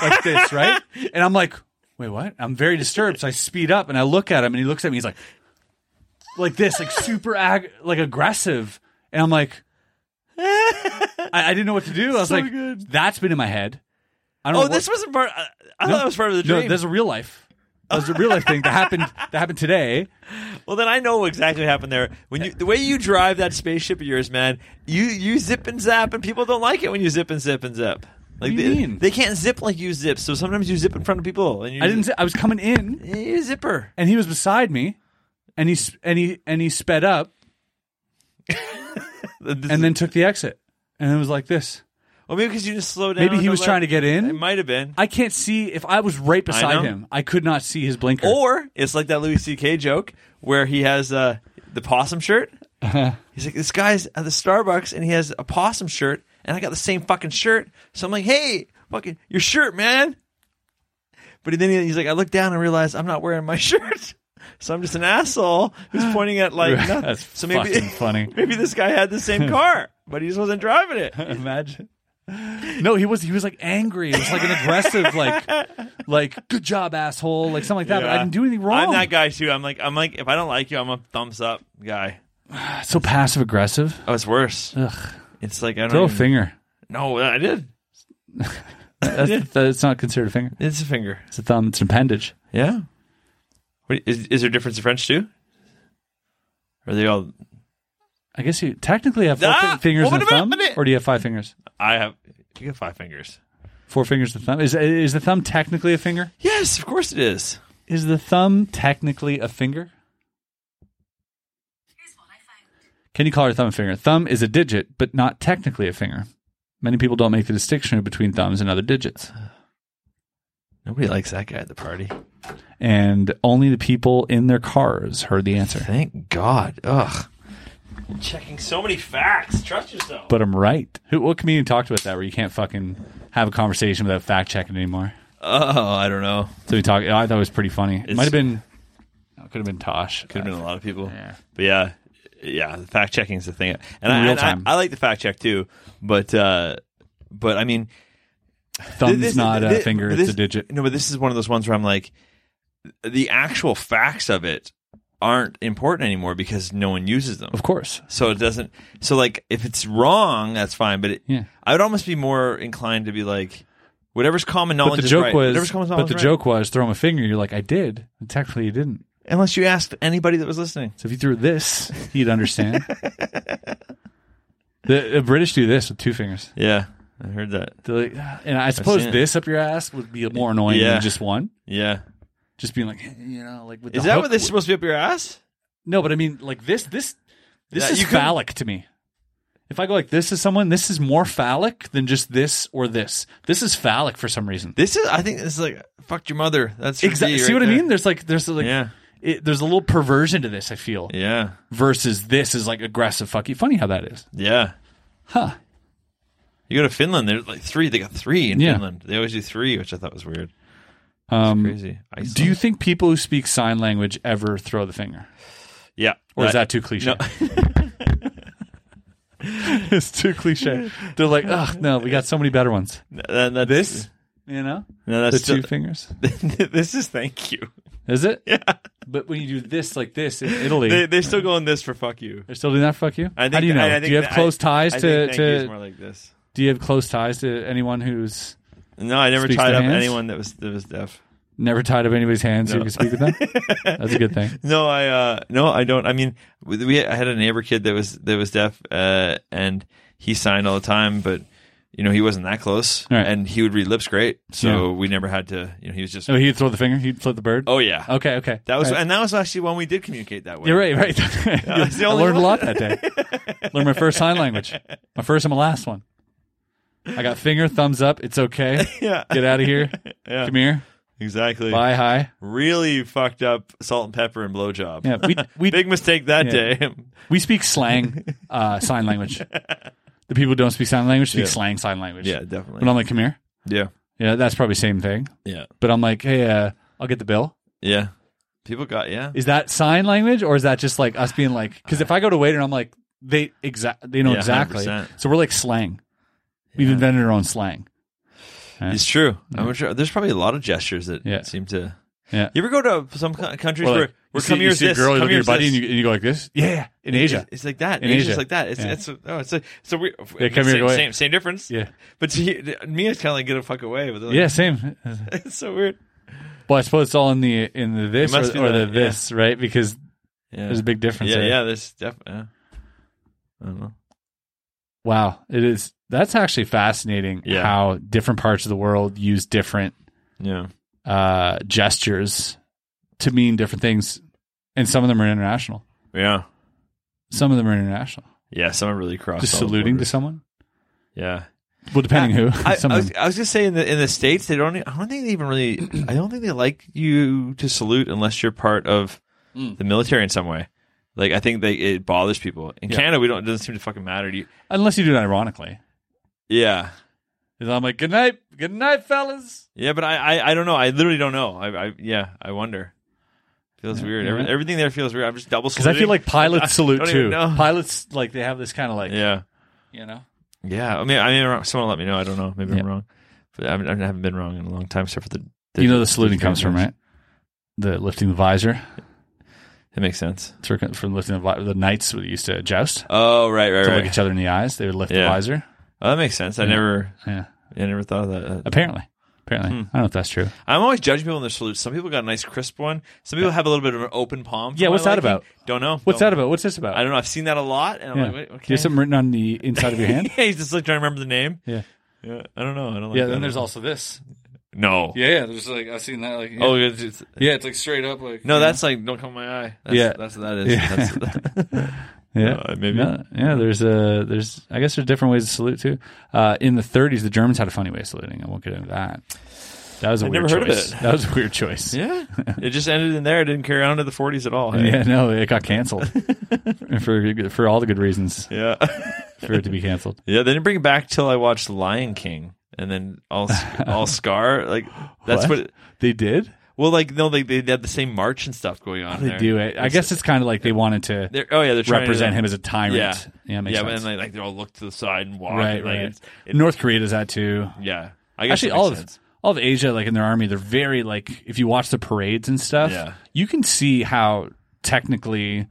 [SPEAKER 2] like this, right? And I'm like, wait, what? I'm very disturbed. So I speed up, and I look at him, and he looks at me. He's like, like this, like super ag- like aggressive, and I'm like. I, I didn't know what to do. I was
[SPEAKER 3] So
[SPEAKER 2] like,
[SPEAKER 3] good.
[SPEAKER 2] that's been in my head. I don't
[SPEAKER 3] Oh,
[SPEAKER 2] know. what-
[SPEAKER 3] this wasn't part. I, I
[SPEAKER 2] No,
[SPEAKER 3] thought that was part of the
[SPEAKER 2] no,
[SPEAKER 3] dream.
[SPEAKER 2] there's a real life. There's a real life thing that happened that happened today.
[SPEAKER 3] well, then I know exactly what happened there. When you the way you drive that spaceship of yours, man, you you zip and zap, and people don't like it when you zip and zip and zip. Like
[SPEAKER 2] What do you
[SPEAKER 3] they,
[SPEAKER 2] mean?
[SPEAKER 3] they can't zip like you zip. So sometimes you zip in front of people, and you
[SPEAKER 2] I didn't. I was coming in,
[SPEAKER 3] you zipper.
[SPEAKER 2] and he was beside me, and he s- and he and he sped up, and then took the exit, and it was like this.
[SPEAKER 3] well, maybe because you just slow down.
[SPEAKER 2] Maybe he was trying to get
[SPEAKER 3] It
[SPEAKER 2] in.
[SPEAKER 3] might have been.
[SPEAKER 2] I can't see if I was right beside
[SPEAKER 3] know. Oh,
[SPEAKER 2] him. I could not see his blinker.
[SPEAKER 3] Or it's like that Louis C.K. joke where he has uh, the possum shirt.
[SPEAKER 2] Uh-huh.
[SPEAKER 3] He's like, this guy's at the Starbucks and he has a possum shirt, and I got the same fucking shirt. So I'm like, hey, fucking your shirt, man. But then he's like, I look down and realize I'm not wearing my shirt. So I'm just an asshole who's pointing at like
[SPEAKER 2] Right.
[SPEAKER 3] nothing.
[SPEAKER 2] That's
[SPEAKER 3] so maybe,
[SPEAKER 2] fucking funny.
[SPEAKER 3] Maybe this guy had the same car, but he just wasn't driving it.
[SPEAKER 2] Imagine. No, he was he was like angry. It was like an aggressive like like good job asshole like something like that. But I
[SPEAKER 3] Yeah.
[SPEAKER 2] didn't do anything wrong.
[SPEAKER 3] I'm that guy too. I'm like, I'm like, if I don't like you, I'm a thumbs up guy.
[SPEAKER 2] So passive aggressive.
[SPEAKER 3] Oh, it's worse.
[SPEAKER 2] Ugh.
[SPEAKER 3] It's like I don't.
[SPEAKER 2] Throw a
[SPEAKER 3] even-
[SPEAKER 2] finger.
[SPEAKER 3] No, I did.
[SPEAKER 2] That's, that's not considered a finger.
[SPEAKER 3] It's a finger.
[SPEAKER 2] It's a thumb. It's an appendage.
[SPEAKER 3] Yeah. What, is, is there a difference in French too? Are they all?
[SPEAKER 2] I guess you technically have four
[SPEAKER 3] Ah!
[SPEAKER 2] fi- fingers
[SPEAKER 3] What
[SPEAKER 2] and a
[SPEAKER 3] about
[SPEAKER 2] thumb,
[SPEAKER 3] it?
[SPEAKER 2] or do you have five fingers?
[SPEAKER 3] I have. You got five fingers.
[SPEAKER 2] Four fingers and a thumb. Is is the thumb technically a finger?
[SPEAKER 3] Yes, of course it is.
[SPEAKER 2] Is the thumb technically a finger? Can you call it a thumb a finger? Thumb is a digit, but not technically a finger. Many people don't make the distinction between thumbs and other digits.
[SPEAKER 3] Nobody likes that guy at the party.
[SPEAKER 2] And only the people in their cars heard the answer.
[SPEAKER 3] Thank God. Ugh. You're checking so many facts. Trust yourself.
[SPEAKER 2] But I'm right. Who, what comedian talked about that where you can't fucking have a conversation without fact checking anymore?
[SPEAKER 3] oh, I don't know.
[SPEAKER 2] So we talked. I thought it was pretty funny. It
[SPEAKER 3] It's-
[SPEAKER 2] might have been. no, It could have been Tosh.
[SPEAKER 3] Could have been Uh, a lot of people.
[SPEAKER 2] Yeah.
[SPEAKER 3] But yeah, yeah. the Fact checking is the thing, and, I,
[SPEAKER 2] real
[SPEAKER 3] and I-
[SPEAKER 2] time.
[SPEAKER 3] I like the fact check too. But uh, but I mean,
[SPEAKER 2] Thumb's
[SPEAKER 3] This-
[SPEAKER 2] not a
[SPEAKER 3] this-
[SPEAKER 2] finger.
[SPEAKER 3] this-
[SPEAKER 2] it's a digit.
[SPEAKER 3] No, but this is one of those ones where I'm like, the actual facts of it aren't important anymore because no one uses them.
[SPEAKER 2] Of course.
[SPEAKER 3] So it doesn't. So like, if it's wrong, that's fine. But it,
[SPEAKER 2] Yeah.
[SPEAKER 3] I would almost be more inclined to be like, whatever's common
[SPEAKER 2] But
[SPEAKER 3] knowledge.
[SPEAKER 2] the
[SPEAKER 3] is
[SPEAKER 2] joke
[SPEAKER 3] right.
[SPEAKER 2] was.
[SPEAKER 3] Whatever's common knowledge
[SPEAKER 2] But the
[SPEAKER 3] is right.
[SPEAKER 2] joke was throw him a finger. You're like I did. And technically you didn't.
[SPEAKER 3] unless you asked anybody that was listening.
[SPEAKER 2] So if you threw this, he'd understand. the, the British do this with two fingers.
[SPEAKER 3] Yeah, I heard that.
[SPEAKER 2] They're like, "Ah," and I suppose
[SPEAKER 3] seen it.
[SPEAKER 2] this up your ass would be more annoying
[SPEAKER 3] Yeah.
[SPEAKER 2] than just one.
[SPEAKER 3] Yeah,
[SPEAKER 2] Just being like, you know, like with
[SPEAKER 3] is
[SPEAKER 2] the
[SPEAKER 3] that
[SPEAKER 2] hook-
[SPEAKER 3] what this is supposed to be up your ass?
[SPEAKER 2] No, but I mean, like this, this, this
[SPEAKER 3] Yeah,
[SPEAKER 2] is
[SPEAKER 3] you couldn't-
[SPEAKER 2] phallic to me. If I go like this is someone, this is more phallic than just this or this. This is phallic for some reason.
[SPEAKER 3] This is. I think this is like fucked your mother. That's your
[SPEAKER 2] Exactly.
[SPEAKER 3] D
[SPEAKER 2] See
[SPEAKER 3] right
[SPEAKER 2] what I
[SPEAKER 3] there.
[SPEAKER 2] mean? There's like, there's like,
[SPEAKER 3] Yeah.
[SPEAKER 2] it, there's a little perversion to this. I feel
[SPEAKER 3] Yeah.
[SPEAKER 2] versus this is like aggressive. Fuck you. Funny how that is.
[SPEAKER 3] Yeah.
[SPEAKER 2] Huh.
[SPEAKER 3] You go to Finland, they're like three. They got three in
[SPEAKER 2] Yeah.
[SPEAKER 3] Finland. They always do three, which I thought was weird.
[SPEAKER 2] Um,
[SPEAKER 3] Crazy. Iceland.
[SPEAKER 2] Do you think people who speak sign language ever throw the finger,
[SPEAKER 3] Yeah.
[SPEAKER 2] or is that too cliche? it's too cliche. They're like, oh no, we got so many better ones.
[SPEAKER 3] that- that's,
[SPEAKER 2] This, you know,
[SPEAKER 3] No,
[SPEAKER 2] the
[SPEAKER 3] that's
[SPEAKER 2] two
[SPEAKER 3] still-
[SPEAKER 2] fingers.
[SPEAKER 3] this is thank you.
[SPEAKER 2] Is it? Yeah. But when you do this like this in Italy,
[SPEAKER 3] They
[SPEAKER 2] they,
[SPEAKER 3] they're still going this for fuck you.
[SPEAKER 2] are still doing that. Fuck you.
[SPEAKER 3] I think
[SPEAKER 2] How do you know?
[SPEAKER 3] I, I think
[SPEAKER 2] do you have
[SPEAKER 3] that-
[SPEAKER 2] close
[SPEAKER 3] I-
[SPEAKER 2] ties
[SPEAKER 3] I
[SPEAKER 2] to?
[SPEAKER 3] think thank you is
[SPEAKER 2] to
[SPEAKER 3] more like this?
[SPEAKER 2] do you have close ties to anyone who's
[SPEAKER 3] No, I never
[SPEAKER 2] Speaks
[SPEAKER 3] tied
[SPEAKER 2] to
[SPEAKER 3] up
[SPEAKER 2] hands?
[SPEAKER 3] anyone that was that was deaf.
[SPEAKER 2] never tied up anybody's hands so you
[SPEAKER 3] No.
[SPEAKER 2] can speak with them? That's a good thing.
[SPEAKER 3] No, I uh no, I don't. I mean, we we- I had a neighbor kid that was that was deaf, uh, and he signed all the time, but you know he wasn't that close,
[SPEAKER 2] Right.
[SPEAKER 3] and he would read lips great, so
[SPEAKER 2] Yeah.
[SPEAKER 3] we never had to. You know, he was just
[SPEAKER 2] Oh, he'd throw the finger. He'd flip the bird.
[SPEAKER 3] oh yeah,
[SPEAKER 2] okay, okay.
[SPEAKER 3] that was
[SPEAKER 2] All right.
[SPEAKER 3] and that was actually when we did communicate that way.
[SPEAKER 2] You're right, right.
[SPEAKER 3] that's the
[SPEAKER 2] I
[SPEAKER 3] only
[SPEAKER 2] learned a lot
[SPEAKER 3] one.
[SPEAKER 2] that day. learned my first sign language. My first and my last one. I got finger, thumbs up. It's okay.
[SPEAKER 3] Yeah,
[SPEAKER 2] Get out of here.
[SPEAKER 3] Yeah.
[SPEAKER 2] Come here.
[SPEAKER 3] Exactly.
[SPEAKER 2] Buy high.
[SPEAKER 3] Really fucked up salt and pepper and blowjob.
[SPEAKER 2] Yeah, we we
[SPEAKER 3] Big mistake that
[SPEAKER 2] Yeah.
[SPEAKER 3] day.
[SPEAKER 2] we speak slang, uh, sign language. The people who don't speak sign language speak
[SPEAKER 3] Yeah.
[SPEAKER 2] slang sign language.
[SPEAKER 3] yeah,
[SPEAKER 2] But um,
[SPEAKER 3] definitely.
[SPEAKER 2] I'm like, come here.
[SPEAKER 3] Yeah.
[SPEAKER 2] Yeah, that's probably same thing.
[SPEAKER 3] Yeah.
[SPEAKER 2] But I'm like, hey, uh, I'll get the bill.
[SPEAKER 3] Yeah. People got, yeah.
[SPEAKER 2] Is that sign language or is that just like us being like? Because if I go to waiter, and I'm like, they exact, they know
[SPEAKER 3] Yeah,
[SPEAKER 2] exactly.
[SPEAKER 3] 100%.
[SPEAKER 2] So we're like slang. We've
[SPEAKER 3] Yeah.
[SPEAKER 2] invented our own slang.
[SPEAKER 3] It's true. I'm sure there's probably a lot of gestures that
[SPEAKER 2] Yeah.
[SPEAKER 3] seem to.
[SPEAKER 2] Yeah.
[SPEAKER 3] You ever go to some co- countries
[SPEAKER 2] Or, like,
[SPEAKER 3] where,
[SPEAKER 2] you
[SPEAKER 3] where
[SPEAKER 2] see-
[SPEAKER 3] come
[SPEAKER 2] you
[SPEAKER 3] here's
[SPEAKER 2] see a
[SPEAKER 3] this,
[SPEAKER 2] girl, you look
[SPEAKER 3] come
[SPEAKER 2] at your
[SPEAKER 3] here's
[SPEAKER 2] buddy,
[SPEAKER 3] this.
[SPEAKER 2] and you, and you go like this. Yeah, in Asia.
[SPEAKER 3] It's, it's like that.
[SPEAKER 2] In
[SPEAKER 3] In Asia's
[SPEAKER 2] Asia.
[SPEAKER 3] like that. It's,
[SPEAKER 2] Yeah.
[SPEAKER 3] it's oh, it's like so we.
[SPEAKER 2] Yeah, come here,
[SPEAKER 3] same,
[SPEAKER 2] go away.
[SPEAKER 3] same, same difference.
[SPEAKER 2] Yeah,
[SPEAKER 3] But to, me, it's kind of like get a fuck away. But they're like,
[SPEAKER 2] yeah, same.
[SPEAKER 3] it's so weird.
[SPEAKER 2] Well, I suppose it's all in the in the this
[SPEAKER 3] It must
[SPEAKER 2] or,
[SPEAKER 3] be
[SPEAKER 2] or the
[SPEAKER 3] that, yeah.
[SPEAKER 2] this, right? Because
[SPEAKER 3] Yeah,
[SPEAKER 2] there's a big difference.
[SPEAKER 3] yeah,
[SPEAKER 2] there.
[SPEAKER 3] yeah. This definitely. Yeah. I don't know.
[SPEAKER 2] Wow, it is. That's actually fascinating.
[SPEAKER 3] Yeah.
[SPEAKER 2] how different parts of the world use different
[SPEAKER 3] Yeah,
[SPEAKER 2] uh, gestures to mean different things, and some of them are international.
[SPEAKER 3] yeah,
[SPEAKER 2] Some of them are international.
[SPEAKER 3] yeah. Some are really cross.
[SPEAKER 2] Just
[SPEAKER 3] all the
[SPEAKER 2] saluting to
[SPEAKER 3] borders.
[SPEAKER 2] someone.
[SPEAKER 3] Yeah,
[SPEAKER 2] Well, depending who.
[SPEAKER 3] I,
[SPEAKER 2] Some
[SPEAKER 3] I,
[SPEAKER 2] of
[SPEAKER 3] was,
[SPEAKER 2] them.
[SPEAKER 3] I was just saying that in the states they don't. e- I don't think they even really. I don't think they like you to salute unless you're part of
[SPEAKER 2] Mm.
[SPEAKER 3] the military in some way. Like I think they it bothers people. In
[SPEAKER 2] Yeah.
[SPEAKER 3] Canada, we don't. It doesn't seem to fucking matter to you.
[SPEAKER 2] Unless you do it ironically,
[SPEAKER 3] Yeah,
[SPEAKER 2] 'Cause I'm like, good night, good night, fellas.
[SPEAKER 3] yeah. But I, I, I don't know. I literally don't know. I, I yeah. I wonder. Feels weird. Every-
[SPEAKER 2] yeah.
[SPEAKER 3] everything there feels weird. I'm just double.
[SPEAKER 2] Because I feel like
[SPEAKER 3] I
[SPEAKER 2] pilots salute
[SPEAKER 3] don't even
[SPEAKER 2] too.
[SPEAKER 3] know.
[SPEAKER 2] Pilots like they have this kind of like
[SPEAKER 3] Yeah.
[SPEAKER 2] you know.
[SPEAKER 3] Yeah, I mean, I mean, someone let me know. I don't know. Maybe
[SPEAKER 2] Yeah.
[SPEAKER 3] I'm wrong, but I haven't, I haven't been wrong in a long time, except for the.
[SPEAKER 2] you know the saluting comes from right. The lifting the visor,
[SPEAKER 3] It makes sense.
[SPEAKER 2] It's circa- from lifting the, vi- the knights would used to joust
[SPEAKER 3] Oh right, right,
[SPEAKER 2] to
[SPEAKER 3] right.
[SPEAKER 2] look each other in the eyes. They would lift the
[SPEAKER 3] Yeah.
[SPEAKER 2] visor.
[SPEAKER 3] Oh, that makes sense. I never,
[SPEAKER 2] Yeah,
[SPEAKER 3] I never thought of that. Uh,
[SPEAKER 2] apparently, apparently, I
[SPEAKER 3] Hmm.
[SPEAKER 2] don't know if that's true.
[SPEAKER 3] I'm always judging people on their salutes. Some people got a nice crisp one. Some people have a little bit of an open palm. for
[SPEAKER 2] Yeah,
[SPEAKER 3] my
[SPEAKER 2] what's that
[SPEAKER 3] liking.
[SPEAKER 2] about?
[SPEAKER 3] Don't know.
[SPEAKER 2] What's
[SPEAKER 3] Don't-
[SPEAKER 2] that about? What's this about?
[SPEAKER 3] I don't know. I've seen that a lot, and I'm
[SPEAKER 2] yeah.
[SPEAKER 3] like, wait,
[SPEAKER 2] Do you
[SPEAKER 3] okay.
[SPEAKER 2] have something written on the inside of your hand?
[SPEAKER 3] yeah, he's just like trying to remember the name.
[SPEAKER 2] yeah,
[SPEAKER 3] Yeah, I don't know. I don't. Like
[SPEAKER 2] yeah.
[SPEAKER 3] that
[SPEAKER 2] Then there's
[SPEAKER 3] one.
[SPEAKER 2] also this.
[SPEAKER 3] no.
[SPEAKER 2] Yeah, yeah. There's like I've seen that. Like, yeah.
[SPEAKER 3] Oh, it's, it's-
[SPEAKER 2] yeah, it's like straight up. Like
[SPEAKER 3] no, that's like don't come in my eye. That's,
[SPEAKER 2] Yeah.
[SPEAKER 3] that's what that is.
[SPEAKER 2] Yeah.
[SPEAKER 3] That's,
[SPEAKER 2] Yeah,
[SPEAKER 3] Uh, maybe.
[SPEAKER 2] No, yeah, there's a there's. I guess there's different ways to salute too. Uh, in the 30s, the Germans had a funny way of saluting. I won't get into that. That was a
[SPEAKER 3] I'd
[SPEAKER 2] weird
[SPEAKER 3] never heard of
[SPEAKER 2] choice.
[SPEAKER 3] it.
[SPEAKER 2] That was a weird choice.
[SPEAKER 3] yeah, it just ended in there. It didn't carry on to the 40s at all. hey?
[SPEAKER 2] Yeah, no, it got canceled for for all the good reasons
[SPEAKER 3] Yeah.
[SPEAKER 2] for it to be canceled.
[SPEAKER 3] yeah, they didn't bring it back till I watched Lion King and then all all Scar. Like that's what, it-
[SPEAKER 2] they did.
[SPEAKER 3] Well, like no, they they had the same march and stuff going on.
[SPEAKER 2] They
[SPEAKER 3] there.
[SPEAKER 2] do it. I guess it's kind of like they wanted to
[SPEAKER 3] They're, oh yeah, they're trying to
[SPEAKER 2] represent
[SPEAKER 3] do
[SPEAKER 2] him
[SPEAKER 3] that.
[SPEAKER 2] as a tyrant.
[SPEAKER 3] Yeah.
[SPEAKER 2] yeah, makes
[SPEAKER 3] yeah, but
[SPEAKER 2] sense.
[SPEAKER 3] then they like they all look to the side and walk.
[SPEAKER 2] right,
[SPEAKER 3] and, like,
[SPEAKER 2] right.
[SPEAKER 3] It's, it-
[SPEAKER 2] North Korea does that too.
[SPEAKER 3] yeah, I guess
[SPEAKER 2] Actually,
[SPEAKER 3] that makes
[SPEAKER 2] all of
[SPEAKER 3] sense.
[SPEAKER 2] all of Asia, like in their army, they're very like if you watch the parades and stuff,
[SPEAKER 3] Yeah.
[SPEAKER 2] you can see how technically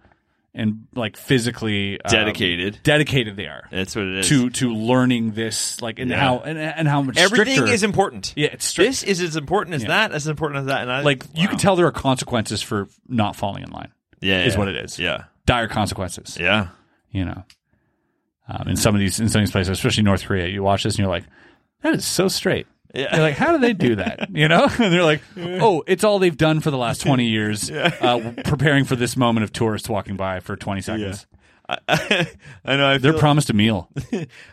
[SPEAKER 2] and like physically um,
[SPEAKER 3] dedicated.
[SPEAKER 2] dedicated they are
[SPEAKER 3] that's what it is.
[SPEAKER 2] to to learning this, like and
[SPEAKER 3] Yeah.
[SPEAKER 2] how and, and how much
[SPEAKER 3] everything
[SPEAKER 2] stricter-
[SPEAKER 3] is important.
[SPEAKER 2] yeah, it's strict.
[SPEAKER 3] This is as important as that. As important as that. And I
[SPEAKER 2] like you
[SPEAKER 3] wow.
[SPEAKER 2] can tell there are consequences for not falling in line.
[SPEAKER 3] Yeah,
[SPEAKER 2] is
[SPEAKER 3] yeah.
[SPEAKER 2] what it is.
[SPEAKER 3] Yeah,
[SPEAKER 2] Dire consequences,
[SPEAKER 3] yeah,
[SPEAKER 2] you know. Um, in some of these in some of these places, especially North Korea, you watch this and you're like, that is so straight.
[SPEAKER 3] yeah.
[SPEAKER 2] They're like, how do they do that? You know? And they're like, oh, it's all they've done for the last 20 years, uh, preparing for this moment of tourists walking by for 20 seconds.
[SPEAKER 3] I, I, know. I
[SPEAKER 2] They're
[SPEAKER 3] feel-
[SPEAKER 2] promised a meal.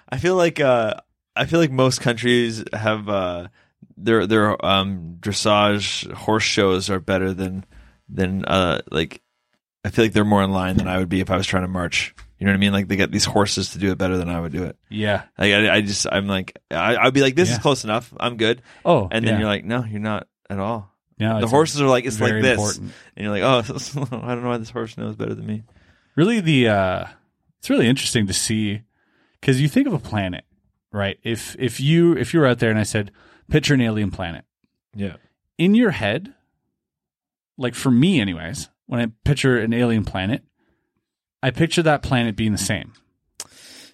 [SPEAKER 3] I feel like uh, I feel like most countries have uh, their their um, dressage horse shows are better than than uh, like I feel like they're more in line than I would be if I was trying to march. You know what I mean? Like they get these horses to do it better than I would do it.
[SPEAKER 2] Yeah.
[SPEAKER 3] Like I, I just I'm like I, I'd be like this is
[SPEAKER 2] Yeah.
[SPEAKER 3] close enough. I'm good.
[SPEAKER 2] Oh,
[SPEAKER 3] And then
[SPEAKER 2] yeah.
[SPEAKER 3] you're like no, you're not at all.
[SPEAKER 2] No,
[SPEAKER 3] the
[SPEAKER 2] it's
[SPEAKER 3] horses are like it's like
[SPEAKER 2] very
[SPEAKER 3] this,
[SPEAKER 2] important.
[SPEAKER 3] and you're like oh I don't know why this horse knows better than me.
[SPEAKER 2] Really, the uh, it's really interesting to see because you think of a planet, right? If if you if you were out there and I said, picture an alien planet
[SPEAKER 3] Yeah.
[SPEAKER 2] in your head, like for me, anyways, when I picture an alien planet, I picture that planet being the same.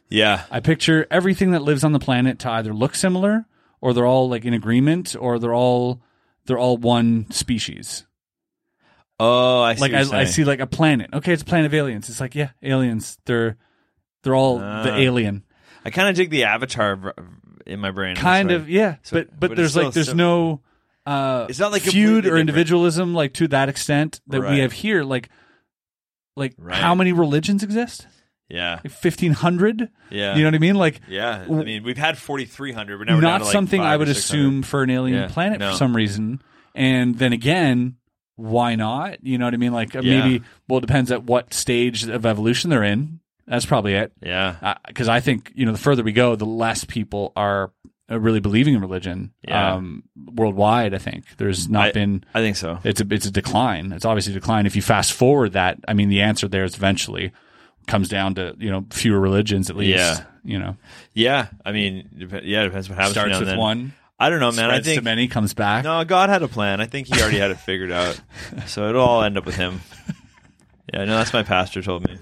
[SPEAKER 3] Yeah.
[SPEAKER 2] I picture everything that lives on the planet to either look similar or they're all like in agreement or they're all they're all one species.
[SPEAKER 3] Oh, I see.
[SPEAKER 2] Like
[SPEAKER 3] what you're
[SPEAKER 2] I, I
[SPEAKER 3] saying.
[SPEAKER 2] see like a planet. Okay, it's a planet of aliens. It's like yeah, aliens. They're they're all the
[SPEAKER 3] Ah.
[SPEAKER 2] alien
[SPEAKER 3] I kind of dig the Avatar v- in my brain.
[SPEAKER 2] kind
[SPEAKER 3] That's
[SPEAKER 2] of
[SPEAKER 3] right.
[SPEAKER 2] yeah.
[SPEAKER 3] So-
[SPEAKER 2] but but,
[SPEAKER 3] but
[SPEAKER 2] there's
[SPEAKER 3] it's still
[SPEAKER 2] like there's
[SPEAKER 3] so-
[SPEAKER 2] no uh
[SPEAKER 3] It's not, like,
[SPEAKER 2] feud
[SPEAKER 3] completely
[SPEAKER 2] or
[SPEAKER 3] different.
[SPEAKER 2] individualism like to that extent that we
[SPEAKER 3] Right.
[SPEAKER 2] have here. Like like
[SPEAKER 3] Right.
[SPEAKER 2] how many religions exist?
[SPEAKER 3] Yeah,
[SPEAKER 2] Like fifteen hundred.
[SPEAKER 3] yeah,
[SPEAKER 2] You know what I mean? Like
[SPEAKER 3] yeah. I
[SPEAKER 2] w-
[SPEAKER 3] mean, we've had forty three hundred, but now we're down
[SPEAKER 2] not
[SPEAKER 3] to like
[SPEAKER 2] something
[SPEAKER 3] five
[SPEAKER 2] I
[SPEAKER 3] or
[SPEAKER 2] would
[SPEAKER 3] 600.
[SPEAKER 2] assume for an alien
[SPEAKER 3] Yeah,
[SPEAKER 2] planet
[SPEAKER 3] no.
[SPEAKER 2] for some reason. And then again, why not? You know what I mean? Like uh,
[SPEAKER 3] Yeah.
[SPEAKER 2] maybe well, it depends at what stage of evolution they're in. That's probably it.
[SPEAKER 3] Yeah.
[SPEAKER 2] Because Uh, I think you know, the further we go, the less people are uh, really believing in religion
[SPEAKER 3] Yeah.
[SPEAKER 2] um, worldwide. I think there's not been
[SPEAKER 3] I think so.
[SPEAKER 2] it's a it's a decline. It's obviously a decline. If you fast forward that, I mean, the answer there is eventually comes down to you know fewer religions at least.
[SPEAKER 3] Yeah.
[SPEAKER 2] You know,
[SPEAKER 3] Yeah. I mean, dep- yeah, it depends what happens.
[SPEAKER 2] starts
[SPEAKER 3] now and
[SPEAKER 2] with
[SPEAKER 3] then.
[SPEAKER 2] one,
[SPEAKER 3] I don't know, man.
[SPEAKER 2] spreads
[SPEAKER 3] I think
[SPEAKER 2] to many, comes back.
[SPEAKER 3] no, God had a plan. I think He already had it figured out, so it'll all end up with Him. Yeah, no, that's my pastor told me.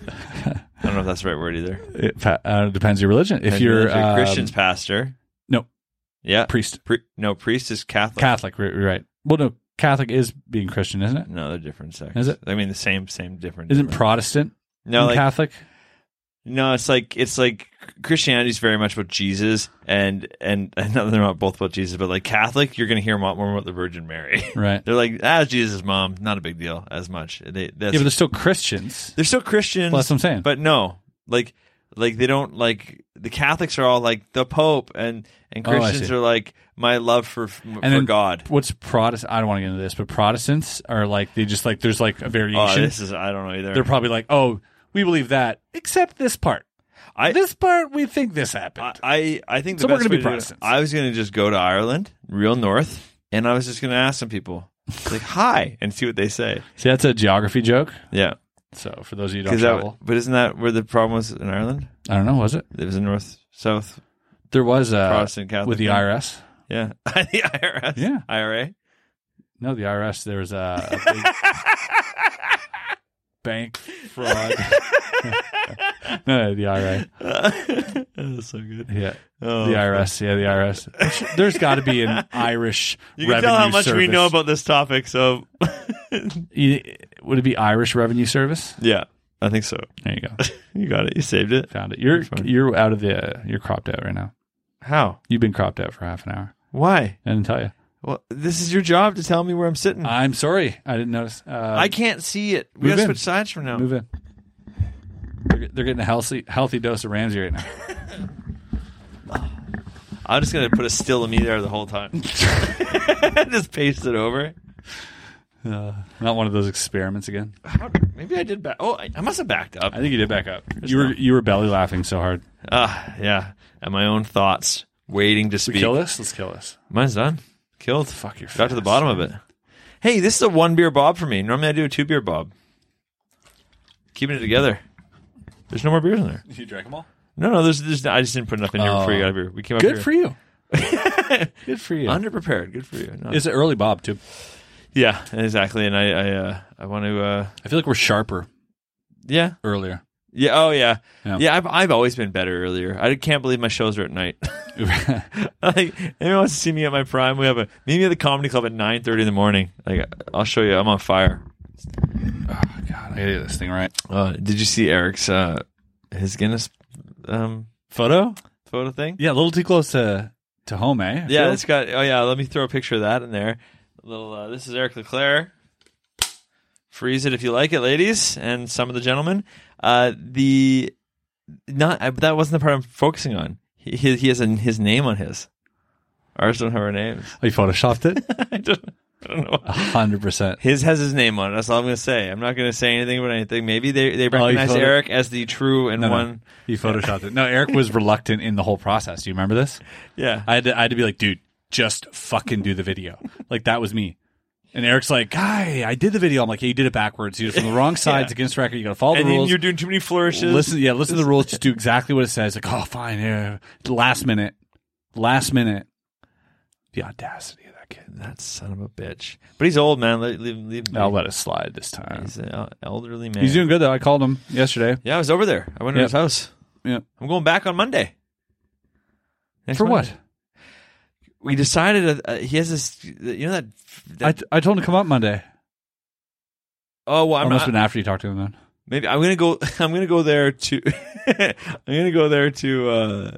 [SPEAKER 3] I don't know if that's the right word either.
[SPEAKER 2] It fa- uh, depends your religion. If you're
[SPEAKER 3] a
[SPEAKER 2] um,
[SPEAKER 3] Christian's pastor,
[SPEAKER 2] no
[SPEAKER 3] yeah,
[SPEAKER 2] priest,
[SPEAKER 3] Pri- no priest is Catholic.
[SPEAKER 2] Catholic, right, right? Well, no, Catholic is being Christian, isn't it?
[SPEAKER 3] No, they're different sects.
[SPEAKER 2] Is it?
[SPEAKER 3] I mean, the same, same different.
[SPEAKER 2] Isn't
[SPEAKER 3] different.
[SPEAKER 2] Protestant
[SPEAKER 3] no,
[SPEAKER 2] and
[SPEAKER 3] like
[SPEAKER 2] Catholic?
[SPEAKER 3] No, it's like it's like Christianity's very much about Jesus, and and, and not that they're not both about Jesus, but like Catholic, you're going to hear a lot more about the Virgin Mary.
[SPEAKER 2] Right.
[SPEAKER 3] they're like, ah, it's Jesus' mom, not a big deal as much. They that's,
[SPEAKER 2] Yeah, but they're still Christians.
[SPEAKER 3] they're still Christians,
[SPEAKER 2] Well, that's what I'm saying.
[SPEAKER 3] but no, like like they don't like the Catholics are all like the Pope, and and
[SPEAKER 2] Oh, I
[SPEAKER 3] Christians
[SPEAKER 2] see.
[SPEAKER 3] are like my love for for
[SPEAKER 2] then
[SPEAKER 3] God.
[SPEAKER 2] What's Protestant? I don't want to get into this, but Protestants are like they just like there's like a
[SPEAKER 3] Oh,
[SPEAKER 2] variation.
[SPEAKER 3] this is I don't know either.
[SPEAKER 2] they're probably like, oh, we believe that, except this part.
[SPEAKER 3] I-
[SPEAKER 2] this part we think this happened.
[SPEAKER 3] I, I I think the
[SPEAKER 2] So we're
[SPEAKER 3] best
[SPEAKER 2] gonna be
[SPEAKER 3] way to do it-
[SPEAKER 2] Protestants.
[SPEAKER 3] I was going to just go to Ireland, real north, and I was just going to ask some people, like hi, and see what they say.
[SPEAKER 2] See, that's a geography joke.
[SPEAKER 3] Yeah,
[SPEAKER 2] So for those of you who don't
[SPEAKER 3] 'Cause that,
[SPEAKER 2] travel,
[SPEAKER 3] but isn't that where the problem was in Ireland?
[SPEAKER 2] I don't know, was it?
[SPEAKER 3] It was a north south.
[SPEAKER 2] There was uh,
[SPEAKER 3] Protestant Catholic
[SPEAKER 2] with the
[SPEAKER 3] thing.
[SPEAKER 2] IRS.
[SPEAKER 3] Yeah, the IRS.
[SPEAKER 2] Yeah.
[SPEAKER 3] IRA.
[SPEAKER 2] No, the IRS. There was a, a big bank fraud. no, the IRS.
[SPEAKER 3] that was so good.
[SPEAKER 2] Yeah,
[SPEAKER 3] Oh,
[SPEAKER 2] the IRS. Yeah, the IRS. There's got to be an Irish.
[SPEAKER 3] You can
[SPEAKER 2] revenue
[SPEAKER 3] tell how much we
[SPEAKER 2] service.
[SPEAKER 3] know about this topic. So
[SPEAKER 2] You- Would it be Irish Revenue Service?
[SPEAKER 3] yeah, I think so.
[SPEAKER 2] There you go.
[SPEAKER 3] You got it. You saved it.
[SPEAKER 2] Found it. You're
[SPEAKER 3] Fine.
[SPEAKER 2] you're out of the. You're cropped out right now.
[SPEAKER 3] How?
[SPEAKER 2] You've been cropped out for half an hour.
[SPEAKER 3] Why?
[SPEAKER 2] I didn't tell you.
[SPEAKER 3] Well, this is your job to tell me where I'm sitting.
[SPEAKER 2] I'm sorry. I didn't notice. Uh,
[SPEAKER 3] I can't see it. We
[SPEAKER 2] Move
[SPEAKER 3] gotta
[SPEAKER 2] in.
[SPEAKER 3] switch sides from now.
[SPEAKER 2] move in. They're, they're getting a healthy healthy dose of Ramsey right now.
[SPEAKER 3] I'm just gonna put a still of me there the whole time. just paste it over.
[SPEAKER 2] Uh, Not one of those experiments again.
[SPEAKER 3] How- Maybe I did back. Oh, I, I must have backed up.
[SPEAKER 2] I think you did back up. You were you were belly laughing so hard.
[SPEAKER 3] Ah, yeah. And my own thoughts, waiting to speak.
[SPEAKER 2] Kill this? Let's kill this.
[SPEAKER 3] Mine's done. Killed.
[SPEAKER 2] Fuck, you're
[SPEAKER 3] Got to the
[SPEAKER 2] fast.
[SPEAKER 3] bottom of it. Hey, this is a one beer bob for me. Normally I do a two beer bob. Keeping it together. There's no more beers in there.
[SPEAKER 2] You drank them all.
[SPEAKER 3] No, no. There's, there's I just didn't put enough in here before you got up here. We came up
[SPEAKER 2] Oh. Good
[SPEAKER 3] here
[SPEAKER 2] for you. Good for you.
[SPEAKER 3] underprepared. Good for you. No.
[SPEAKER 2] It's an early Bob too.
[SPEAKER 3] yeah, exactly. And I, I, uh, I want to. Uh,
[SPEAKER 2] I feel like we're sharper
[SPEAKER 3] yeah,
[SPEAKER 2] earlier.
[SPEAKER 3] Yeah. Oh, yeah.
[SPEAKER 2] Yeah.
[SPEAKER 3] Yeah. I've I've always been better earlier. I can't believe my shows are at night.
[SPEAKER 2] Oh,
[SPEAKER 3] like, anyone wants to see me at my prime? We have a meet me at the comedy club at nine thirty in the morning. Like, I'll show you. I'm on fire.
[SPEAKER 2] God, I gotta get this thing right.
[SPEAKER 3] Uh, did you see Eric's uh, his Guinness um,
[SPEAKER 2] Photo?
[SPEAKER 3] photo thing?
[SPEAKER 2] Yeah, a little too close to to home, eh? I
[SPEAKER 3] Yeah,
[SPEAKER 2] feel.
[SPEAKER 3] it's got. Oh yeah, let me throw a picture of that in there. A little. Uh, this is Eric Leclaire. Freeze it if you like it, ladies, and some of the gentlemen. Uh, the not I, that wasn't the part I'm focusing on. He he, he has a, his name on his. Ours don't have our names.
[SPEAKER 2] Oh, you photoshopped it.
[SPEAKER 3] I don't. I don't know.
[SPEAKER 2] hundred percent.
[SPEAKER 3] His has his name on it. That's all I'm going to say. I'm not going to say anything about anything. Maybe they, they
[SPEAKER 2] Oh, you
[SPEAKER 3] recognize
[SPEAKER 2] thought it-
[SPEAKER 3] Eric as the true and
[SPEAKER 2] No, no.
[SPEAKER 3] one.
[SPEAKER 2] He photoshopped it. No, Eric was reluctant in the whole process. Do you remember this?
[SPEAKER 3] Yeah.
[SPEAKER 2] I had to, I had to be like, dude, just fucking do the video. Like that was me. And Eric's like, guy, I did the video. I'm like, yeah, you did it backwards. You did it from the wrong side. It's against the record. You got to follow
[SPEAKER 3] and
[SPEAKER 2] the
[SPEAKER 3] then
[SPEAKER 2] rules.
[SPEAKER 3] you're doing too many flourishes.
[SPEAKER 2] Listen, yeah, listen to the rules. Just do exactly what it says. Like, oh, fine. Yeah. Last minute, last minute. The audacity of that kid.
[SPEAKER 3] That son of a bitch. But he's old, man. Leave, leave, leave him
[SPEAKER 2] I'll
[SPEAKER 3] be.
[SPEAKER 2] let it slide this time.
[SPEAKER 3] He's an elderly man.
[SPEAKER 2] He's doing good though. I called him yesterday.
[SPEAKER 3] yeah, I was over there. I went to
[SPEAKER 2] Yeah.
[SPEAKER 3] his house.
[SPEAKER 2] Yeah.
[SPEAKER 3] I'm going back on Monday. Next
[SPEAKER 2] For
[SPEAKER 3] Monday.
[SPEAKER 2] what?
[SPEAKER 3] We decided uh, uh, he has this. You know that. that
[SPEAKER 2] I, t- I told him to come up Monday.
[SPEAKER 3] oh well,
[SPEAKER 2] I
[SPEAKER 3] I'm
[SPEAKER 2] must
[SPEAKER 3] not,
[SPEAKER 2] have been after you talked to him then.
[SPEAKER 3] maybe I'm gonna go. I'm gonna go there to. I'm gonna go there to uh,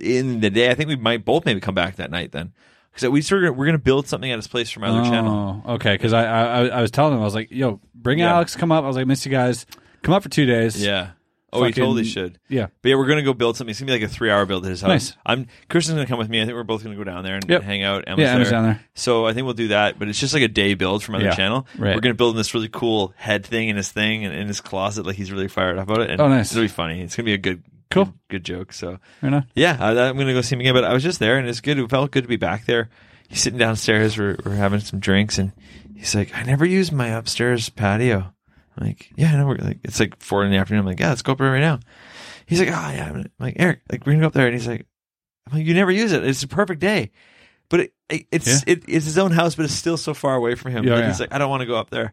[SPEAKER 3] in the day. I think we might both maybe come back that night then, because we sort of, we're gonna build something at his place for my other channel.
[SPEAKER 2] Oh, okay. Because I, I I- I was telling him I was like, "Yo, bring
[SPEAKER 3] Yeah.
[SPEAKER 2] Alex, come up." I was like, "Miss you guys, come up for two days."
[SPEAKER 3] Yeah. Oh, we
[SPEAKER 2] fucking-
[SPEAKER 3] totally should.
[SPEAKER 2] Yeah.
[SPEAKER 3] But yeah, we're gonna go build something. It's gonna be like a three hour build at his house.
[SPEAKER 2] Nice.
[SPEAKER 3] I'm Kristen's gonna come with me. I think we're both gonna go down there and
[SPEAKER 2] Yep.
[SPEAKER 3] hang out. Emma's
[SPEAKER 2] Yeah, Emma's down there.
[SPEAKER 3] So I think we'll do that. But it's just like a day build from other
[SPEAKER 2] Yeah.
[SPEAKER 3] channel.
[SPEAKER 2] Right.
[SPEAKER 3] We're gonna build this really cool head thing in his thing and in his closet. Like he's really fired up about it. And
[SPEAKER 2] Oh, nice.
[SPEAKER 3] It'll be funny. It's gonna be a good,
[SPEAKER 2] Cool.
[SPEAKER 3] good, good joke. So
[SPEAKER 2] Right on.
[SPEAKER 3] yeah, I, I'm gonna go see him again. But I was just there, and it's good. It felt good to be back there. He's sitting downstairs. We're, we're having some drinks, and he's like, "I never use my upstairs patio." I'm like, "Yeah, I know." We're like, it's like four in the afternoon. I'm like, "Yeah, let's go up there right now." He's like, "Oh yeah." I'm like Eric, like we're gonna go up there, and he's like, "I'm like, you never use it. It's a perfect day." But it, it, it's it, it's his own house, but it's still so far away from him.
[SPEAKER 2] Yeah,
[SPEAKER 3] like,
[SPEAKER 2] yeah.
[SPEAKER 3] He's like, "I don't want to go up there,"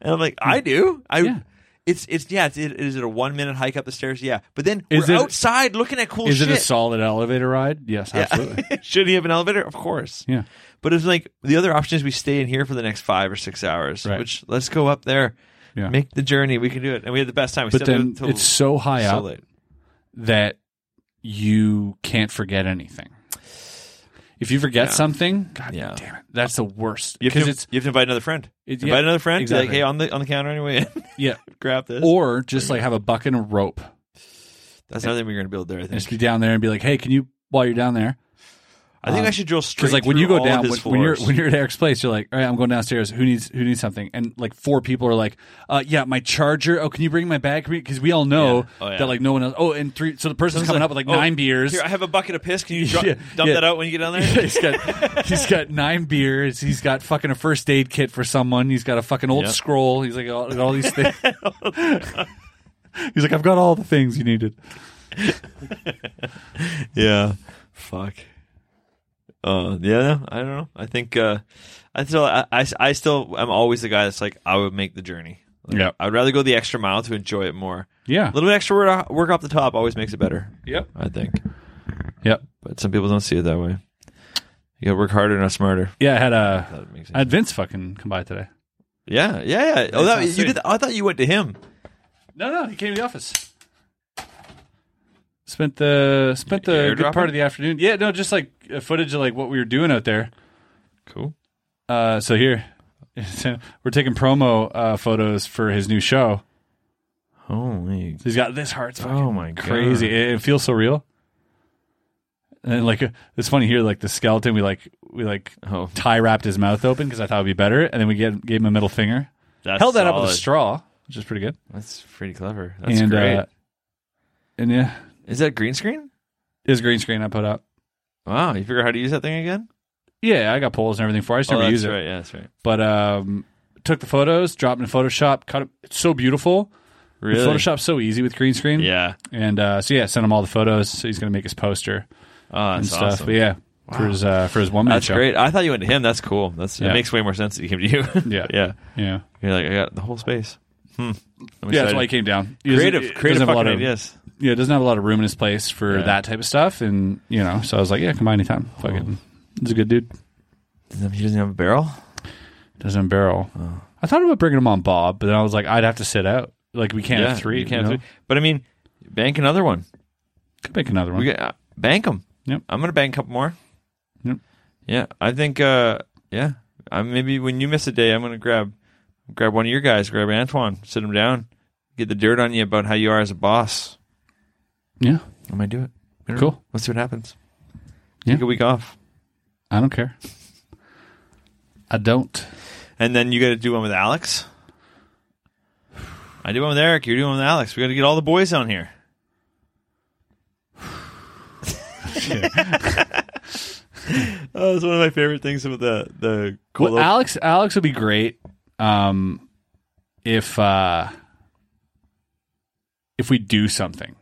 [SPEAKER 3] and I'm like, "I do. I."
[SPEAKER 2] Yeah.
[SPEAKER 3] It's it's yeah. It's, it, is it a one minute hike up the stairs? Yeah, but then
[SPEAKER 2] Is
[SPEAKER 3] we're
[SPEAKER 2] it-
[SPEAKER 3] outside looking at cool
[SPEAKER 2] Is
[SPEAKER 3] shit.
[SPEAKER 2] it a solid elevator ride? Yes,
[SPEAKER 3] Yeah.
[SPEAKER 2] absolutely.
[SPEAKER 3] Should he have an elevator? Of course.
[SPEAKER 2] Yeah.
[SPEAKER 3] But it's like the other option is we stay in here for the next five or six hours.
[SPEAKER 2] Right.
[SPEAKER 3] Which let's go up there,
[SPEAKER 2] Yeah.
[SPEAKER 3] make the journey. We can do it, and we had the best time. We
[SPEAKER 2] but
[SPEAKER 3] stayed up
[SPEAKER 2] then
[SPEAKER 3] till
[SPEAKER 2] it's so high
[SPEAKER 3] so
[SPEAKER 2] up
[SPEAKER 3] late.
[SPEAKER 2] that you can't forget anything. If you forget
[SPEAKER 3] Yeah.
[SPEAKER 2] something, god
[SPEAKER 3] Yeah.
[SPEAKER 2] damn it, that's the worst.
[SPEAKER 3] You have,
[SPEAKER 2] Because
[SPEAKER 3] to,
[SPEAKER 2] it's
[SPEAKER 3] you have to invite another friend.
[SPEAKER 2] It-
[SPEAKER 3] invite
[SPEAKER 2] yeah,
[SPEAKER 3] another friend. be Like,
[SPEAKER 2] exactly.
[SPEAKER 3] hey, on the on the counter anyway.
[SPEAKER 2] yeah,
[SPEAKER 3] grab this.
[SPEAKER 2] or just like have a bucket and a rope
[SPEAKER 3] That's another thing we're gonna build there. I
[SPEAKER 2] and just
[SPEAKER 3] think.
[SPEAKER 2] be down there and be like, hey, can you while you're down there?
[SPEAKER 3] I think
[SPEAKER 2] um,
[SPEAKER 3] I should drill straight.
[SPEAKER 2] Because like when
[SPEAKER 3] through
[SPEAKER 2] you
[SPEAKER 3] all
[SPEAKER 2] go
[SPEAKER 3] of
[SPEAKER 2] down, when,
[SPEAKER 3] his
[SPEAKER 2] when you're
[SPEAKER 3] floors.
[SPEAKER 2] when you're at Eric's place, you're like, all right, I'm going downstairs. Who needs who needs something? And like four people are like, uh, yeah, my charger. Oh, can you bring my bag? Because we all know
[SPEAKER 3] Yeah. Oh, yeah.
[SPEAKER 2] that like no one else. Oh, and three. So the person's
[SPEAKER 3] Someone's
[SPEAKER 2] coming
[SPEAKER 3] like,
[SPEAKER 2] up with like
[SPEAKER 3] "Oh,
[SPEAKER 2] nine beers.
[SPEAKER 3] Here, I have a bucket of piss. Can you
[SPEAKER 2] Yeah,
[SPEAKER 3] dro- dump
[SPEAKER 2] yeah.
[SPEAKER 3] that out when you get down there?
[SPEAKER 2] he's got he's got nine beers. He's got fucking a first aid kit for someone. He's got a fucking old
[SPEAKER 3] Yep.
[SPEAKER 2] scroll. He's like all, all these things. he's like, I've got all the things you needed.
[SPEAKER 3] Yeah. Fuck. Uh, yeah, no, I don't know. I think uh, I still, I, I, I still, I'm always the guy that's like, I would make the journey. Like,
[SPEAKER 2] Yeah.
[SPEAKER 3] I'd rather go the extra mile to enjoy it more.
[SPEAKER 2] Yeah.
[SPEAKER 3] A little bit extra work, work off the top always makes it better.
[SPEAKER 2] Yep.
[SPEAKER 3] I think,
[SPEAKER 2] Yep.
[SPEAKER 3] but some people don't see it that way. You gotta work harder, not smarter.
[SPEAKER 2] Yeah. I had a
[SPEAKER 3] That
[SPEAKER 2] I
[SPEAKER 3] makes sense.
[SPEAKER 2] had Vince fucking come by today.
[SPEAKER 3] yeah, yeah, yeah. Oh, that,
[SPEAKER 2] sounds
[SPEAKER 3] you
[SPEAKER 2] sweet.
[SPEAKER 3] did. I thought you went to him.
[SPEAKER 2] No, no, he came to the office. Spent the spent the good
[SPEAKER 3] Airdropping?
[SPEAKER 2] part of the afternoon. Yeah, no, just like uh, footage of like what we were doing out there.
[SPEAKER 3] Cool.
[SPEAKER 2] Uh, so here, we're taking promo uh, photos for his new show.
[SPEAKER 3] Holy.
[SPEAKER 2] He's got this heart's fucking
[SPEAKER 3] Oh my god.
[SPEAKER 2] crazy. It, it feels so real. And like uh, it's funny here, like the skeleton, we like we like
[SPEAKER 3] Oh,
[SPEAKER 2] tie wrapped his mouth open because I thought it'd be better, and then we get, gave him a middle finger,
[SPEAKER 3] that's
[SPEAKER 2] held that up with a
[SPEAKER 3] solid.
[SPEAKER 2] straw, which is pretty good.
[SPEAKER 3] That's pretty clever. That's
[SPEAKER 2] and
[SPEAKER 3] great.
[SPEAKER 2] Uh, and yeah,
[SPEAKER 3] Is that green screen?
[SPEAKER 2] his green screen I put up.
[SPEAKER 3] Wow, you figure out how to use that thing again?
[SPEAKER 2] Yeah, I got poles and everything for. it. I just never
[SPEAKER 3] Oh, that's
[SPEAKER 2] use it.
[SPEAKER 3] right. Yeah, that's right.
[SPEAKER 2] But um, took the photos, dropped them in Photoshop, cut them. It's so beautiful.
[SPEAKER 3] Really?
[SPEAKER 2] Photoshop's so easy with green screen.
[SPEAKER 3] Yeah.
[SPEAKER 2] And uh, so yeah, sent him all the photos. So he's gonna make his poster
[SPEAKER 3] Oh,
[SPEAKER 2] and
[SPEAKER 3] that's
[SPEAKER 2] stuff.
[SPEAKER 3] awesome.
[SPEAKER 2] But yeah, for his uh, for his one man
[SPEAKER 3] That's
[SPEAKER 2] show.
[SPEAKER 3] great. I thought you went to him. That's cool. That's it
[SPEAKER 2] Yeah.
[SPEAKER 3] makes way more sense that he came to you.
[SPEAKER 2] Yeah.
[SPEAKER 3] yeah.
[SPEAKER 2] Yeah,
[SPEAKER 3] You're like, I got the whole space. Hmm. I'm
[SPEAKER 2] yeah. That's
[SPEAKER 3] excited.
[SPEAKER 2] why he came down. He doesn't-
[SPEAKER 3] creative,
[SPEAKER 2] he
[SPEAKER 3] creative
[SPEAKER 2] doesn't have a lot
[SPEAKER 3] fucking
[SPEAKER 2] of-
[SPEAKER 3] ideas.
[SPEAKER 2] Yeah, doesn't have a lot of room in his place for
[SPEAKER 3] Yeah.
[SPEAKER 2] that type of stuff, and you know, so I was like, yeah, come by anytime. Fucking, he's a good dude.
[SPEAKER 3] He doesn't have a barrel.
[SPEAKER 2] Doesn't have a barrel.
[SPEAKER 3] Oh.
[SPEAKER 2] I thought about bringing him on Bob, but then I was like, I'd have to sit out. Like we can't have three.
[SPEAKER 3] you can't
[SPEAKER 2] you
[SPEAKER 3] have
[SPEAKER 2] know?
[SPEAKER 3] three. But I mean, bank another one.
[SPEAKER 2] Could make another one.
[SPEAKER 3] We get, uh, bank them.
[SPEAKER 2] Yep.
[SPEAKER 3] I'm gonna bank a couple more.
[SPEAKER 2] Yep.
[SPEAKER 3] Yeah. I think. Uh, yeah. I maybe when you miss a day, I'm gonna grab grab one of your guys. Grab Antoine. Sit him down. Get the dirt on you about how you are as a boss.
[SPEAKER 2] yeah,
[SPEAKER 3] I might do it. I don't
[SPEAKER 2] Cool.
[SPEAKER 3] know. Let's see what happens.
[SPEAKER 2] Yeah.
[SPEAKER 3] Take a week off.
[SPEAKER 2] I don't care. I don't.
[SPEAKER 3] And then you got to do one with Alex. I do one with Eric. You're doing one with Alex. We got to get all the boys on here. oh, it's one of my favorite things about the the cool.
[SPEAKER 2] Well, Alex, Alex would be great. Um, if uh, if we do something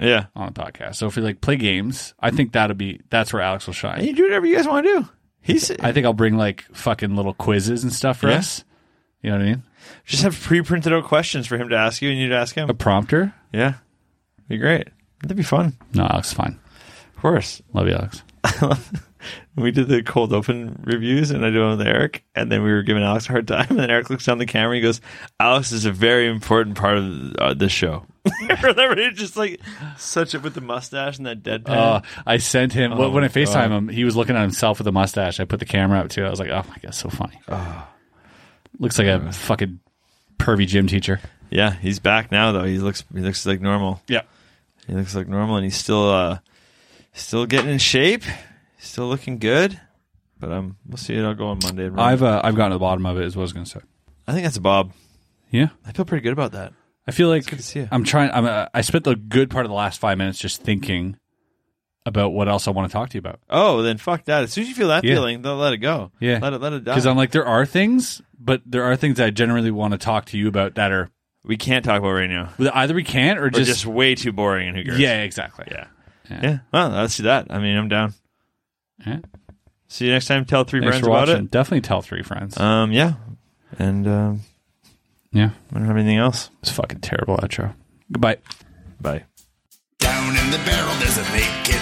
[SPEAKER 3] yeah.
[SPEAKER 2] on the podcast, so if we like play games, I think that'll be that's where Alex will shine.
[SPEAKER 3] And you do whatever you guys want to do. He's
[SPEAKER 2] I think I'll bring like fucking little quizzes and stuff for
[SPEAKER 3] Yeah.
[SPEAKER 2] us. You know what I mean?
[SPEAKER 3] just have pre-printed out questions for him to ask you, and you to ask
[SPEAKER 2] A
[SPEAKER 3] him.
[SPEAKER 2] prompter?
[SPEAKER 3] Yeah, be great. That'd be fun.
[SPEAKER 2] No, Alex, fine.
[SPEAKER 3] Of course.
[SPEAKER 2] Love you, Alex.
[SPEAKER 3] we did the cold open reviews and I did one with Eric and then we were giving Alex a hard time and then Eric looks down the camera and he goes Alex is a very important part of uh, this show remember he just like such a with the mustache and that deadpan
[SPEAKER 2] Uh, I sent him
[SPEAKER 3] Oh,
[SPEAKER 2] when I
[SPEAKER 3] my
[SPEAKER 2] FaceTime
[SPEAKER 3] God.
[SPEAKER 2] him. He was looking at himself with a mustache. I put the camera up too.
[SPEAKER 3] Ah.
[SPEAKER 2] I was like, "Oh my god, so funny!" Looks like a fucking pervy gym teacher.
[SPEAKER 3] Yeah, he's back now though. He looks he looks like normal.
[SPEAKER 2] Yeah.
[SPEAKER 3] He looks like normal, and he's still uh still getting in shape, still looking good. But um, we'll see it. I'll go on Monday. And
[SPEAKER 2] I've
[SPEAKER 3] I've,
[SPEAKER 2] uh, I've gotten to the bottom of it. Is what I was gonna say.
[SPEAKER 3] I think that's a Bob.
[SPEAKER 2] Yeah,
[SPEAKER 3] I feel pretty good about that.
[SPEAKER 2] I feel like
[SPEAKER 3] good to see you.
[SPEAKER 2] I'm trying. I'm, uh, I spent the good part of the last five minutes just thinking about what else I want to talk to you about.
[SPEAKER 3] Oh, then fuck that. As soon as you feel that
[SPEAKER 2] Yeah.
[SPEAKER 3] feeling, don't let it go.
[SPEAKER 2] Yeah.
[SPEAKER 3] let it let it die.
[SPEAKER 2] Because I'm like, there are things, but there are things I generally want to talk to you about that are
[SPEAKER 3] we can't talk about right now.
[SPEAKER 2] that either we can or
[SPEAKER 3] We're
[SPEAKER 2] just,
[SPEAKER 3] just way too boring, and who cares?
[SPEAKER 2] yeah, exactly.
[SPEAKER 3] yeah,
[SPEAKER 2] Yeah.
[SPEAKER 3] yeah. Well, let's do that. I mean, I'm down.
[SPEAKER 2] Yeah.
[SPEAKER 3] See you next time. Tell three
[SPEAKER 2] Thanks
[SPEAKER 3] friends
[SPEAKER 2] for
[SPEAKER 3] about
[SPEAKER 2] watching. Definitely tell three friends.
[SPEAKER 3] it. Um, yeah, and um,
[SPEAKER 2] yeah,
[SPEAKER 3] I don't have anything else.
[SPEAKER 2] it's a fucking terrible outro. Goodbye.
[SPEAKER 3] Bye.
[SPEAKER 1] Down in the barrel, there's a naked